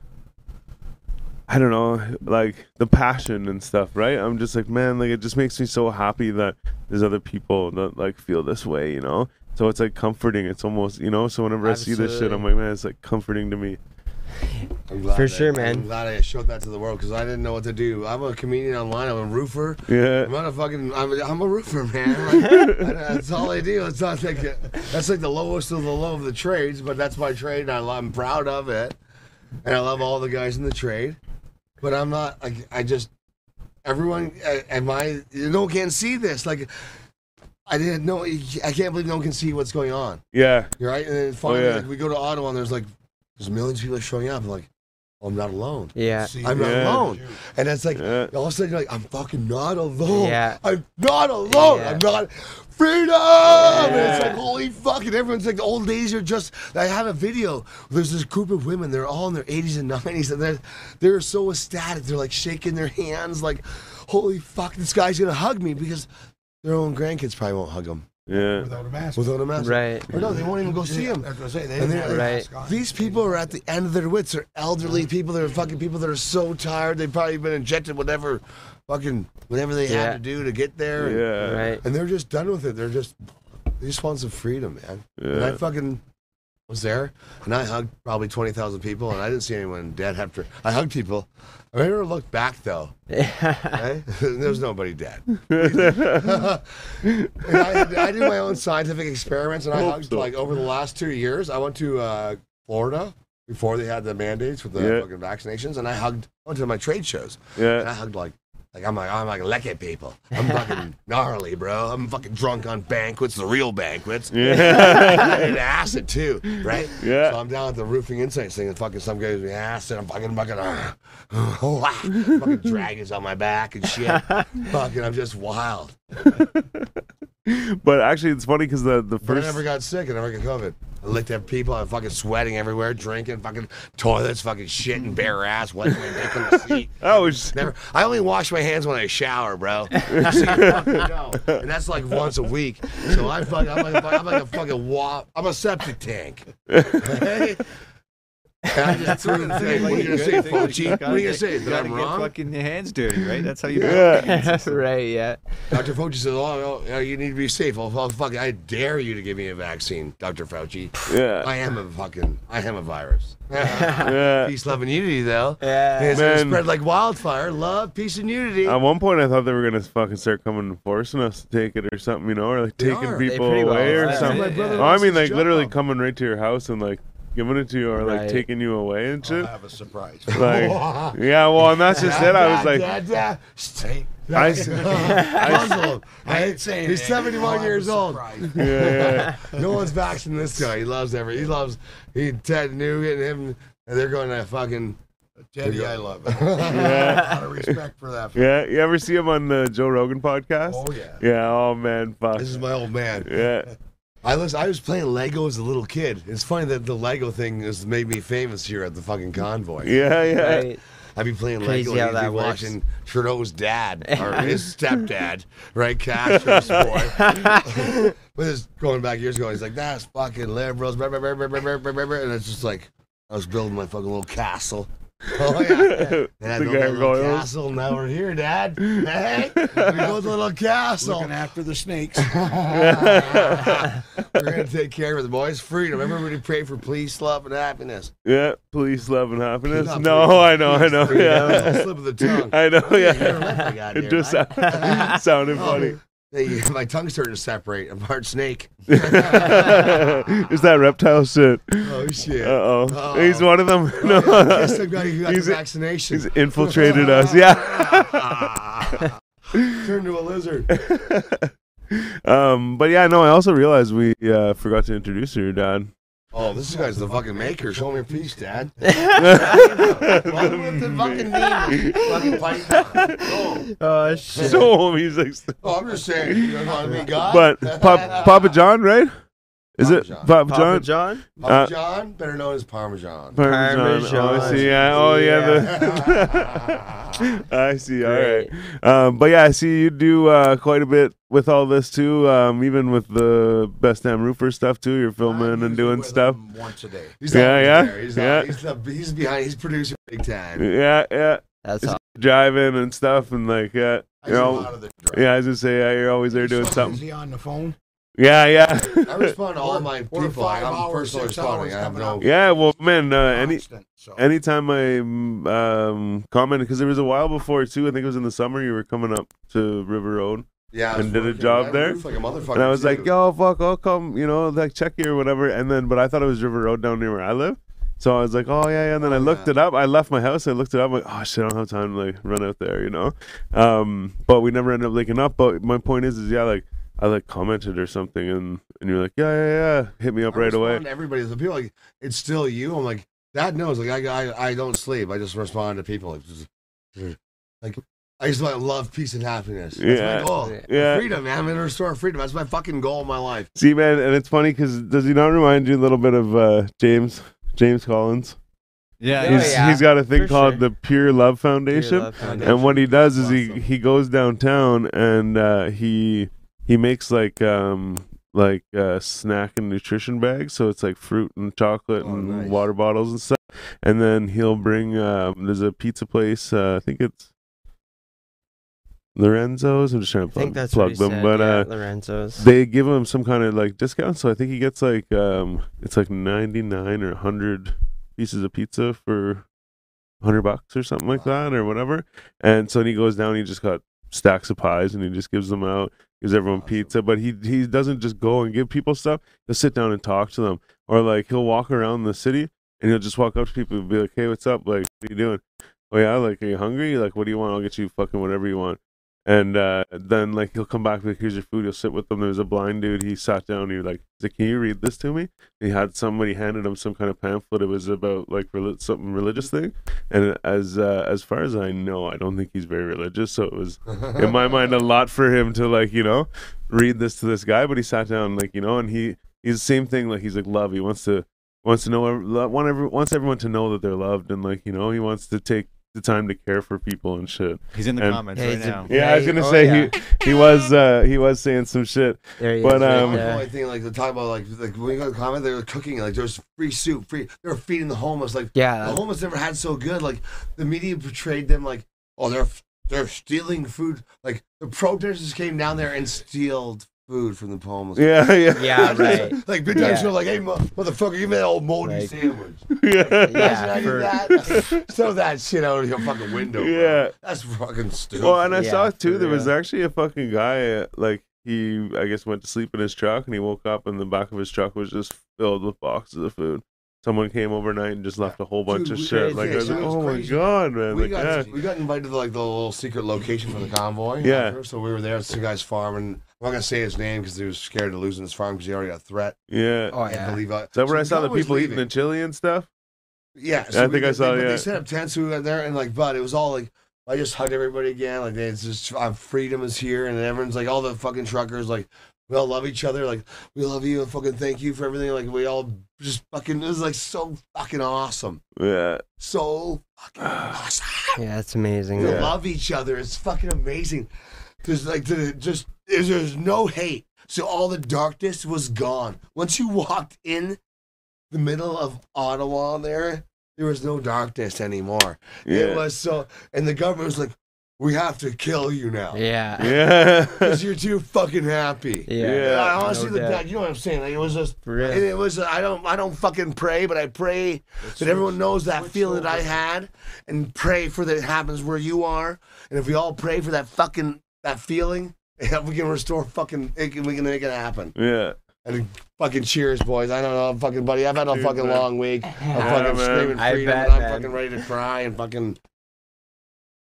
S3: I don't know, like the passion and stuff, right? I'm just like, man, like it just makes me so happy that there's other people that like feel this way, you know? So it's like comforting. It's almost, you know, so whenever I see this shit,
S1: Absolutely.
S3: I'm like, man, it's like comforting to me.
S4: out. I'm glad
S1: For
S4: I-
S1: sure, man.
S4: I'm glad I showed that to the world because I didn't know what to do. I'm a comedian online. I'm a roofer.
S3: Yeah.
S4: I'm not a fucking. I'm a, I'm a roofer, man. (laughs) Like, I- that's all I do. It's not like a, that's like the lowest of the low of the trades, but that's my trade, and I, lo- I'm proud of it, and I love all the guys in the trade. But I'm not like I just everyone. uh, Am I? No one can see this. Like I didn't know. I can't believe no one can see what's going on.
S3: Yeah.
S4: You're right. And then finally,
S3: Oh, yeah.
S4: like, we go to Ottawa, and there's like there's millions of people showing up. like oh, I'm not alone.
S1: Yeah.
S5: See,
S4: I'm not
S3: Yeah.
S4: alone. And it's like
S3: Yeah.
S4: all of a sudden you're like, I'm fucking not alone.
S1: Yeah.
S4: I'm not alone.
S1: Yeah.
S4: I'm not freedom. And it's like holy fucking everyone's like the old days are just I have a video. There's this group of women, they're all in their eighties and nineties and they're they're so ecstatic. They're like shaking their hands like holy fuck this guy's gonna hug me because their own grandkids probably won't hug them
S3: Yeah.
S5: Without a mask.
S4: without a mask.
S1: Right.
S4: Or no, they won't even go see
S5: Yeah,
S4: him.
S5: That's what I say. They
S4: And
S5: didn't
S4: they're
S5: have a
S1: like-
S5: mask on.
S4: These people are at the end of their wits. They're elderly
S3: Mm-hmm.
S4: people. They're fucking people that are so tired. They've probably been injected whatever, fucking whatever they had
S1: Yeah.
S4: to do to get there. and-
S3: Yeah.
S1: Right.
S4: And they're just done with it. They're just they just want some freedom, man. And I
S3: Yeah.
S4: fucking was there, and I hugged probably twenty thousand people, and I didn't see anyone dead after I hugged people. I never looked back though. (laughs) Okay? there was nobody
S3: (laughs)
S4: dead. And I, I did my own scientific experiments, and I
S3: Hope
S4: hugged
S3: so.
S4: like over the last two years. I went to uh, Florida before they had the mandates with the
S3: Yeah. Uh.
S4: fucking vaccinations, and I hugged. I went to my trade shows, and I
S3: (laughs) Yeah.
S4: hugged like. Like I'm like I'm like lecky people. I'm
S3: (laughs)
S4: fucking gnarly, bro. I'm fucking drunk on banquets, the real banquets. (laughs)
S3: Yeah.
S4: I did acid too, right?
S3: Yeah.
S4: So I'm down at the roofing insights thing, and fucking some guy gives me acid. I'm fucking fucking, uh, (laughs) fucking dragons on my back and shit. fucking, I'm just wild.
S3: But actually, it's funny because the the
S4: But I
S3: first
S4: never got sick. I never got COVID. I licked at people. I'm fucking sweating everywhere, drinking, fucking toilets, fucking shit and bare ass, wiping my dick on the seat.
S3: oh sh-
S4: Never. I only wash my hands when I shower, bro. So you fucking know. And that's like once a week. So I fuck, I'm, like, I'm like a fucking wop. I'm a septic tank. Okay? And I just threw the thing. What are you gonna say, Fauci? What are you gonna say? That I'm wrong?
S2: Fucking your hands dirty, right? That's how you. (laughs)
S3: yeah.
S1: (laughs) right. Yeah.
S4: Dr. Fauci says, "Oh, no, you need to be safe." Well, well, fuck, I dare you to give me a vaccine, Dr. Fauci. (laughs)
S3: Yeah.
S4: I am a fucking, I am a
S3: (laughs)
S4: virus. (laughs)
S3: Yeah.
S4: peace, love, and unity, though.
S1: Yeah.
S4: It's gonna
S3: Man.
S4: spread like wildfire. Love, peace, and unity.
S3: At one point, I thought they were gonna fucking start coming and forcing us to take it or something, you know, or like
S4: They
S3: taking
S4: are. They
S3: people
S1: pretty well
S3: away
S1: are.
S3: or
S1: That's
S4: my
S3: something.
S4: brother
S3: Oh, I
S4: lost
S3: mean,
S4: his
S3: like literally
S4: job.
S3: coming right to your house and like giving it to you, or like
S1: Right.
S3: taking you away and
S5: I'll
S3: shit.
S5: have a surprise.
S3: Like, yeah. Well, and that's just it. I was like,
S4: Stay.
S3: I,
S5: (laughs)
S3: s- (laughs)
S4: Muzzle him.
S5: I ain't saying
S4: He's
S5: anything.
S4: 71
S5: Oh, I'll have a
S4: years old.
S5: surprise.
S3: yeah, yeah.
S4: No one's vaccinating this guy. He loves every. He loves. He Ted Nugent and him. And they're going to fucking.
S5: Teddy,
S4: (laughs)
S5: I love it. A lot of respect for that.
S3: Yeah, you ever see him on the Joe Rogan podcast?
S5: Oh yeah.
S3: Yeah. Oh man, fuck.
S4: This is my old man.
S3: Yeah.
S4: I was I was playing Lego as a little kid. It's funny that the Lego thing has made me famous here at the fucking convoy.
S3: Yeah. Yeah.
S1: Right.
S4: I'd be playing
S1: Crazy
S4: Lego and
S1: how
S4: he'd be
S1: that works.
S4: watching Trudeau's
S3: (laughs)
S4: dad or his stepdad, right? Castro's
S3: (laughs)
S4: boy. but it's going back years ago. He's like, that's fucking liberals. Blah, blah, blah, blah, blah, blah, blah, blah, blah." And it's just like, I was building my fucking little castle. (laughs) Oh, yeah.
S3: (laughs)
S4: And I
S3: The "Oh."
S4: built my little
S3: gargoyles.
S4: castle. Now we're here,
S3: (laughs)
S4: Dad. Hey, we built a little castle.
S5: Looking after
S2: (laughs)
S5: the snakes.
S3: (laughs)
S4: We're gonna take care of the boys' freedom. Everybody pray for peace, love, and happiness.
S3: Yeah, police, love, and happiness.
S4: Not
S3: No,
S4: police,
S3: I know, I know. (laughs) Yeah,
S4: Little slip of the tongue.
S3: I know.
S4: You're a
S3: Yeah,
S4: leopard out
S3: (laughs) it
S4: here,
S3: just
S4: right? Oh.
S3: sound- (laughs)
S4: (laughs)
S3: sounded funny.
S4: Hey, my tongue's starting to separate. I'm hard snake.
S3: Is that reptile shit? Uh
S4: Oh shit!
S3: oh,
S4: Oh.
S3: he's one of them. (laughs) No,
S4: Guess somebody who got
S3: He's-
S4: the vaccination.
S3: he's
S4: (laughs)
S3: infiltrated us. Yeah. (laughs)
S4: Ah. Turned to a lizard.
S3: Um, but yeah, no, I also realized we uh, forgot to introduce your dad. (laughs)
S4: Oh, this guy's the fucking maker. Show him your piece, (laughs) Dad. Welcome with the fucking demon. Fucking python. Oh.
S2: Uh,
S1: Oh shit.
S3: (laughs) So he's like,
S4: Oh, I'm just saying. You know what I mean, God?
S3: but Pop, Papa John, right? Is
S4: Papa
S3: it
S4: John.
S3: Papa,
S1: Papa
S3: John?
S1: John?
S3: uh,
S4: Papa John, better known as
S3: (laughs)
S4: Parmesan.
S3: Oh, I
S1: Parmesan.
S3: see. Yeah. Oh, yeah.
S4: (laughs)
S3: The (laughs) I see. All right. Um, but yeah, I see you do uh, quite a bit with all this too. Um, even with the best damn roofer stuff too. You're filming and doing stuff.
S5: Once a day.
S4: (laughs) He's
S3: Yeah,
S4: always
S3: yeah,
S4: there. He's,
S3: yeah.
S4: yeah. He's, the, he's behind. He's producing big time.
S3: Yeah, yeah.
S1: That's
S3: It's-
S1: all.
S3: Driving and stuff and like yeah.
S5: I
S3: You're
S5: do a
S3: all,
S5: lot of the drugs.
S3: yeah, I was gonna say yeah, you're always there doing
S5: So Is
S3: something.
S5: he on the phone?
S3: Yeah, yeah,
S4: I
S3: (laughs)
S4: respond to all my
S5: We're
S4: people.
S5: five
S4: I'm
S5: hours,
S4: personally
S5: six
S4: responding.
S5: hours
S4: I have
S5: coming
S4: no.
S5: up.
S3: yeah. Well, man, uh, any
S5: Constant, so.
S3: anytime I mm, um, commented because there was a while before too. I think it was in the summer. You were coming up to River Road,
S4: Yeah. I was
S3: And did a
S4: working.
S3: job
S4: I
S3: there?
S4: roofed Like a motherfucker.
S3: and I was
S4: too.
S3: like, "Yo, fuck, I'll come," you know, like check you or whatever. And then, but I thought it was River Road down near where I live. So I was like, "Oh yeah, yeah." And then I looked it up. I left my house. I looked it up. like, "Oh shit, I don't have time to like run out there," you know. Um, but we never ended up linking up. But my point is, is yeah, like I like commented or something, and and you're like, "Yeah, yeah, yeah," hit me up
S4: I
S3: right
S4: respond
S3: away.
S4: To everybody, the people like, it's still you. I'm like, Dad knows. Like, I, I, I don't sleep. I just respond to people. Like, just- like I just want love, peace, and happiness. That's
S3: Yeah.
S4: my goal.
S3: Yeah.
S4: Freedom, man. I'm gonna restore freedom. That's my fucking goal in my life.
S3: See, man, and it's funny because does he not remind you a little bit of uh, James James Collins?
S1: Oh,
S2: Yeah.
S3: He's,
S1: yeah,
S3: he's got a thing
S1: for
S3: called
S1: sure.
S3: the Pure Love
S1: Dear
S3: Foundation,
S1: Love Foundation.
S3: and what he does is he
S2: Awesome.
S3: he goes downtown and uh, he he makes like um like uh, snack and nutrition bags, so it's like fruit and chocolate
S4: Oh,
S3: and
S4: nice.
S3: water bottles and stuff. And then he'll bring um, there's a pizza place. Uh, I think it's Lorenzo's. I'm just trying to
S1: I think
S3: plug,
S1: that's
S3: plug
S1: what he
S3: them,
S1: said,
S3: but
S1: yeah,
S3: uh,
S1: Lorenzo's.
S3: they give him some kind of like discount so i think he gets like um it's like 99 or 100 pieces of pizza for 100 bucks or something like that or whatever and so he goes down he just got stacks of pies and he just gives them out gives everyone pizza but he he doesn't just go and give people stuff he'll sit down and talk to them or like he'll walk around the city and he'll just walk up to people and be like hey what's up like what are you doing oh yeah like are you hungry like what do you want i'll get you fucking whatever you want and uh, then like he'll come back like here's your food. He'll sit with them. There was a blind dude. He sat down. He was like, he's like, can you read this to me? And he had somebody handed him some kind of pamphlet. It was about like reli- something religious thing. And as uh, as far as I know, I don't think he's very religious. So it was
S4: (laughs)
S3: in my mind a lot for him to like you know read this to this guy. But he sat down like you know, and he he's the same thing. Like he's like love. He wants to wants to know ev- lo- want every, wants everyone to know that they're loved and like you know he wants to take the time to care for people and shit.
S2: He's in the
S3: And-
S2: comments
S1: Yeah,
S2: right
S1: he's a-
S2: now.
S3: Yeah, I was
S1: Yeah,
S3: gonna
S1: oh,
S3: say
S1: yeah.
S3: he he was uh he was saying some shit. (laughs)
S1: There he
S3: but,
S1: is.
S3: um,
S1: right
S4: Um, the
S1: there.
S4: only thing like they talk about like like when you go to comment, they were cooking like there was free soup, free. They were feeding the homeless. Like
S1: Yeah,
S4: the homeless never had so good. Like the media portrayed them like oh they're they're stealing food. Like the protesters came down there and stealed food from the homeless.
S3: Yeah, yeah,
S1: yeah, right.
S4: (laughs) Like big time
S1: Yeah.
S4: yeah. like hey mo- motherfucker, give me that old moldy
S1: Like-
S4: sandwich.
S3: (laughs) yeah.
S1: Yeah,
S4: Imagine
S1: for-
S4: I did that. Throw that shit out of your fucking window. bro.
S3: Yeah.
S4: that's fucking stupid.
S3: Well, and I saw
S1: Yeah,
S3: too
S1: for
S3: there was
S1: real.
S3: actually a fucking guy uh, like he I guess went to sleep in his truck and he woke up and the back of his truck was just filled with boxes of food. Someone came overnight and just left a whole bunch
S4: Dude,
S3: of
S4: we-
S3: shit.
S1: crazy.
S3: Like I was
S4: Yeah,
S3: like,
S4: it was
S3: oh my
S4: crazy.
S3: god, man.
S4: we
S3: Like,
S4: got
S3: yeah.
S4: we got invited to like the little secret location for the convoy.
S3: Yeah.
S4: after, so we were there at some guy's farm, and I'm not gonna say his name because he was scared of losing his farm because he already got a threat.
S3: yeah.
S1: Oh
S4: I had to
S1: yeah.
S4: leave out.
S3: Is that where
S4: So
S3: I saw the
S4: guy was
S3: people eating the
S4: leaving.
S3: chili and stuff?
S4: Yeah,
S3: I
S4: we
S3: think I
S4: did-
S3: saw,
S4: They, but
S3: yeah.
S4: they set up tents. We went there, and like, but it was all like, I just hugged everybody again. Like, they, it's just uh, freedom is here, and everyone's like, all the fucking truckers like. We all love each other. Like we love you and fucking thank you for everything. Like we all just fucking. It was like so fucking awesome.
S3: Yeah.
S4: So fucking awesome.
S1: Yeah, that's amazing.
S4: We
S3: Yeah.
S4: love each other. It's fucking amazing. There's like there- just there's, there's no hate. So all the darkness was gone. Once you walked in the middle of Ottawa there, there was no darkness anymore. It
S3: Yeah.
S4: was so and the government was like, We have to kill you now.
S1: Yeah.
S3: Yeah. (laughs)
S4: Because you're too fucking happy.
S1: Yeah.
S3: Yeah.
S4: I honestly
S1: no
S4: look
S1: doubt.
S4: back, you know what I'm saying? Like it was just
S1: For real.
S4: and it was I don't I don't fucking pray, but I pray that everyone knows that feeling that I had and pray for that it happens where you are. And if we all pray for that fucking that feeling, (laughs) we can restore fucking it can, we can make it happen.
S3: Yeah.
S4: And fucking cheers, boys. I don't know, fucking buddy. I've had a
S3: Dude,
S4: fucking
S3: man.
S4: long week. I'm
S1: (laughs)
S3: Yeah,
S4: fucking
S3: man.
S4: screaming
S1: I
S4: freedom
S1: bet,
S4: and I'm
S1: man.
S4: fucking ready to cry and fucking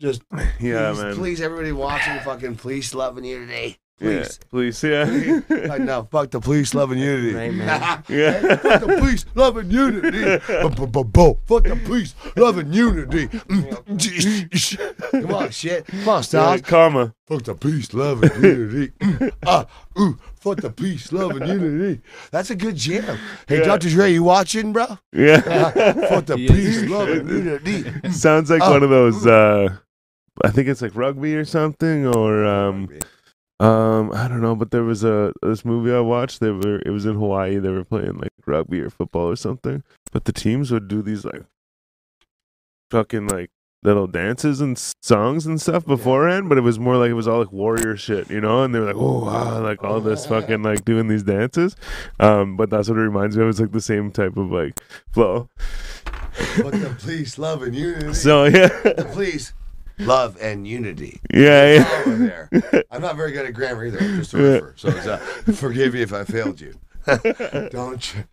S4: just
S3: (laughs) Yeah,
S4: please,
S3: man.
S4: please everybody watching fucking police loving you today.
S3: Yeah.
S4: Please.
S3: Please. (laughs) Yeah.
S4: Like, no, fuck the police loving unity.
S1: Right,
S4: (laughs)
S1: man.
S3: Yeah.
S4: fuck the police loving unity.
S3: (laughs)
S4: Bo-bo-bo-bo. Fuck the police loving unity.
S3: (laughs)
S4: Mm, Come on, shit. Come on,
S3: Yeah,
S4: Styles.
S3: Karma.
S4: Fuck the peace, love, and unity. Mm, ah, ooh, fuck the peace, love, and unity. That's a good jam. Hey,
S3: Yeah.
S4: Dr. Dre, you watching, bro? (laughs)
S3: Yeah.
S4: fuck the
S1: Yeah.
S4: peace, love, and unity. Mm.
S3: (laughs) Sounds like
S4: Oh.
S3: one of those. uh I think it's like rugby or something, or (laughs) um, um, I don't know. But there was a this movie I watched. They were it was in Hawaii. They were playing like rugby or football or something. But the teams would do these like fucking like little dances and s- songs and stuff beforehand. But it was more like it was all like warrior shit, you know. And they were like, oh, wow, like all this
S4: Oh,
S3: fucking like doing these dances. Um, but that's what it reminds me of. It's like the same type of like flow.
S4: Fuck the peace, love, and unity.
S3: So yeah, (laughs)
S4: Please, love, and unity.
S3: yeah, yeah.
S4: over there. I'm not very good at grammar either. I'm just a roofer. So it's, uh, forgive me if I failed you. Don't you?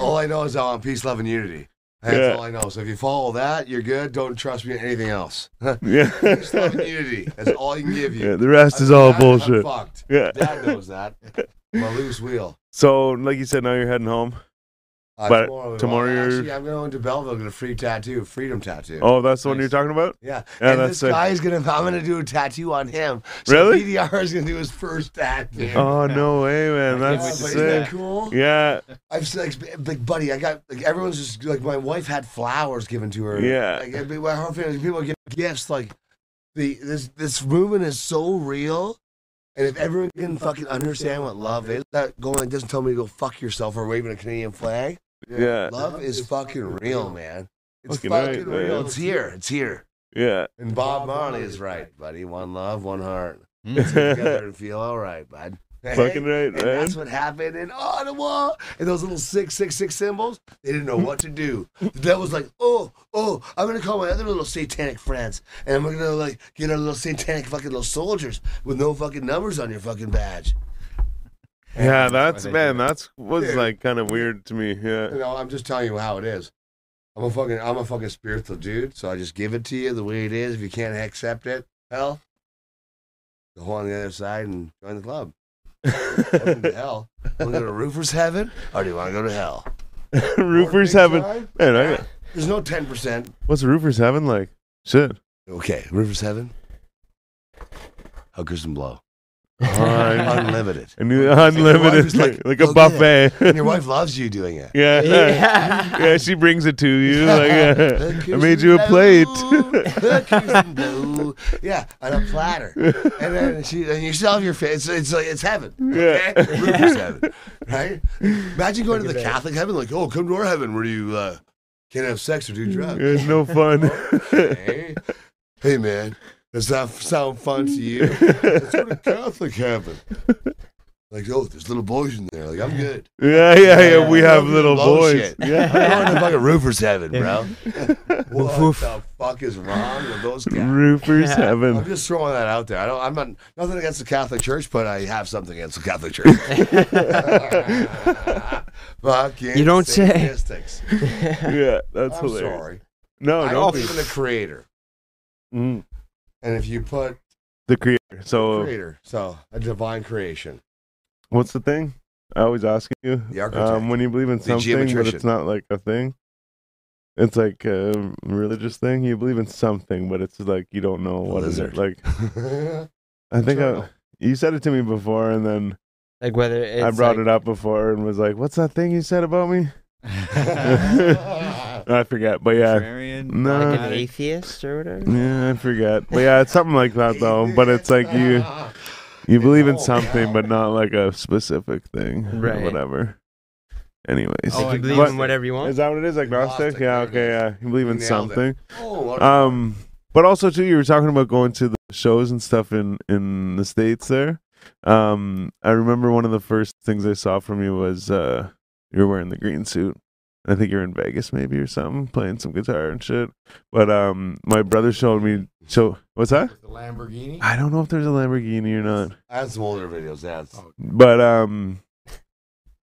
S4: All I know is I want peace, love, and unity. That's
S3: Yeah.
S4: all I know. So if you follow that, you're good. Don't trust me in anything else.
S3: (laughs)
S4: (laughs)
S3: Yeah.
S4: peace, love, and unity. That's all I can give you.
S3: yeah, the rest is
S4: Other
S3: all
S4: than that, I'm
S3: bullshit.
S4: fucked.
S3: Yeah.
S4: Dad knows
S3: (laughs)
S4: that. I'm a loose wheel.
S3: So, like you said, now you're heading home.
S4: Uh,
S3: But
S4: tomorrow,
S3: tomorrow
S4: well,
S3: you're-
S4: actually, I'm going to Belleville to get a free tattoo, freedom tattoo.
S3: Oh, that's the one you're talking about?
S4: Yeah,
S3: Yeah,
S4: and
S3: that's
S4: this
S3: sick.
S4: guy is gonna. I'm gonna do a tattoo on him. So
S3: Really?
S4: PDR is gonna do his first tattoo.
S3: Oh no way, man!
S5: Yeah,
S4: Yeah,
S3: That's
S4: but
S5: is
S4: isn't that
S3: sick.
S4: cool?
S3: Yeah,
S4: I've s- like, sp- like, buddy, I got like everyone's just like my wife had flowers given to her.
S3: Yeah.
S4: like it'd be- my whole family, people give gifts. Like the this this movement is so real, and if everyone can fucking understand what love is, that going like, doesn't tell me to go fuck yourself or waving a Canadian flag.
S3: yeah,
S4: Love is fucking real, man. It's
S3: Fucking
S4: fucking,
S3: right, man.
S4: real. It's here. It's here.
S3: yeah.
S4: And Bob Marley is right, buddy. One love, one
S3: (laughs)
S4: heart.
S2: Hmm.
S4: Get together
S3: Fucking
S4: and feel all right, bud.
S3: right,
S4: And
S3: man.
S4: that's what happened in Ottawa. And those little six six six symbols, they didn't know what to do. The devil's like, oh, oh, I'm gonna call my other little satanic friends, and I'm gonna like get our little satanic fucking little soldiers with no fucking numbers on your fucking badge.
S3: Yeah, that's
S2: they do
S3: man. That's was
S4: Dude.
S3: like kind of weird to me.
S4: You (laughs)
S3: Yeah,
S4: know, I'm just telling you how it is. I'm a fucking I'm a fucking spiritual dude, so I just give it to you the way it is. If you can't accept it, hell, go on the other side and join the club.
S3: (laughs)
S4: Welcome to hell. Want to go to roofers heaven, or do you want to go to hell?
S3: roofers
S4: Big
S3: heaven.
S4: time?
S3: Man, I,
S4: There's no ten percent.
S3: what's roofers heaven like? Shit.
S4: Okay, Rivers Heaven. Hookers and (laughs) blow.
S3: Oh, I,
S4: Unlimited.
S3: I knew
S4: wife
S3: unlimited,
S4: is
S3: like,
S4: like,
S3: like a
S4: "Oh,
S3: buffet.
S4: And your wife loves you doing it.
S3: (laughs) yeah. (laughs) yeah,
S1: Yeah.
S3: She brings it to you.
S4: (laughs)
S3: Like, uh, I
S4: Hookers
S3: made you a
S4: and (laughs)
S3: plate.
S4: blow, hookers and blow. Yeah, on a
S3: (laughs)
S4: platter. And then she and you solve your face. It's, it's like it's heaven. Okay?
S3: Yeah. (laughs)
S4: Rivers Heaven. Right? Imagine going to the Catholic heaven, like, oh, come to our heaven where you uh, can't have sex or do drugs.
S3: it's no fun.
S4: Hey, hey man, does that sound fun to you? Let's go to Catholic heaven. Like, oh, there's little boys in there. Like, I'm good.
S3: Yeah, yeah, yeah.
S4: Yeah,
S3: We
S4: yeah.
S3: have
S4: Fucking
S3: little boys.
S4: bullshit. (laughs)
S3: Yeah.
S4: I'm going to fucking roofers heaven, bro.
S1: Woof,
S4: what
S1: woof.
S4: the fuck is wrong with those guys?
S3: Roofers
S4: I'm
S3: heaven.
S4: just throwing that out there. I don't. I'm not nothing against the Catholic Church, but I have something against the Catholic
S3: (laughs)
S4: Church. Fucking
S1: You don't say.
S4: statistics.
S3: Yeah,
S4: (laughs)
S3: that's
S4: I'm
S3: hilarious.
S4: sorry.
S3: No,
S4: I
S3: no.
S4: believe in the Creator,
S3: Mm,
S4: and if you put
S3: the creator. So,
S4: creator. So a divine
S3: (laughs)
S4: creation.
S3: what's the thing? I always ask you.
S4: The architect.
S3: Um, when you believe in
S4: The
S3: something, but it's
S4: geometrician.
S3: not like a thing. It's like a religious thing. You believe in something, but it's like you don't know what is it.
S4: lizard.
S3: Like I think I,
S4: Eternal.
S3: you said it to me before, and then
S1: (laughs) Like whether it's
S3: I brought
S1: like,
S3: it up before and was like, "What's that thing you said about me?"
S4: (laughs)
S3: I forget, but yeah,
S2: Contrarian,
S3: No.
S1: like an
S2: dogmatic.
S1: atheist or whatever.
S3: yeah, I forget, but yeah, it's something like
S4: (laughs)
S3: that though. But it's like you you believe in
S5: Oh,
S3: something,
S5: yeah.
S3: but not like a specific thing, or
S1: Right.
S3: Whatever. Anyways,
S1: Like
S2: Oh,
S1: you
S2: agnostic.
S1: believe in whatever you
S3: is
S1: want.
S3: that what it is? Agnostic?
S4: Agnostic,
S3: Yeah.
S4: there
S3: Okay.
S4: it
S3: Yeah, you believe in
S4: Nailed it.
S3: something.
S4: Oh, what a-
S3: Um, but also too, you were talking about going to the shows and stuff in in the states. There, um, I remember one of the first things I saw from you was uh, you were wearing the green suit. I think you're in Vegas maybe or something, playing some guitar and shit. But um, my brother showed me. So what's that?
S5: The Lamborghini.
S3: I don't know if there's a Lamborghini or not.
S4: I had some older videos. That's
S3: But um,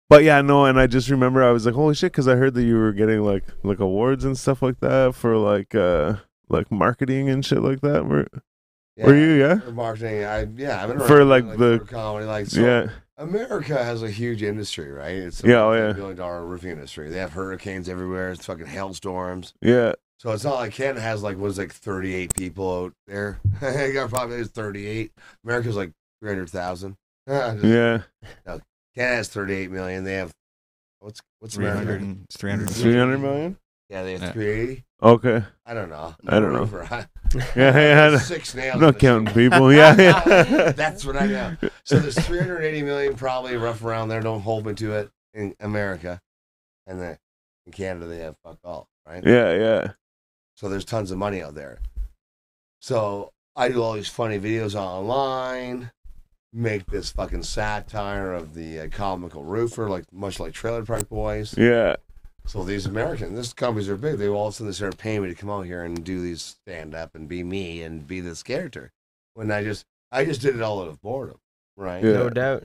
S3: but yeah, no. And I just remember I was like, holy shit, because I heard that you were getting like like awards and stuff like that for like uh like marketing and shit like that. Were
S4: yeah.
S3: were you? Yeah,
S4: For marketing, I yeah, I've been
S3: For,
S4: around,
S3: like, the-
S4: for comedy, like so
S3: yeah.
S4: America has a huge industry, right? It's a
S3: Yeah, oh, yeah.
S4: billion dollar roofing industry. They have hurricanes everywhere. It's fucking hailstorms.
S3: Yeah,
S4: So it's not like Canada has like what is it, like thirty eight people out there. (laughs) Our population is thirty eight. America's like three hundred thousand. (laughs) Canada
S3: yeah,
S4: has thirty eight million. They have what's what's America?
S2: 300, it's 300.
S3: three hundred million.
S4: Yeah, they
S2: Yeah.
S4: have three eighty.
S3: Okay,
S4: I don't know.
S3: I don't know.
S4: Roofer. (laughs)
S3: yeah, yeah. (laughs) I-
S4: Six nails.
S3: I'm
S4: in
S3: not
S4: the
S3: counting
S4: shoe.
S3: people. Yeah,
S1: (laughs)
S4: (laughs)
S3: yeah.
S4: That's what I know. So there's 380 million, probably rough around there. Don't hold me to it in America, and then in Canada they have fuck all, right?
S3: (laughs) Yeah, yeah,
S4: So there's tons of money out there. So I do all these funny videos online, make this fucking satire of the uh, comical roofer, like much like Trailer Park Boys.
S3: yeah.
S4: So these Americans, these companies are big. They all of a sudden started paying me to come out here and do these stand up and be me and be this character. When I just, I just did it all out of boredom, right?
S3: Yeah.
S1: No doubt.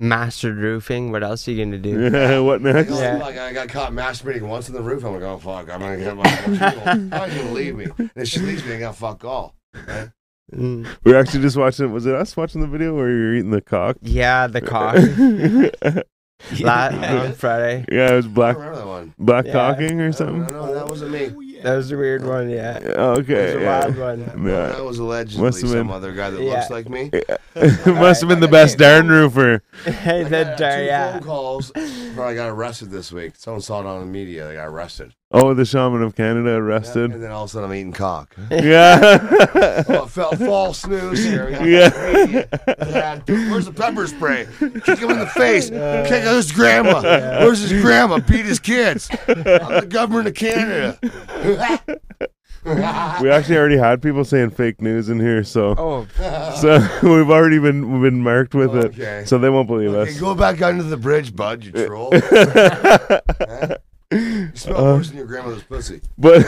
S1: Mastered roofing. What else are you gonna do?
S3: (laughs) yeah. What
S4: Like,
S3: next?
S4: oh,
S1: Yeah.
S4: like, I got caught masturbating once on the roof. I'm like, oh fuck, I'm gonna get my. (laughs) Why did you leave me? And if she leaves me, I got fuck all.
S1: Mm.
S3: We were actually just watching. Was it us watching the video where you were eating the cock?
S1: Yeah,
S3: (laughs)
S1: the cock.
S3: yeah,
S1: La- on Friday.
S3: it was
S4: I
S1: (laughs)
S3: black
S4: don't remember that one.
S3: black
S1: Yeah.
S3: cocking or
S4: I don't-
S3: something.
S4: No, no, that wasn't me.
S5: Oh, yeah.
S1: That was a weird one. Yeah. It was
S3: Okay.
S1: a
S3: yeah.
S1: wild one. (laughs)
S3: Yeah.
S4: That was allegedly
S3: Must've
S4: some
S3: been-
S4: other guy that
S1: Yeah.
S4: looks like me.
S3: it must have been the
S4: I
S3: best
S4: can't-
S3: darn roofer.
S1: hey,
S4: I
S1: that
S4: got
S1: jar-
S4: two
S1: yeah.
S4: phone calls. Probably got arrested this week. Someone saw it on the media. They got arrested.
S3: Oh, the shaman of Canada arrested.
S4: And then all of a sudden I'm eating cock.
S3: (laughs) Yeah.
S4: oh, I felt false news here.
S3: (laughs) yeah.
S4: Where's the pepper spray? Kick him in the face. Kick his grandma. Where's his grandma? Beat his kids. I'm the government of Canada.
S3: We actually already had people saying fake news in here, so
S1: Oh,
S3: so (laughs) we've already been we've been marked with
S4: Okay.
S3: it, so they won't believe
S4: Okay, go back under the bridge, bud,
S3: (laughs)
S4: you troll.
S3: us.
S4: Huh? you smell
S3: Uh,
S4: worse than your grandmother's pussy.
S3: but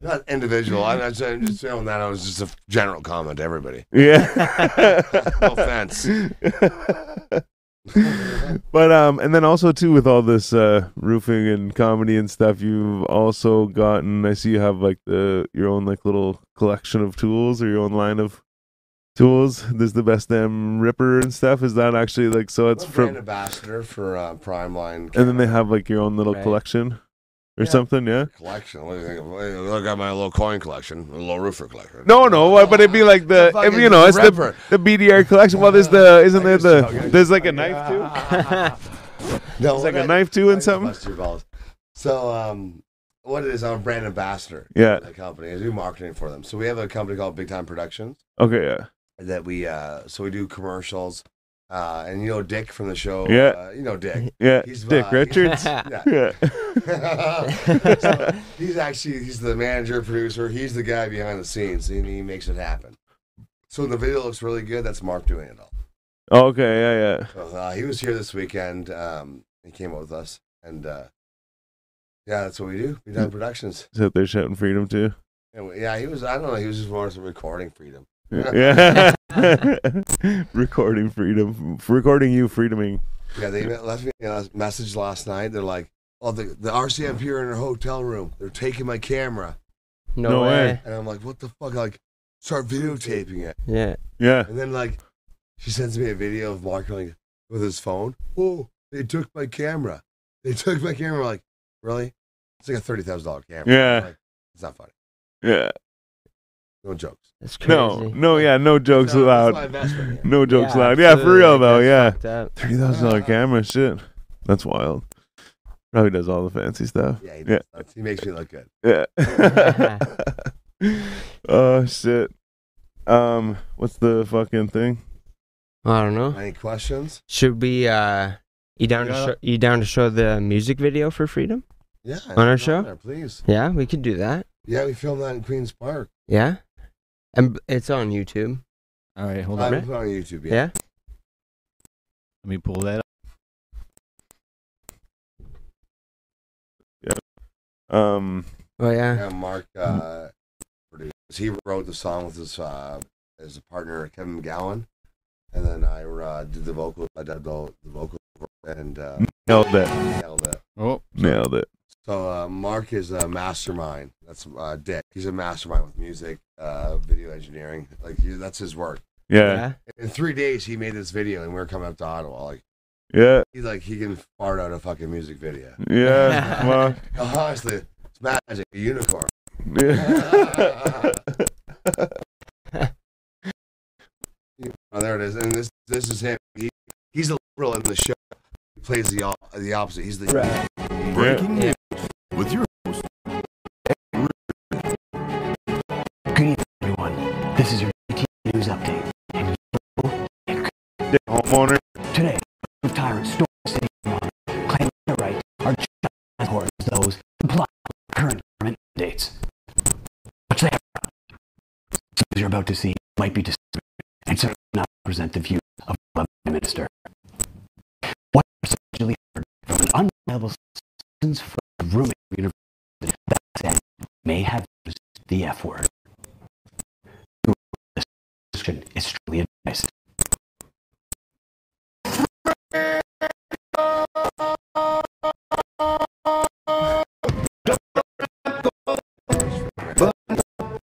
S4: Not individual. I'm not saying, just saying that. I was just a general comment to everybody.
S3: (laughs) yeah.
S4: No
S3: (laughs)
S4: offense.
S3: but um and then also too with all this uh roofing and comedy and stuff you've also gotten i see you have like the your own like little collection of tools or your own line of tools there's the best damn ripper and stuff is that actually like so it's
S4: I'm a brand
S3: from
S4: ambassador for uh, Primeline.
S3: and then they have like your own little
S1: Right.
S3: collection or
S4: Yeah.
S3: something yeah
S4: collection. What do you think? of- Look at my little coin collection, a little roofer collection.
S3: no, no, uh, but it'd be like the,
S4: The
S3: if, you
S4: fucking
S3: know, it's the,
S4: ripper.
S3: the BDR collection. Well, there's the, isn't there the, there's like a
S4: (laughs)
S3: knife too?
S4: too. no,
S3: There's like
S4: what
S3: a
S4: I-
S3: knife too
S4: I
S3: and
S4: just
S3: something?
S4: bust your balls. So, um, what it is, I'm a brand ambassador.
S3: Yeah.
S4: for The company. I do marketing for them. So we have a company called Big Time Productions
S3: Okay, yeah.
S4: that we. Uh, so we do commercials. Uh, and you know Dick from the show.
S3: Yeah.
S4: Uh, you know
S3: (laughs)
S4: Dick.
S3: Yeah,
S4: He's
S3: Dick
S4: my-
S3: Richards.
S4: (laughs) Yeah.
S3: yeah. (laughs)
S4: so he's actually he's the manager producer he's the guy behind the scenes and he makes it happen so the video looks really good that's mark doing it all
S3: Okay, yeah, yeah.
S4: so, uh, he was here this weekend um, he came out with us and uh, yeah that's what we do we done productions
S3: He's out there shouting freedom too.
S4: and we, yeah he was i don't know he was just more some recording freedom
S3: Yeah. (laughs) recording freedom. F- Recording you freedoming.
S4: yeah they left me a message last night they're like oh the, the rcmp are in their hotel room they're taking my camera
S1: (laughs) no,
S3: No
S1: way.
S3: way.
S4: and i'm like what the fuck like start videotaping it
S1: Yeah.
S3: Yeah.
S4: And then like she sends me a video of Mark like with his phone. Whoa, they took my camera. They took my camera. Like, really? It's like a thirty thousand dollar camera.
S3: Yeah.
S4: Like, it's not funny.
S3: Yeah.
S4: No jokes.
S1: That's crazy.
S3: No, no, yeah, no jokes
S4: So, that's my
S3: allowed.
S4: investment, yeah.
S3: No jokes allowed. Yeah, for real though. Yeah,
S1: yeah.
S3: three thousand dollar camera, shit. That's wild. Probably does all the fancy stuff.
S4: Yeah, he,
S3: Yeah.
S4: does that. he makes me look good.
S3: Yeah. oh shit. Um, what's the fucking thing?
S1: I don't know.
S4: Any questions?
S1: Should we? uh You down
S2: Yeah.
S1: to show, you down to show the music video for Freedom?
S4: Yeah.
S1: On our show?
S4: there, please.
S1: Yeah, we could do that.
S4: Yeah, we filmed that in Queens Park.
S1: Yeah, and b- it's on YouTube.
S2: All right, hold
S4: I
S2: on.
S1: on.
S4: will put it on YouTube. Yeah.
S1: Yeah.
S2: Let me pull that up.
S3: Um,
S1: Oh yeah.
S4: Yeah, Mark uh, produced. He wrote the song with his uh, his partner Kevin McGowan, and then I uh, did the vocal. I did the, the vocal and uh,
S3: nailed it.
S4: nailed it.
S2: Oh,
S3: Nailed it.
S4: So uh, Mark is a mastermind. That's uh, Dick. He's a mastermind with music, uh, video engineering. Like he, that's his work.
S3: Yeah,
S4: In three days, he made this video, and we were coming up to Ottawa. Like
S3: yeah,
S4: he's like he can fart out a fucking music video. (laughs)
S3: yeah. Well,
S4: Honestly, it's magic. A unicorn.
S3: yeah.
S4: (laughs) Oh, there it is. And this this is him. He, he's the liberal in the show. He plays the op- the opposite. He's the
S3: Breaking
S1: Yeah.
S6: with your host. Good evening, everyone. This is your BT News update. And
S3: Dick homeowner.
S6: today, the tyrants storm city Vermont, claiming their right are just as horrid as those comply with current government mandates. Which they have not. So as you're about to see might be disturbing and certainly not represent the view of the Prime minister. What is essentially heard from an unreliable citizen's first roommate of university that said may have used the F word. This description is strongly advised.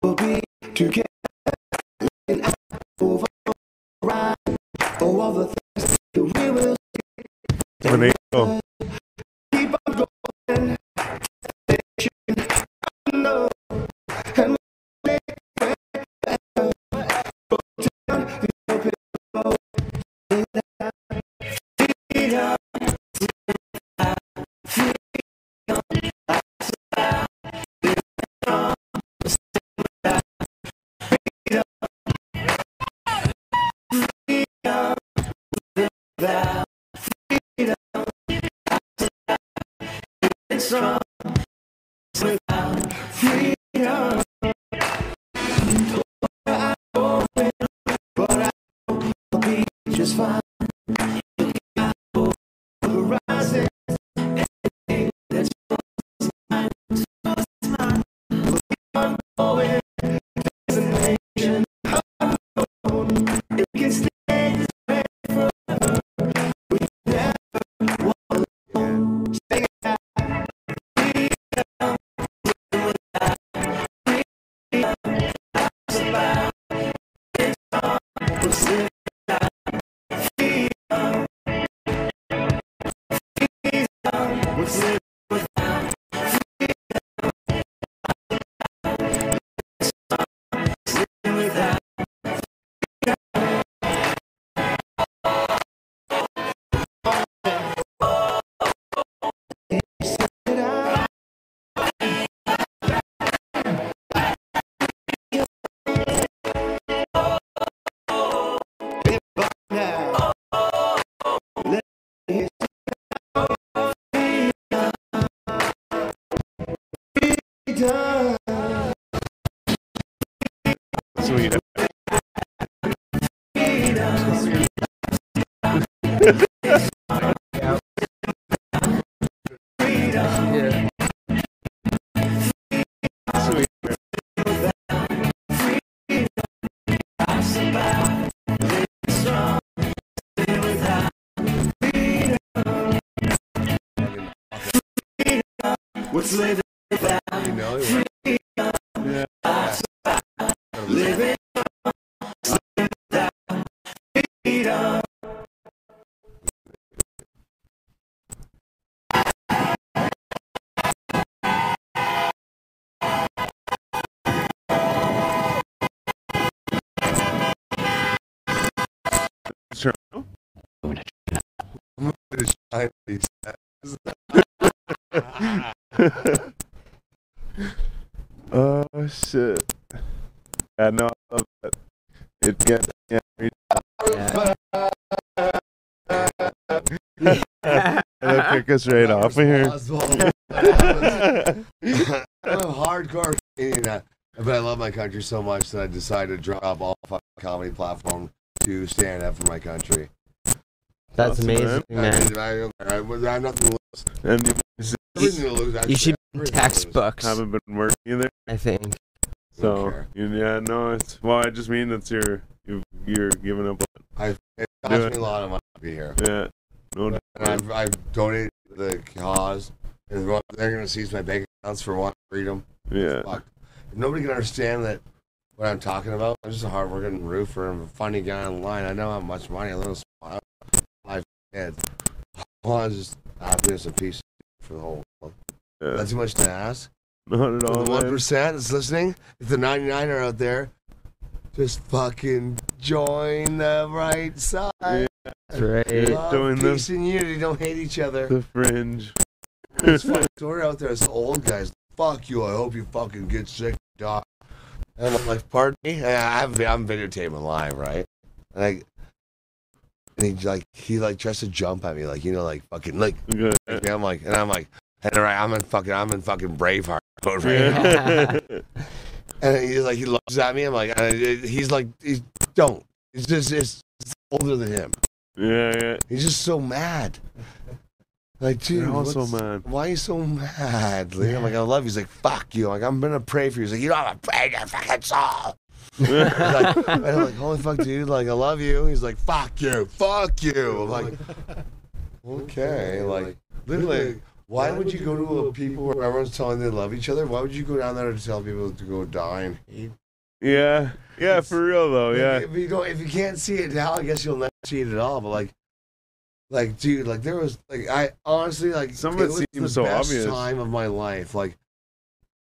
S6: will be together and override all the things that we will
S3: Tornado.
S6: keep on going. Station, I know, and we'll make it better. But down the open road, sit down, sit down, sit down, sit down, sit down, sit down, sit down. Freedom. Freedom. Sit down. Freedom. It's strong without freedom. I owe it, but I'll be just fine. Look out for the horizon. Anything that's yours is mine, it's yours is mine. We'll keep on going. There's a nation unknown. It can stay this way forever. We never walk alone. Sing it out.
S3: Sweet. Sweet.
S6: What's living without
S4: you know. he was-
S6: living? without freedom? moving to
S3: (laughs) oh shit! I know I love that. It gets yeah, every it'll kick us right off of here.
S4: Oswald. I'm a hardcore Canadian, uh, but I love my country so much that I decided to drop all fucking comedy platform to stand up for my country.
S1: That's
S3: Awesome, man.
S1: amazing,
S4: I,
S1: man.
S4: mean, I, don't- I, was- I have nothing to lose.
S3: (laughs) and you
S4: Everything to lose, actually.
S1: You should be in
S4: Everything to lose.
S1: textbooks,
S3: haven't been working either.
S1: I think.
S3: So
S4: care.
S3: you- yeah, no, it's well. I just mean that's your you, you're giving up.
S4: It
S3: Do
S4: cost
S3: it.
S4: me a lot of money to be here.
S3: Yeah, no, doubt.
S4: And I've, I've donated to the cause. And what- they're going to seize my bank accounts for one freedom.
S3: yeah.
S4: Fuck. If nobody can understand that what I'm talking about, I'm just a hardworking roofer and a funny guy online. I know how much money a little smile. My head. I want just happiness and peace for the whole world.
S3: yeah.
S4: That's too much to ask.
S3: Not at
S4: For
S3: all.
S4: the
S3: man.
S4: one percent that's listening, if the ninety nine are out there, just fucking join the right side.
S1: That's right.
S4: Love,
S3: doing
S4: peace and unity. Don't hate each other.
S3: The fringe.
S4: It's fucking story out there. It's the old guys. Fuck you. I hope you fucking get sick, die. And I'm like, pardon me. And I have, I'm videotaping live, right? And I, and he like he like tries to jump at me, like you know, like fucking like.
S3: (laughs) Good.
S4: like, I'm like, and I'm like, and right, I'm in fucking, I'm in fucking Braveheart. mode Right now.
S3: Yeah. (laughs)
S4: And he's like, he looks at me. I'm like, and I- he's like, he's, don't. It's just, it's it's older than him.
S3: yeah, yeah.
S4: He's just so mad. Like, dude,
S3: You're also
S4: what's-
S3: mad.
S4: why are you so mad? Like, I'm like, I love you. He's like, fuck you. I'm like, I'm gonna pray for you. He's like, you don't have to pray to your fucking soul. (laughs) Like, and I'm like, holy fuck, dude. Like, I love you. He's like, fuck you, fuck you. I'm like, okay, like, literally. Why would you go to a people where everyone's telling they love each other? Why would you go down there to tell people to go die and hate?
S3: (laughs) yeah, yeah. For real though. Oh, Yeah.
S4: If you don't, if you can't see it now, I guess you'll never see it at all. But like, like, dude, like there was like I honestly like
S3: Some of it
S4: was
S3: seems
S4: the
S3: so
S4: best
S3: obvious.
S4: time of my life. Like,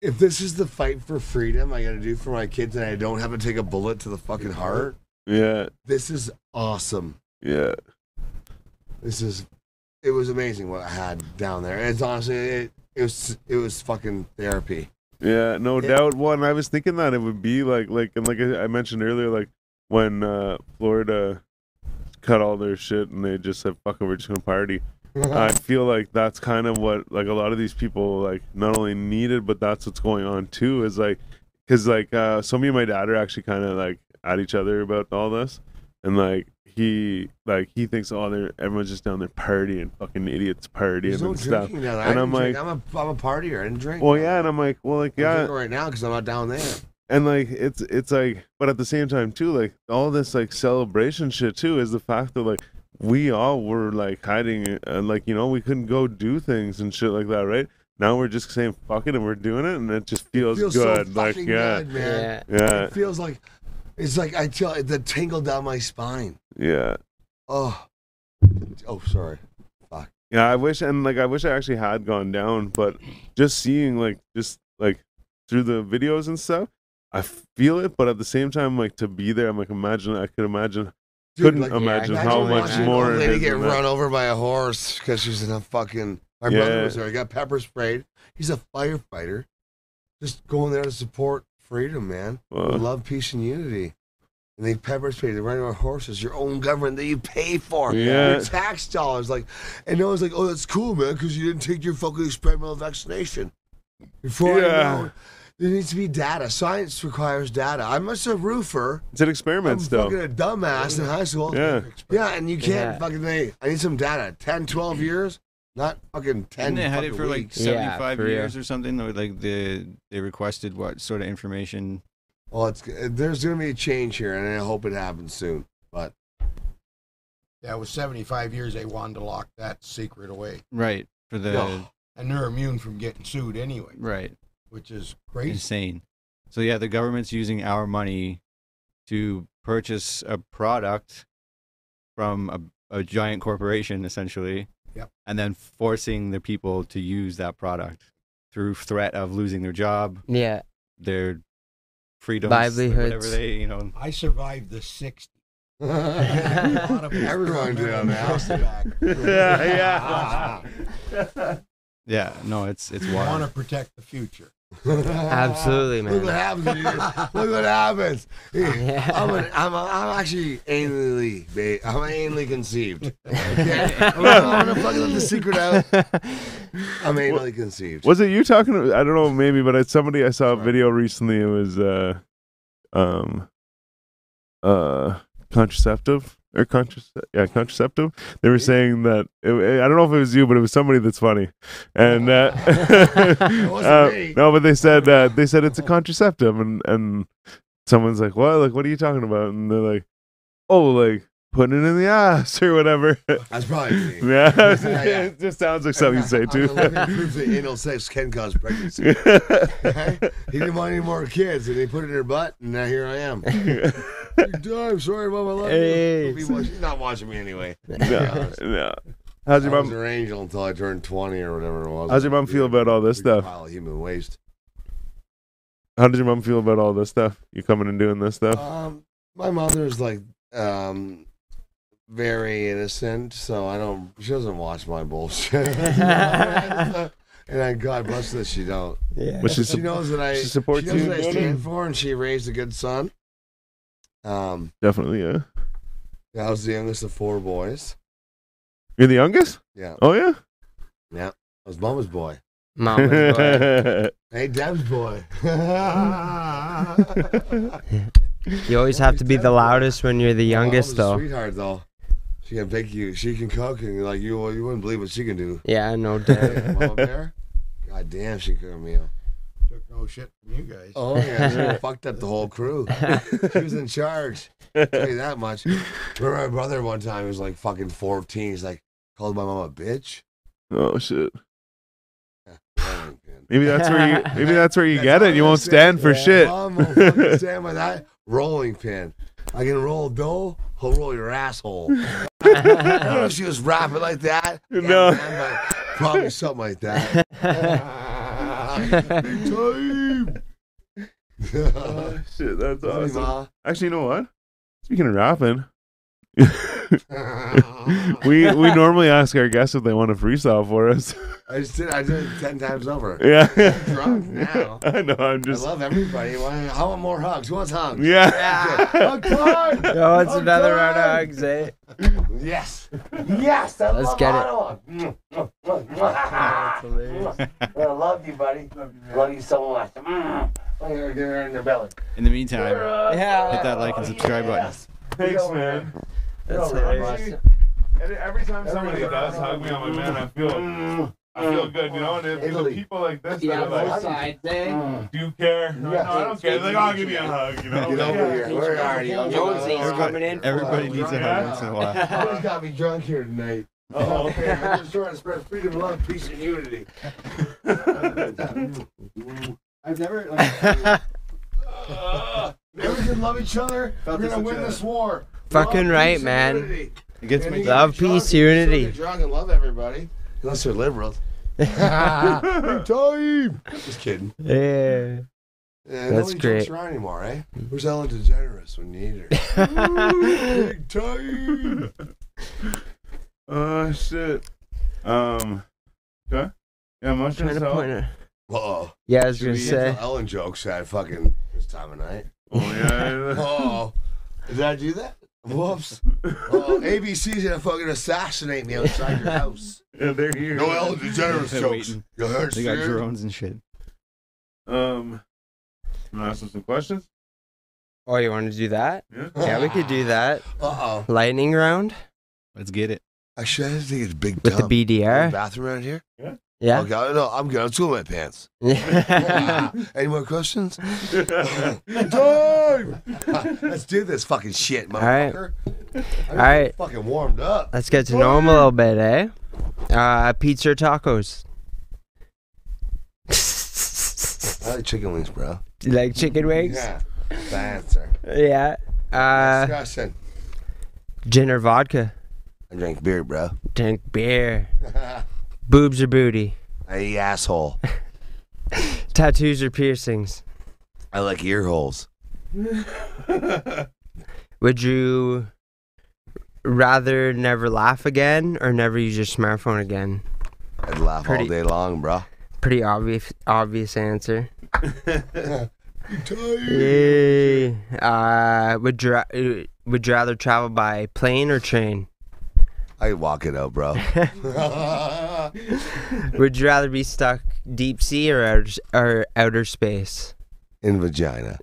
S4: if this is the fight for freedom I got to do for my kids, and I don't have to take a bullet to the fucking heart,
S3: Yeah.
S4: this is awesome.
S3: Yeah.
S4: This is, it was amazing what I had down there. It's honestly, it, it was it was fucking therapy.
S3: Yeah, no doubt. One, I was thinking that it would be like, like, and like I I mentioned earlier, like when uh, Florida cut all their shit and they just said, "Fuck it, we're just gonna party." I feel like that's kind of what like a lot of these people like not only needed, but that's what's going on too. Is like, because like uh, so me and my dad are actually kind of like at each other about all this, and like he like he thinks, "Oh, they're everyone's just down there partying, fucking idiots partying
S4: There's no
S3: and stuff."
S4: drinking down there. I
S3: And
S4: didn't
S3: I'm
S4: drink.
S3: like,
S4: I'm a I'm a partier. I didn't drink.
S3: well, yeah, and I'm like, well, like,
S4: I'm
S3: yeah,
S4: drinking right now because I'm not down there.
S3: and like it's it's like but at the same time too like all this like celebration shit too is the fact that like we all were like hiding and like you know we couldn't go do things and shit like that right now we're just saying fuck it and we're doing it and it just feels,
S4: feels
S3: good
S4: so
S3: like
S4: fucking
S3: yeah
S4: good, man.
S1: Yeah.
S3: yeah
S4: It feels like it's like I tell the tingle down my spine.
S3: yeah
S4: Oh, oh, sorry.
S3: yeah i wish and like i wish i actually had gone down but just seeing like just like through the videos and stuff i feel it but at the same time like to be there i'm like imagine i could imagine
S4: Dude,
S3: couldn't
S4: like,
S3: imagine
S1: yeah,
S3: how
S1: imagine
S3: much
S1: watching an
S3: more
S4: old
S3: it
S4: lady
S3: is
S4: get
S3: than that.
S4: run over by a horse because she's in a fucking. My brother
S3: Yeah.
S4: was there. He got pepper sprayed. He's a firefighter. Just going there to support freedom, man.
S3: Wow.
S4: Love, peace, and unity. And they pepper spray. They run over horses. Your own government that you pay for.
S3: Yeah.
S4: Your tax dollars. Like, and no one's like, "Oh, that's cool, man," because you didn't take your fucking experimental vaccination. Before
S3: Yeah.
S4: I know, there needs to be data. Science requires data. I'm just a roofer.
S3: It's an
S4: I'm
S3: experiment still.
S4: fucking a dumbass in high school.
S3: (laughs) Yeah.
S4: Yeah, and you can't
S1: Yeah.
S4: fucking say, I need some data. 10, 12 years, not fucking 10
S2: And they had it
S4: fucking
S2: for like
S4: weeks.
S1: Yeah,
S2: seventy-five
S1: for real.
S2: years or something. or, Like the they requested what sort of information?
S4: Well, it's, there's going to be a change here, and I hope it happens soon. But
S5: That was 75 years they wanted to lock that secret away.
S2: Right for the
S4: No.
S5: And they're immune from getting sued anyway,
S2: right
S5: which is crazy.
S2: insane. So yeah, the government's using our money to purchase a product from a, a giant corporation, essentially.
S5: Yep.
S2: And then forcing the people to use that product through threat of losing their job,
S1: Yeah.
S2: their freedoms, whatever
S1: Livelihoods.
S2: they, you know.
S4: (laughs)
S5: I survived the 60s.
S4: Everyone did on that.
S3: yeah,
S2: Yeah, no, it's it's
S5: want to
S2: wild.
S5: protect
S4: (laughs)
S5: the future.
S1: Absolutely,
S4: Look what
S1: man.
S4: happens. dude. Look what happens. I'm, an, I'm, a, I'm actually anally, ba- I'm anally conceived. Okay?
S1: (laughs)
S3: (laughs)
S4: I'm gonna fucking let the secret out. I'm anally conceived.
S3: Was it you talking? To, I don't know, maybe, but it's somebody I saw a video recently. It was uh, um, uh, contraceptive or contrac yeah, contraceptive. They were saying that it, I don't know if it was you, but it was somebody that's funny,
S4: (laughs)
S3: and uh, (laughs) uh,
S4: me.
S3: no, but they said uh, they said it's a contraceptive, and and someone's like, "What? Like, what are you talking about?" And they're like, "Oh, like." Putting it in the ass (laughs) or whatever.
S4: That's probably me.
S3: yeah,
S4: yeah.
S3: (laughs) it just sounds like something
S4: (laughs)
S3: you say
S4: I'm
S3: too.
S4: the living proof that
S3: (laughs)
S4: anal sex can cause pregnancy. Okay? (laughs) He didn't want any more kids, and they put it in her butt, and now here I
S3: (laughs)
S4: am. I'm sorry about my life.
S1: Hey.
S4: She's not watching me anyway. (laughs)
S3: no, no. How's
S4: I
S3: your
S4: was
S3: mom?
S4: her angel until I turned 20 or whatever it was.
S3: How's your mom feel about all this
S4: Big
S3: stuff?
S4: Pile of human waste.
S3: How did your mom feel about all this stuff? You coming and doing this stuff?
S4: Um, my mother's like um, very innocent, so I don't. She doesn't watch my bullshit. (laughs) and I, God bless that she don't.
S1: Yeah.
S3: But she,
S4: She
S3: su-
S4: knows that I.
S3: she
S4: She
S3: supports
S4: knows
S3: you.
S4: what I
S3: in
S4: stand
S3: doing it?
S4: for, and she raised a good son. Um,
S3: Definitely, yeah.
S4: I was the youngest of four boys.
S3: You're the youngest?
S4: Yeah,
S3: Oh yeah.
S4: I was mama's boy.
S1: Mama's boy.
S4: Hey, Deb's boy. (laughs)
S1: You always have to be the loudest when you're the
S4: Mama's
S1: youngest,
S4: a
S1: though.
S4: Sweetheart though, she can pick you. She can cook, and like you, you wouldn't believe what she can
S1: (laughs)
S4: do.
S1: Yeah, no doubt.
S4: Hey, Mama Bear, God damn, she cooked a meal.
S5: (laughs) Took no shit from you guys.
S4: Oh yeah, she done fucked up the whole crew.
S3: (laughs)
S4: She was in charge. Tell you that much. Remember my brother one time he was like fucking fourteen. He's like called my mom a bitch.
S3: oh shit.
S4: That ain't good.
S3: Maybe that's where
S4: (laughs)
S3: you. Maybe that's where you
S4: That's
S3: get
S4: all
S3: it. You
S4: I'm
S3: won't
S4: saying.
S3: stand for shit.
S4: Mom will
S3: (laughs)
S4: fucking stand by that rolling pin. I can roll dough, I'll roll your asshole. (laughs) I don't know if she was rapping like that. Yeah,
S3: (laughs) No.
S4: man, but probably something like
S1: (laughs)
S4: that. Big time.
S3: Oh shit, that's
S4: Love you,
S3: awesome.
S4: Ma.
S3: Actually, you know what? Speaking of rapping, (laughs) we we normally ask our guests if they want a freestyle for us. (laughs)
S4: I just did. I did it ten times over.
S3: yeah.
S4: drunk now.
S3: (laughs) I know. I'm
S4: I
S3: just.
S4: love everybody. Why- I want more hugs. Who wants hugs?
S3: yeah.
S4: Hug time!
S1: oh, it's
S4: I'm
S1: another round of
S4: done.
S1: hugs, eh?
S4: Yes. Yes. I
S1: Let's
S4: love
S1: get it.
S4: Ottawa. I love you, buddy. Love you, so much. Mm. Look at her get her in the belly.
S2: In the meantime, hit
S1: Yeah.
S2: that like and subscribe button.
S3: Thanks, man.
S1: That's hilarious.
S3: And every time somebody does hug me, I'm like, man, I feel, I feel good, you know. And if the
S4: Mm. Italy. Mm.
S3: people like this that
S1: Yeah,
S3: are like,
S1: both sides, eh?
S3: do you care? No,
S4: Yeah.
S3: I don't care. They're like, I'll give you a hug, you know.
S4: Get
S3: Like,
S4: over here. Where are you?
S1: Jonesy's coming in.
S2: Everybody needs a hug once in a while.
S4: Always got me drunk here tonight.
S3: Oh,
S4: Okay, (laughs) I'm just trying to spread freedom, love, peace, and unity. I've never, like, (laughs) never can love each other.
S2: Felt
S4: We're
S2: this
S4: gonna win
S2: each other.
S4: this war.
S1: Fucking
S4: Love,
S1: right,
S4: peace, and
S1: man.
S4: unity.
S2: It gets me.
S4: And you
S1: Love,
S4: can
S1: peace,
S4: be drunk, you can still
S1: unity.
S4: get Drunk and love everybody, unless they're liberals. Big time.
S1: (laughs)
S4: Just kidding.
S1: Yeah.
S4: Yeah,
S1: That's
S4: nobody
S1: great.
S4: jokes around anymore, eh? Where's Ellen DeGeneres when you need
S1: (laughs)
S4: her? Big time.
S3: oh shit. Um. Okay. Yeah, motion
S1: Trying to point
S3: yourself.
S1: it.
S4: Uh-oh.
S1: Yeah, I was
S4: Should
S1: gonna
S4: we hit the
S1: say.
S4: Ellen jokes at fucking this time of (laughs) night?
S3: Oh yeah. (laughs)
S4: Oh, did I do that? Whoops. Oh, ABC's gonna fucking assassinate me outside your (laughs) house.
S3: yeah, they're here.
S4: No Ellen DeGeneres
S2: They're
S4: jokes.
S2: waiting.
S4: You heard,
S2: (laughs) They got
S4: sir?
S2: drones and shit.
S3: Um. I'm gonna ask them some questions.
S1: Oh, you want to do that?
S3: Yeah.
S1: Yeah, we could do that.
S4: Uh-oh.
S1: Lightning round
S2: Let's get it.
S4: Actually, I just think it's big
S1: with
S4: dumb.
S1: the
S4: Is there a
S1: BDR.
S4: bathroom around here?
S1: Yeah.
S4: Okay, I- no, I'm good. I'm tooling my (laughs) pants.
S1: (laughs)
S4: (laughs)
S1: Yeah.
S4: Any more questions? Time! (laughs) Let's do this fucking shit,
S1: All right.
S4: motherfucker.
S1: All right.
S4: Fucking warmed up.
S1: Let's get to know him a little bit, eh? Uh, pizza or tacos? (laughs)
S4: I like chicken wings, bro.
S1: Do you like chicken wings?
S4: Yeah. The answer.
S1: Yeah. Uh,
S4: Discussion.
S1: gin or vodka?
S4: I drink beer, bro.
S1: Drink beer. Boobs or booty?
S4: I eat asshole.
S1: Tattoos or piercings?
S4: I like ear holes.
S1: Would you rather never laugh again or never use your smartphone again?
S4: I'd laugh
S1: Pretty-
S4: all day long, bro.
S1: Pretty obvious obvious answer.
S5: Tired.
S1: Yay. Uh, would you ra- uh, would you rather travel by plane or train?
S4: I walk it out, bro.
S2: (laughs)
S1: Would you rather be stuck deep sea or outer, s- or outer space?
S4: In vagina.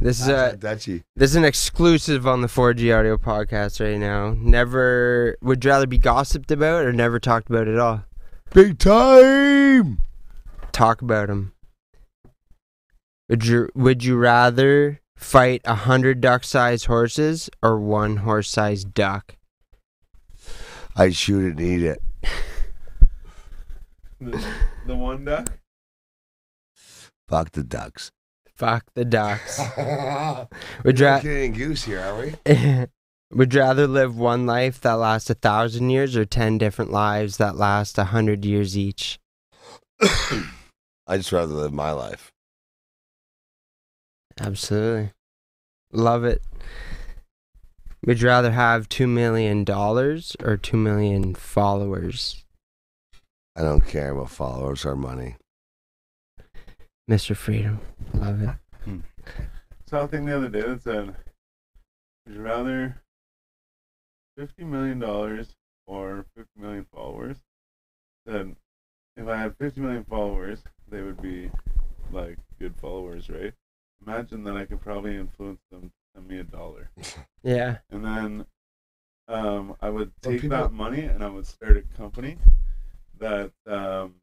S1: This is a
S4: Dutchy.
S1: this is an exclusive on the 4G audio podcast right now. Never would you rather be gossiped about or never talked about at all?
S4: Big time.
S1: Talk about them. Would you would you rather fight a hundred duck-sized horses or one horse-sized duck?
S4: I shoot it and eat it.
S3: The, the one duck.
S4: Fuck the
S5: (laughs)
S4: ducks.
S1: Fuck the ducks.
S4: We're
S1: Would you ra-
S4: Canadian goose here, are we?
S1: (laughs) Would you rather live one life that lasts a thousand years or ten different lives that last a hundred years each?
S4: I just rather live my life.
S1: Absolutely. Love it. Would you rather have two million dollars or two million followers,
S4: I don't care about followers or money.
S1: Mr. Freedom? Love it.
S3: Saw a thing the other day that said, "Would you rather fifty million dollars or fifty million followers?" Said, "If I had fifty million followers, they would be like good followers, right? Imagine that I could probably influence them to send me a dollar."
S1: Yeah.
S3: and then um, I would
S4: Well,
S3: take
S4: people-
S3: that money and I would start a company that um,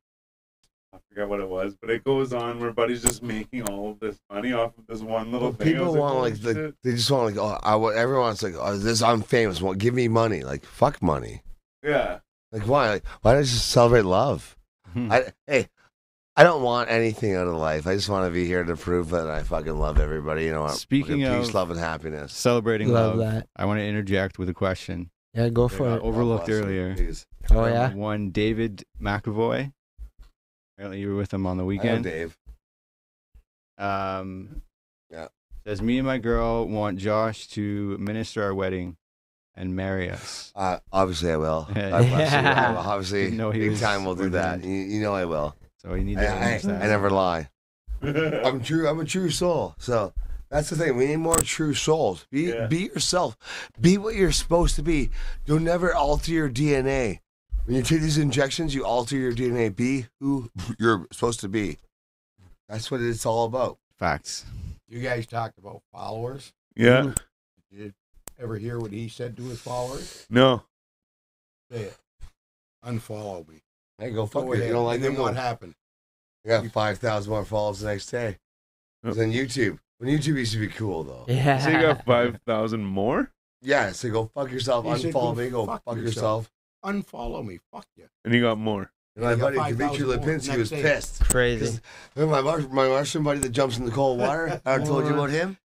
S3: I forgot what it was, but it goes on where buddy's just making all of this money off of this one little
S4: Well,
S3: thing. I
S4: people
S3: was
S4: want like
S3: "Holy
S4: the,
S3: shit."
S4: they just want like oh I want everyone's like oh this I'm famous well give me money like fuck money
S3: yeah,
S4: like why like, why don't you just celebrate love
S2: Mm.
S4: I hey I don't want anything out of life I just want to be here to prove that I fucking love everybody you know I-
S2: Speaking
S4: fucking peace
S2: of-
S4: love and happiness
S2: (laughs) Celebrating
S1: Love
S2: love.
S1: that.
S2: I want to interject with a question.
S1: Yeah, go for
S2: got
S1: it.
S4: God
S2: Overlooked
S4: bless you,
S2: earlier.
S4: please.
S1: Oh yeah.
S2: One David McAvoy. Apparently you were with him on
S4: I
S2: the
S4: know,
S2: weekend.
S4: Dave
S2: Um,
S4: Yeah.
S2: Says me and my girl want Josh to minister our wedding and marry us.
S4: uh, obviously I will
S2: (laughs) Yeah.
S4: God bless you.
S1: Yeah.
S4: I will. obviously
S2: Didn't know he
S4: big
S2: was
S4: time we'll do that
S2: ordained.
S4: you, you know I will
S2: So he needs
S4: I,
S2: to
S4: I,
S2: manage that.
S4: I never lie
S3: (laughs)
S4: I'm true. I'm a true soul. So that's the thing. We need more true souls. Be
S3: Yeah.
S4: be yourself. Be what you're supposed to be. Don't never alter your DNA. When you take these injections, you alter your DNA. Be who you're supposed to be. That's what it's all about.
S2: Facts.
S5: You guys talked about followers.
S3: yeah,
S5: Did you ever hear what he said to his followers?
S3: no,
S5: Say it. Unfollow me.
S4: Hey, go
S2: Oh,
S5: Go ahead. and then what happened?
S4: I got five thousand more followers the next day. It was on YouTube. When YouTube used to be cool though.
S1: (laughs) Yeah.
S3: so you got five thousand more,
S4: Yeah. So go fuck yourself.
S5: You should
S4: unfollow
S5: go
S4: me. Go
S5: fuck
S4: fuck,
S5: yourself.
S4: yourself.
S5: Unfollow me. Fuck you.
S3: and you got more.
S4: And my
S5: You got
S4: buddy Dmitry
S5: 5,000 more
S4: Lipinski
S5: next
S4: was
S5: day.
S4: pissed.
S1: Crazy.
S4: Remember my Mar- my Russian buddy that jumps in the cold
S5: (laughs)
S4: water? I told you about him.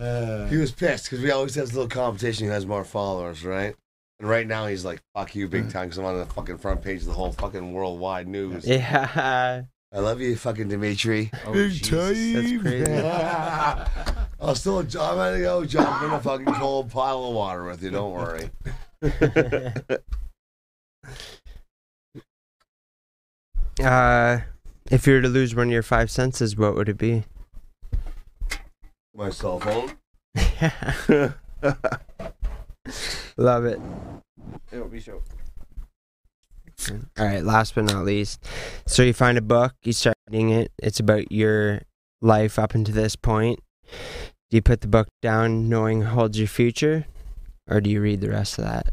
S5: Uh,
S4: He was pissed because we always have this little competition who has more followers, right? And right now he's like, "Fuck you,
S5: Hmm.
S4: big time," because I'm on the fucking front page of the whole fucking worldwide
S1: (laughs)
S4: news.
S1: Yeah.
S4: I love you, fucking Dimitri.
S5: (laughs)
S4: (laughs)
S2: Oh,
S1: That's
S2: Jesus.
S1: crazy.
S4: I'll still jump. I'm gonna go jump in a fucking cold pile of water with you. Don't worry.
S1: (laughs) uh, if you were to lose one of your five senses, what would it be?
S4: My cell phone.
S1: (laughs) Love it.
S2: It'll be so.
S1: All right, last but not least. So you find a book, you start reading it. It's about your life up until this point. Do you put the book down knowing it holds your future or do you read the rest of that?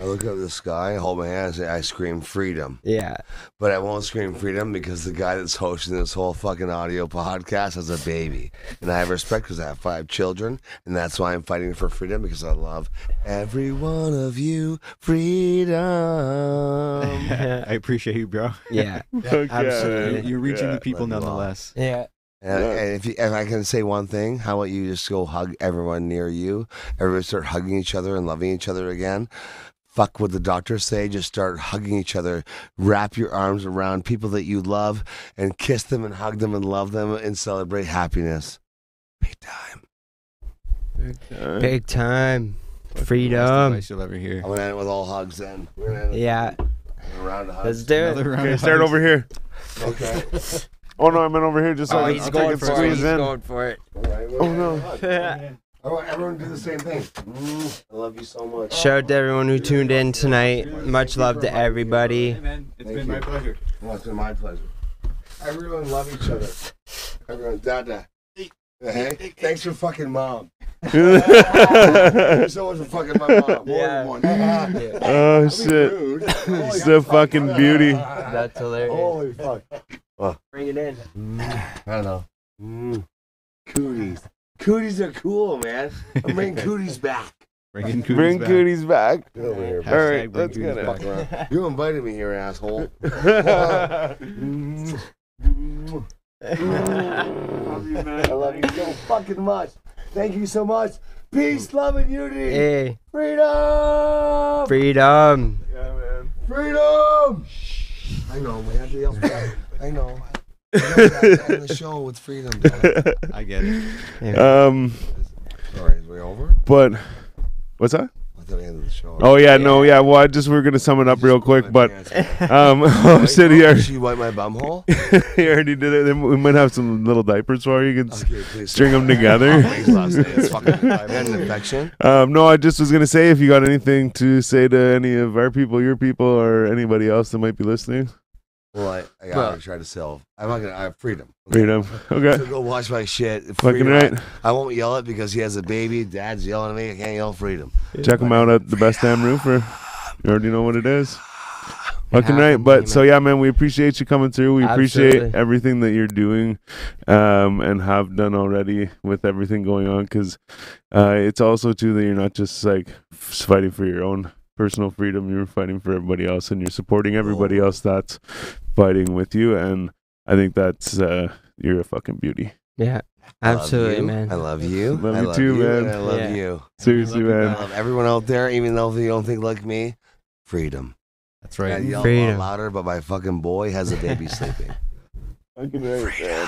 S4: I look up at the sky, hold my hand, and say, "I scream freedom,"
S1: Yeah.
S4: but I won't scream freedom because the guy that's hosting this whole fucking audio podcast has a baby, and I have respect because I have five children, and that's why I'm fighting for freedom because I love every one of you. Freedom.
S2: (laughs) I appreciate you, bro.
S3: (laughs)
S1: Yeah.
S3: Fuck
S1: absolutely.
S2: You're,
S1: Yeah.
S2: you're reaching
S3: Yeah. Uh,
S2: the people
S4: Love you all.
S2: nonetheless.
S1: Yeah.
S4: And,
S3: Yeah.
S4: and if you, if I can say one thing, how about you just go hug everyone near you? Everybody start hugging each other and loving each other again. Fuck what the doctors say. Just start hugging each other. Wrap your arms around people that you love and kiss them and hug them and love them and celebrate happiness. Big time.
S1: Big time. Freedom.
S2: Advice you'll ever hear.
S4: I'm gonna end it with all hugs then. We're gonna end it
S1: Yeah.
S4: with a round of
S1: Let's
S4: hugs.
S1: do it.
S2: Another round
S3: Okay,
S2: of
S3: start
S2: hugs.
S3: over here.
S4: Okay.
S3: Oh no, I meant over here. Just so
S1: Oh,
S3: I-
S1: he's
S3: I'll take
S1: going
S3: it,
S1: for it.
S3: squeeze
S1: He's
S3: (laughs) in.
S1: going for it.
S4: All right.
S3: Oh, no. (laughs)
S4: All right, everyone do the same thing. Mm, I love you so much.
S1: Shout out to everyone who tuned in tonight. Much love to everybody.
S2: man. It's
S4: Thank been you. my
S2: pleasure.
S4: Well, it's been my pleasure. Everyone love each other. Everyone, Dada. Hey, thanks for fucking
S3: (laughs)
S4: mom. Thanks so much for fucking my mom. More
S1: Yeah.
S4: than one. Don't (laughs) be
S3: oh shit.
S4: rude.
S3: She's a fucking beauty.
S1: That's hilarious.
S4: Holy fuck.
S1: Bring it in.
S4: I don't know. Mm. Cooties. Cooties are cool, man. I'm bringing cooties back.
S2: Bring cooties.
S3: Bring
S2: back.
S3: cooties back.
S4: Get over here.
S2: Hashtag
S3: Alright,
S2: bring
S3: let's
S2: cooties
S3: get it.
S2: back.
S4: You invited me here, (laughs) asshole. Mm. Mm. I love you so fucking much. Thank you so much. Peace, love, and unity.
S1: Hey,
S4: Freedom!
S1: freedom.
S4: Freedom! I know, we have to (laughs) yell. back. I (laughs) know. I know that on the show with freedom. dog.
S2: I get it.
S3: (laughs) um,
S4: Sorry, is we over?
S3: but what's
S4: I
S3: that?
S4: thought we ended the show.
S3: Oh yeah, no, yeah. Well, I just we are gonna sum it up real quick, but um, (laughs) oh shit, he
S4: Did
S3: already,
S4: she wipe my bumhole?
S3: (laughs) he already did it. Then We might have some little diapers for you. You can s-
S4: Okay, please.
S3: string
S4: (laughs)
S3: them together.
S4: Please, last name. It's
S3: (laughs)
S4: fucking. I had an infection.
S3: Um, no, I just was gonna say if you got anything to say to any of our people, your people, or anybody else that might be listening,
S4: Well, I, I gotta try to sell. I'm not gonna. I have freedom.
S3: freedom.
S4: So
S3: (laughs) Okay,
S4: go watch my shit.
S3: fucking
S4: Freedom.
S3: right.
S4: I won't yell it because he has a baby. Dad's yelling at me. I can't yell freedom.
S3: Check them out at the best damn roofer. You already know what it is. Fucking right.
S1: happened,
S3: But
S1: man.
S3: so yeah, man, we appreciate you coming through. We appreciate
S1: Absolutely.
S3: everything that you're doing, um, and have done already with everything going on. Because uh, it's also too that you're not just like f- fighting for your own personal freedom. You're fighting for everybody else, and you're supporting everybody else that's fighting with you. And I think that's uh, you're a fucking beauty.
S1: Yeah,
S4: I love
S1: absolutely,
S4: you.
S1: man.
S4: I love you.
S3: Love
S4: I
S3: you
S4: love
S3: too,
S4: you,
S3: man.
S4: and I love
S1: Yeah.
S4: you.
S3: Seriously,
S4: I
S3: man.
S4: love Um, everyone out there, even though you don't think like me. Freedom.
S2: That's
S4: I
S2: right.
S4: yell a
S1: Freedom.
S4: lot louder, but my fucking boy has a baby
S3: (laughs)
S4: sleeping.
S3: Fucking right, man.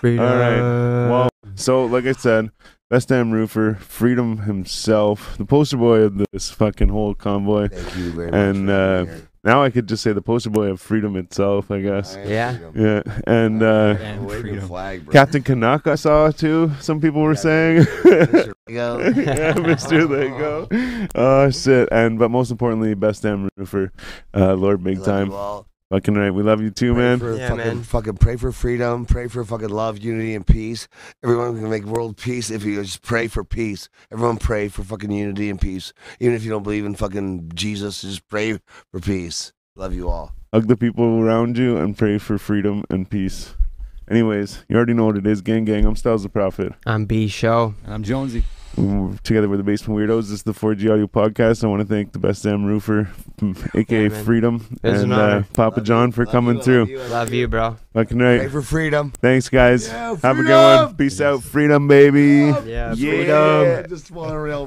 S1: Freedom.
S3: All right. Well, so like I said, best damn roofer, Freedom himself, the poster boy of this fucking whole convoy.
S4: Thank you very much.
S3: And,
S4: for
S3: uh,
S4: being here.
S3: Now I could just say the poster boy of freedom itself, I guess.
S4: I am
S1: Yeah.
S4: freedom.
S3: Yeah, and uh,
S2: And
S4: Wave your
S2: freedom.
S4: flag, bro. (laughs)
S3: Captain Canuck, I saw too. Some people were saying. (laughs)
S4: Mr. Lego.
S3: yeah, Mister, there you go. Oh shit! And but most importantly, best damn roofer, uh, Lord Big
S4: I love you
S3: Time.
S4: all.
S3: Fucking right, we love you too,
S4: Pray
S3: man.
S4: For
S1: Yeah,
S4: fucking,
S1: man.
S4: fucking pray for freedom. Pray for fucking love, unity, and peace. Everyone can make world peace if you just pray for peace. Everyone pray for fucking unity and peace. Even if you don't believe in fucking Jesus, just pray for peace. Love you all.
S3: Hug the people around you and pray for freedom and peace. Anyways, you already know what it is, gang, gang. I'm Styles the Prophet.
S1: I'm B Show.
S2: And I'm Jonesy.
S3: together with the Basement Weirdos. This is the 4G Audio Podcast. I want to thank the best damn roofer, aka
S1: Yeah, man.
S3: Freedom,
S1: It was
S3: and
S1: an
S3: uh,
S1: honor.
S3: Papa John for coming through.
S1: Love you, bro.
S3: Fucking
S4: Pray
S3: right.
S4: for freedom.
S3: Thanks, guys.
S4: Yeah,
S3: Have a good one.
S4: freedom!
S3: Peace out, Freedom, baby.
S1: Yeah.
S3: Freedom.
S4: I just want a real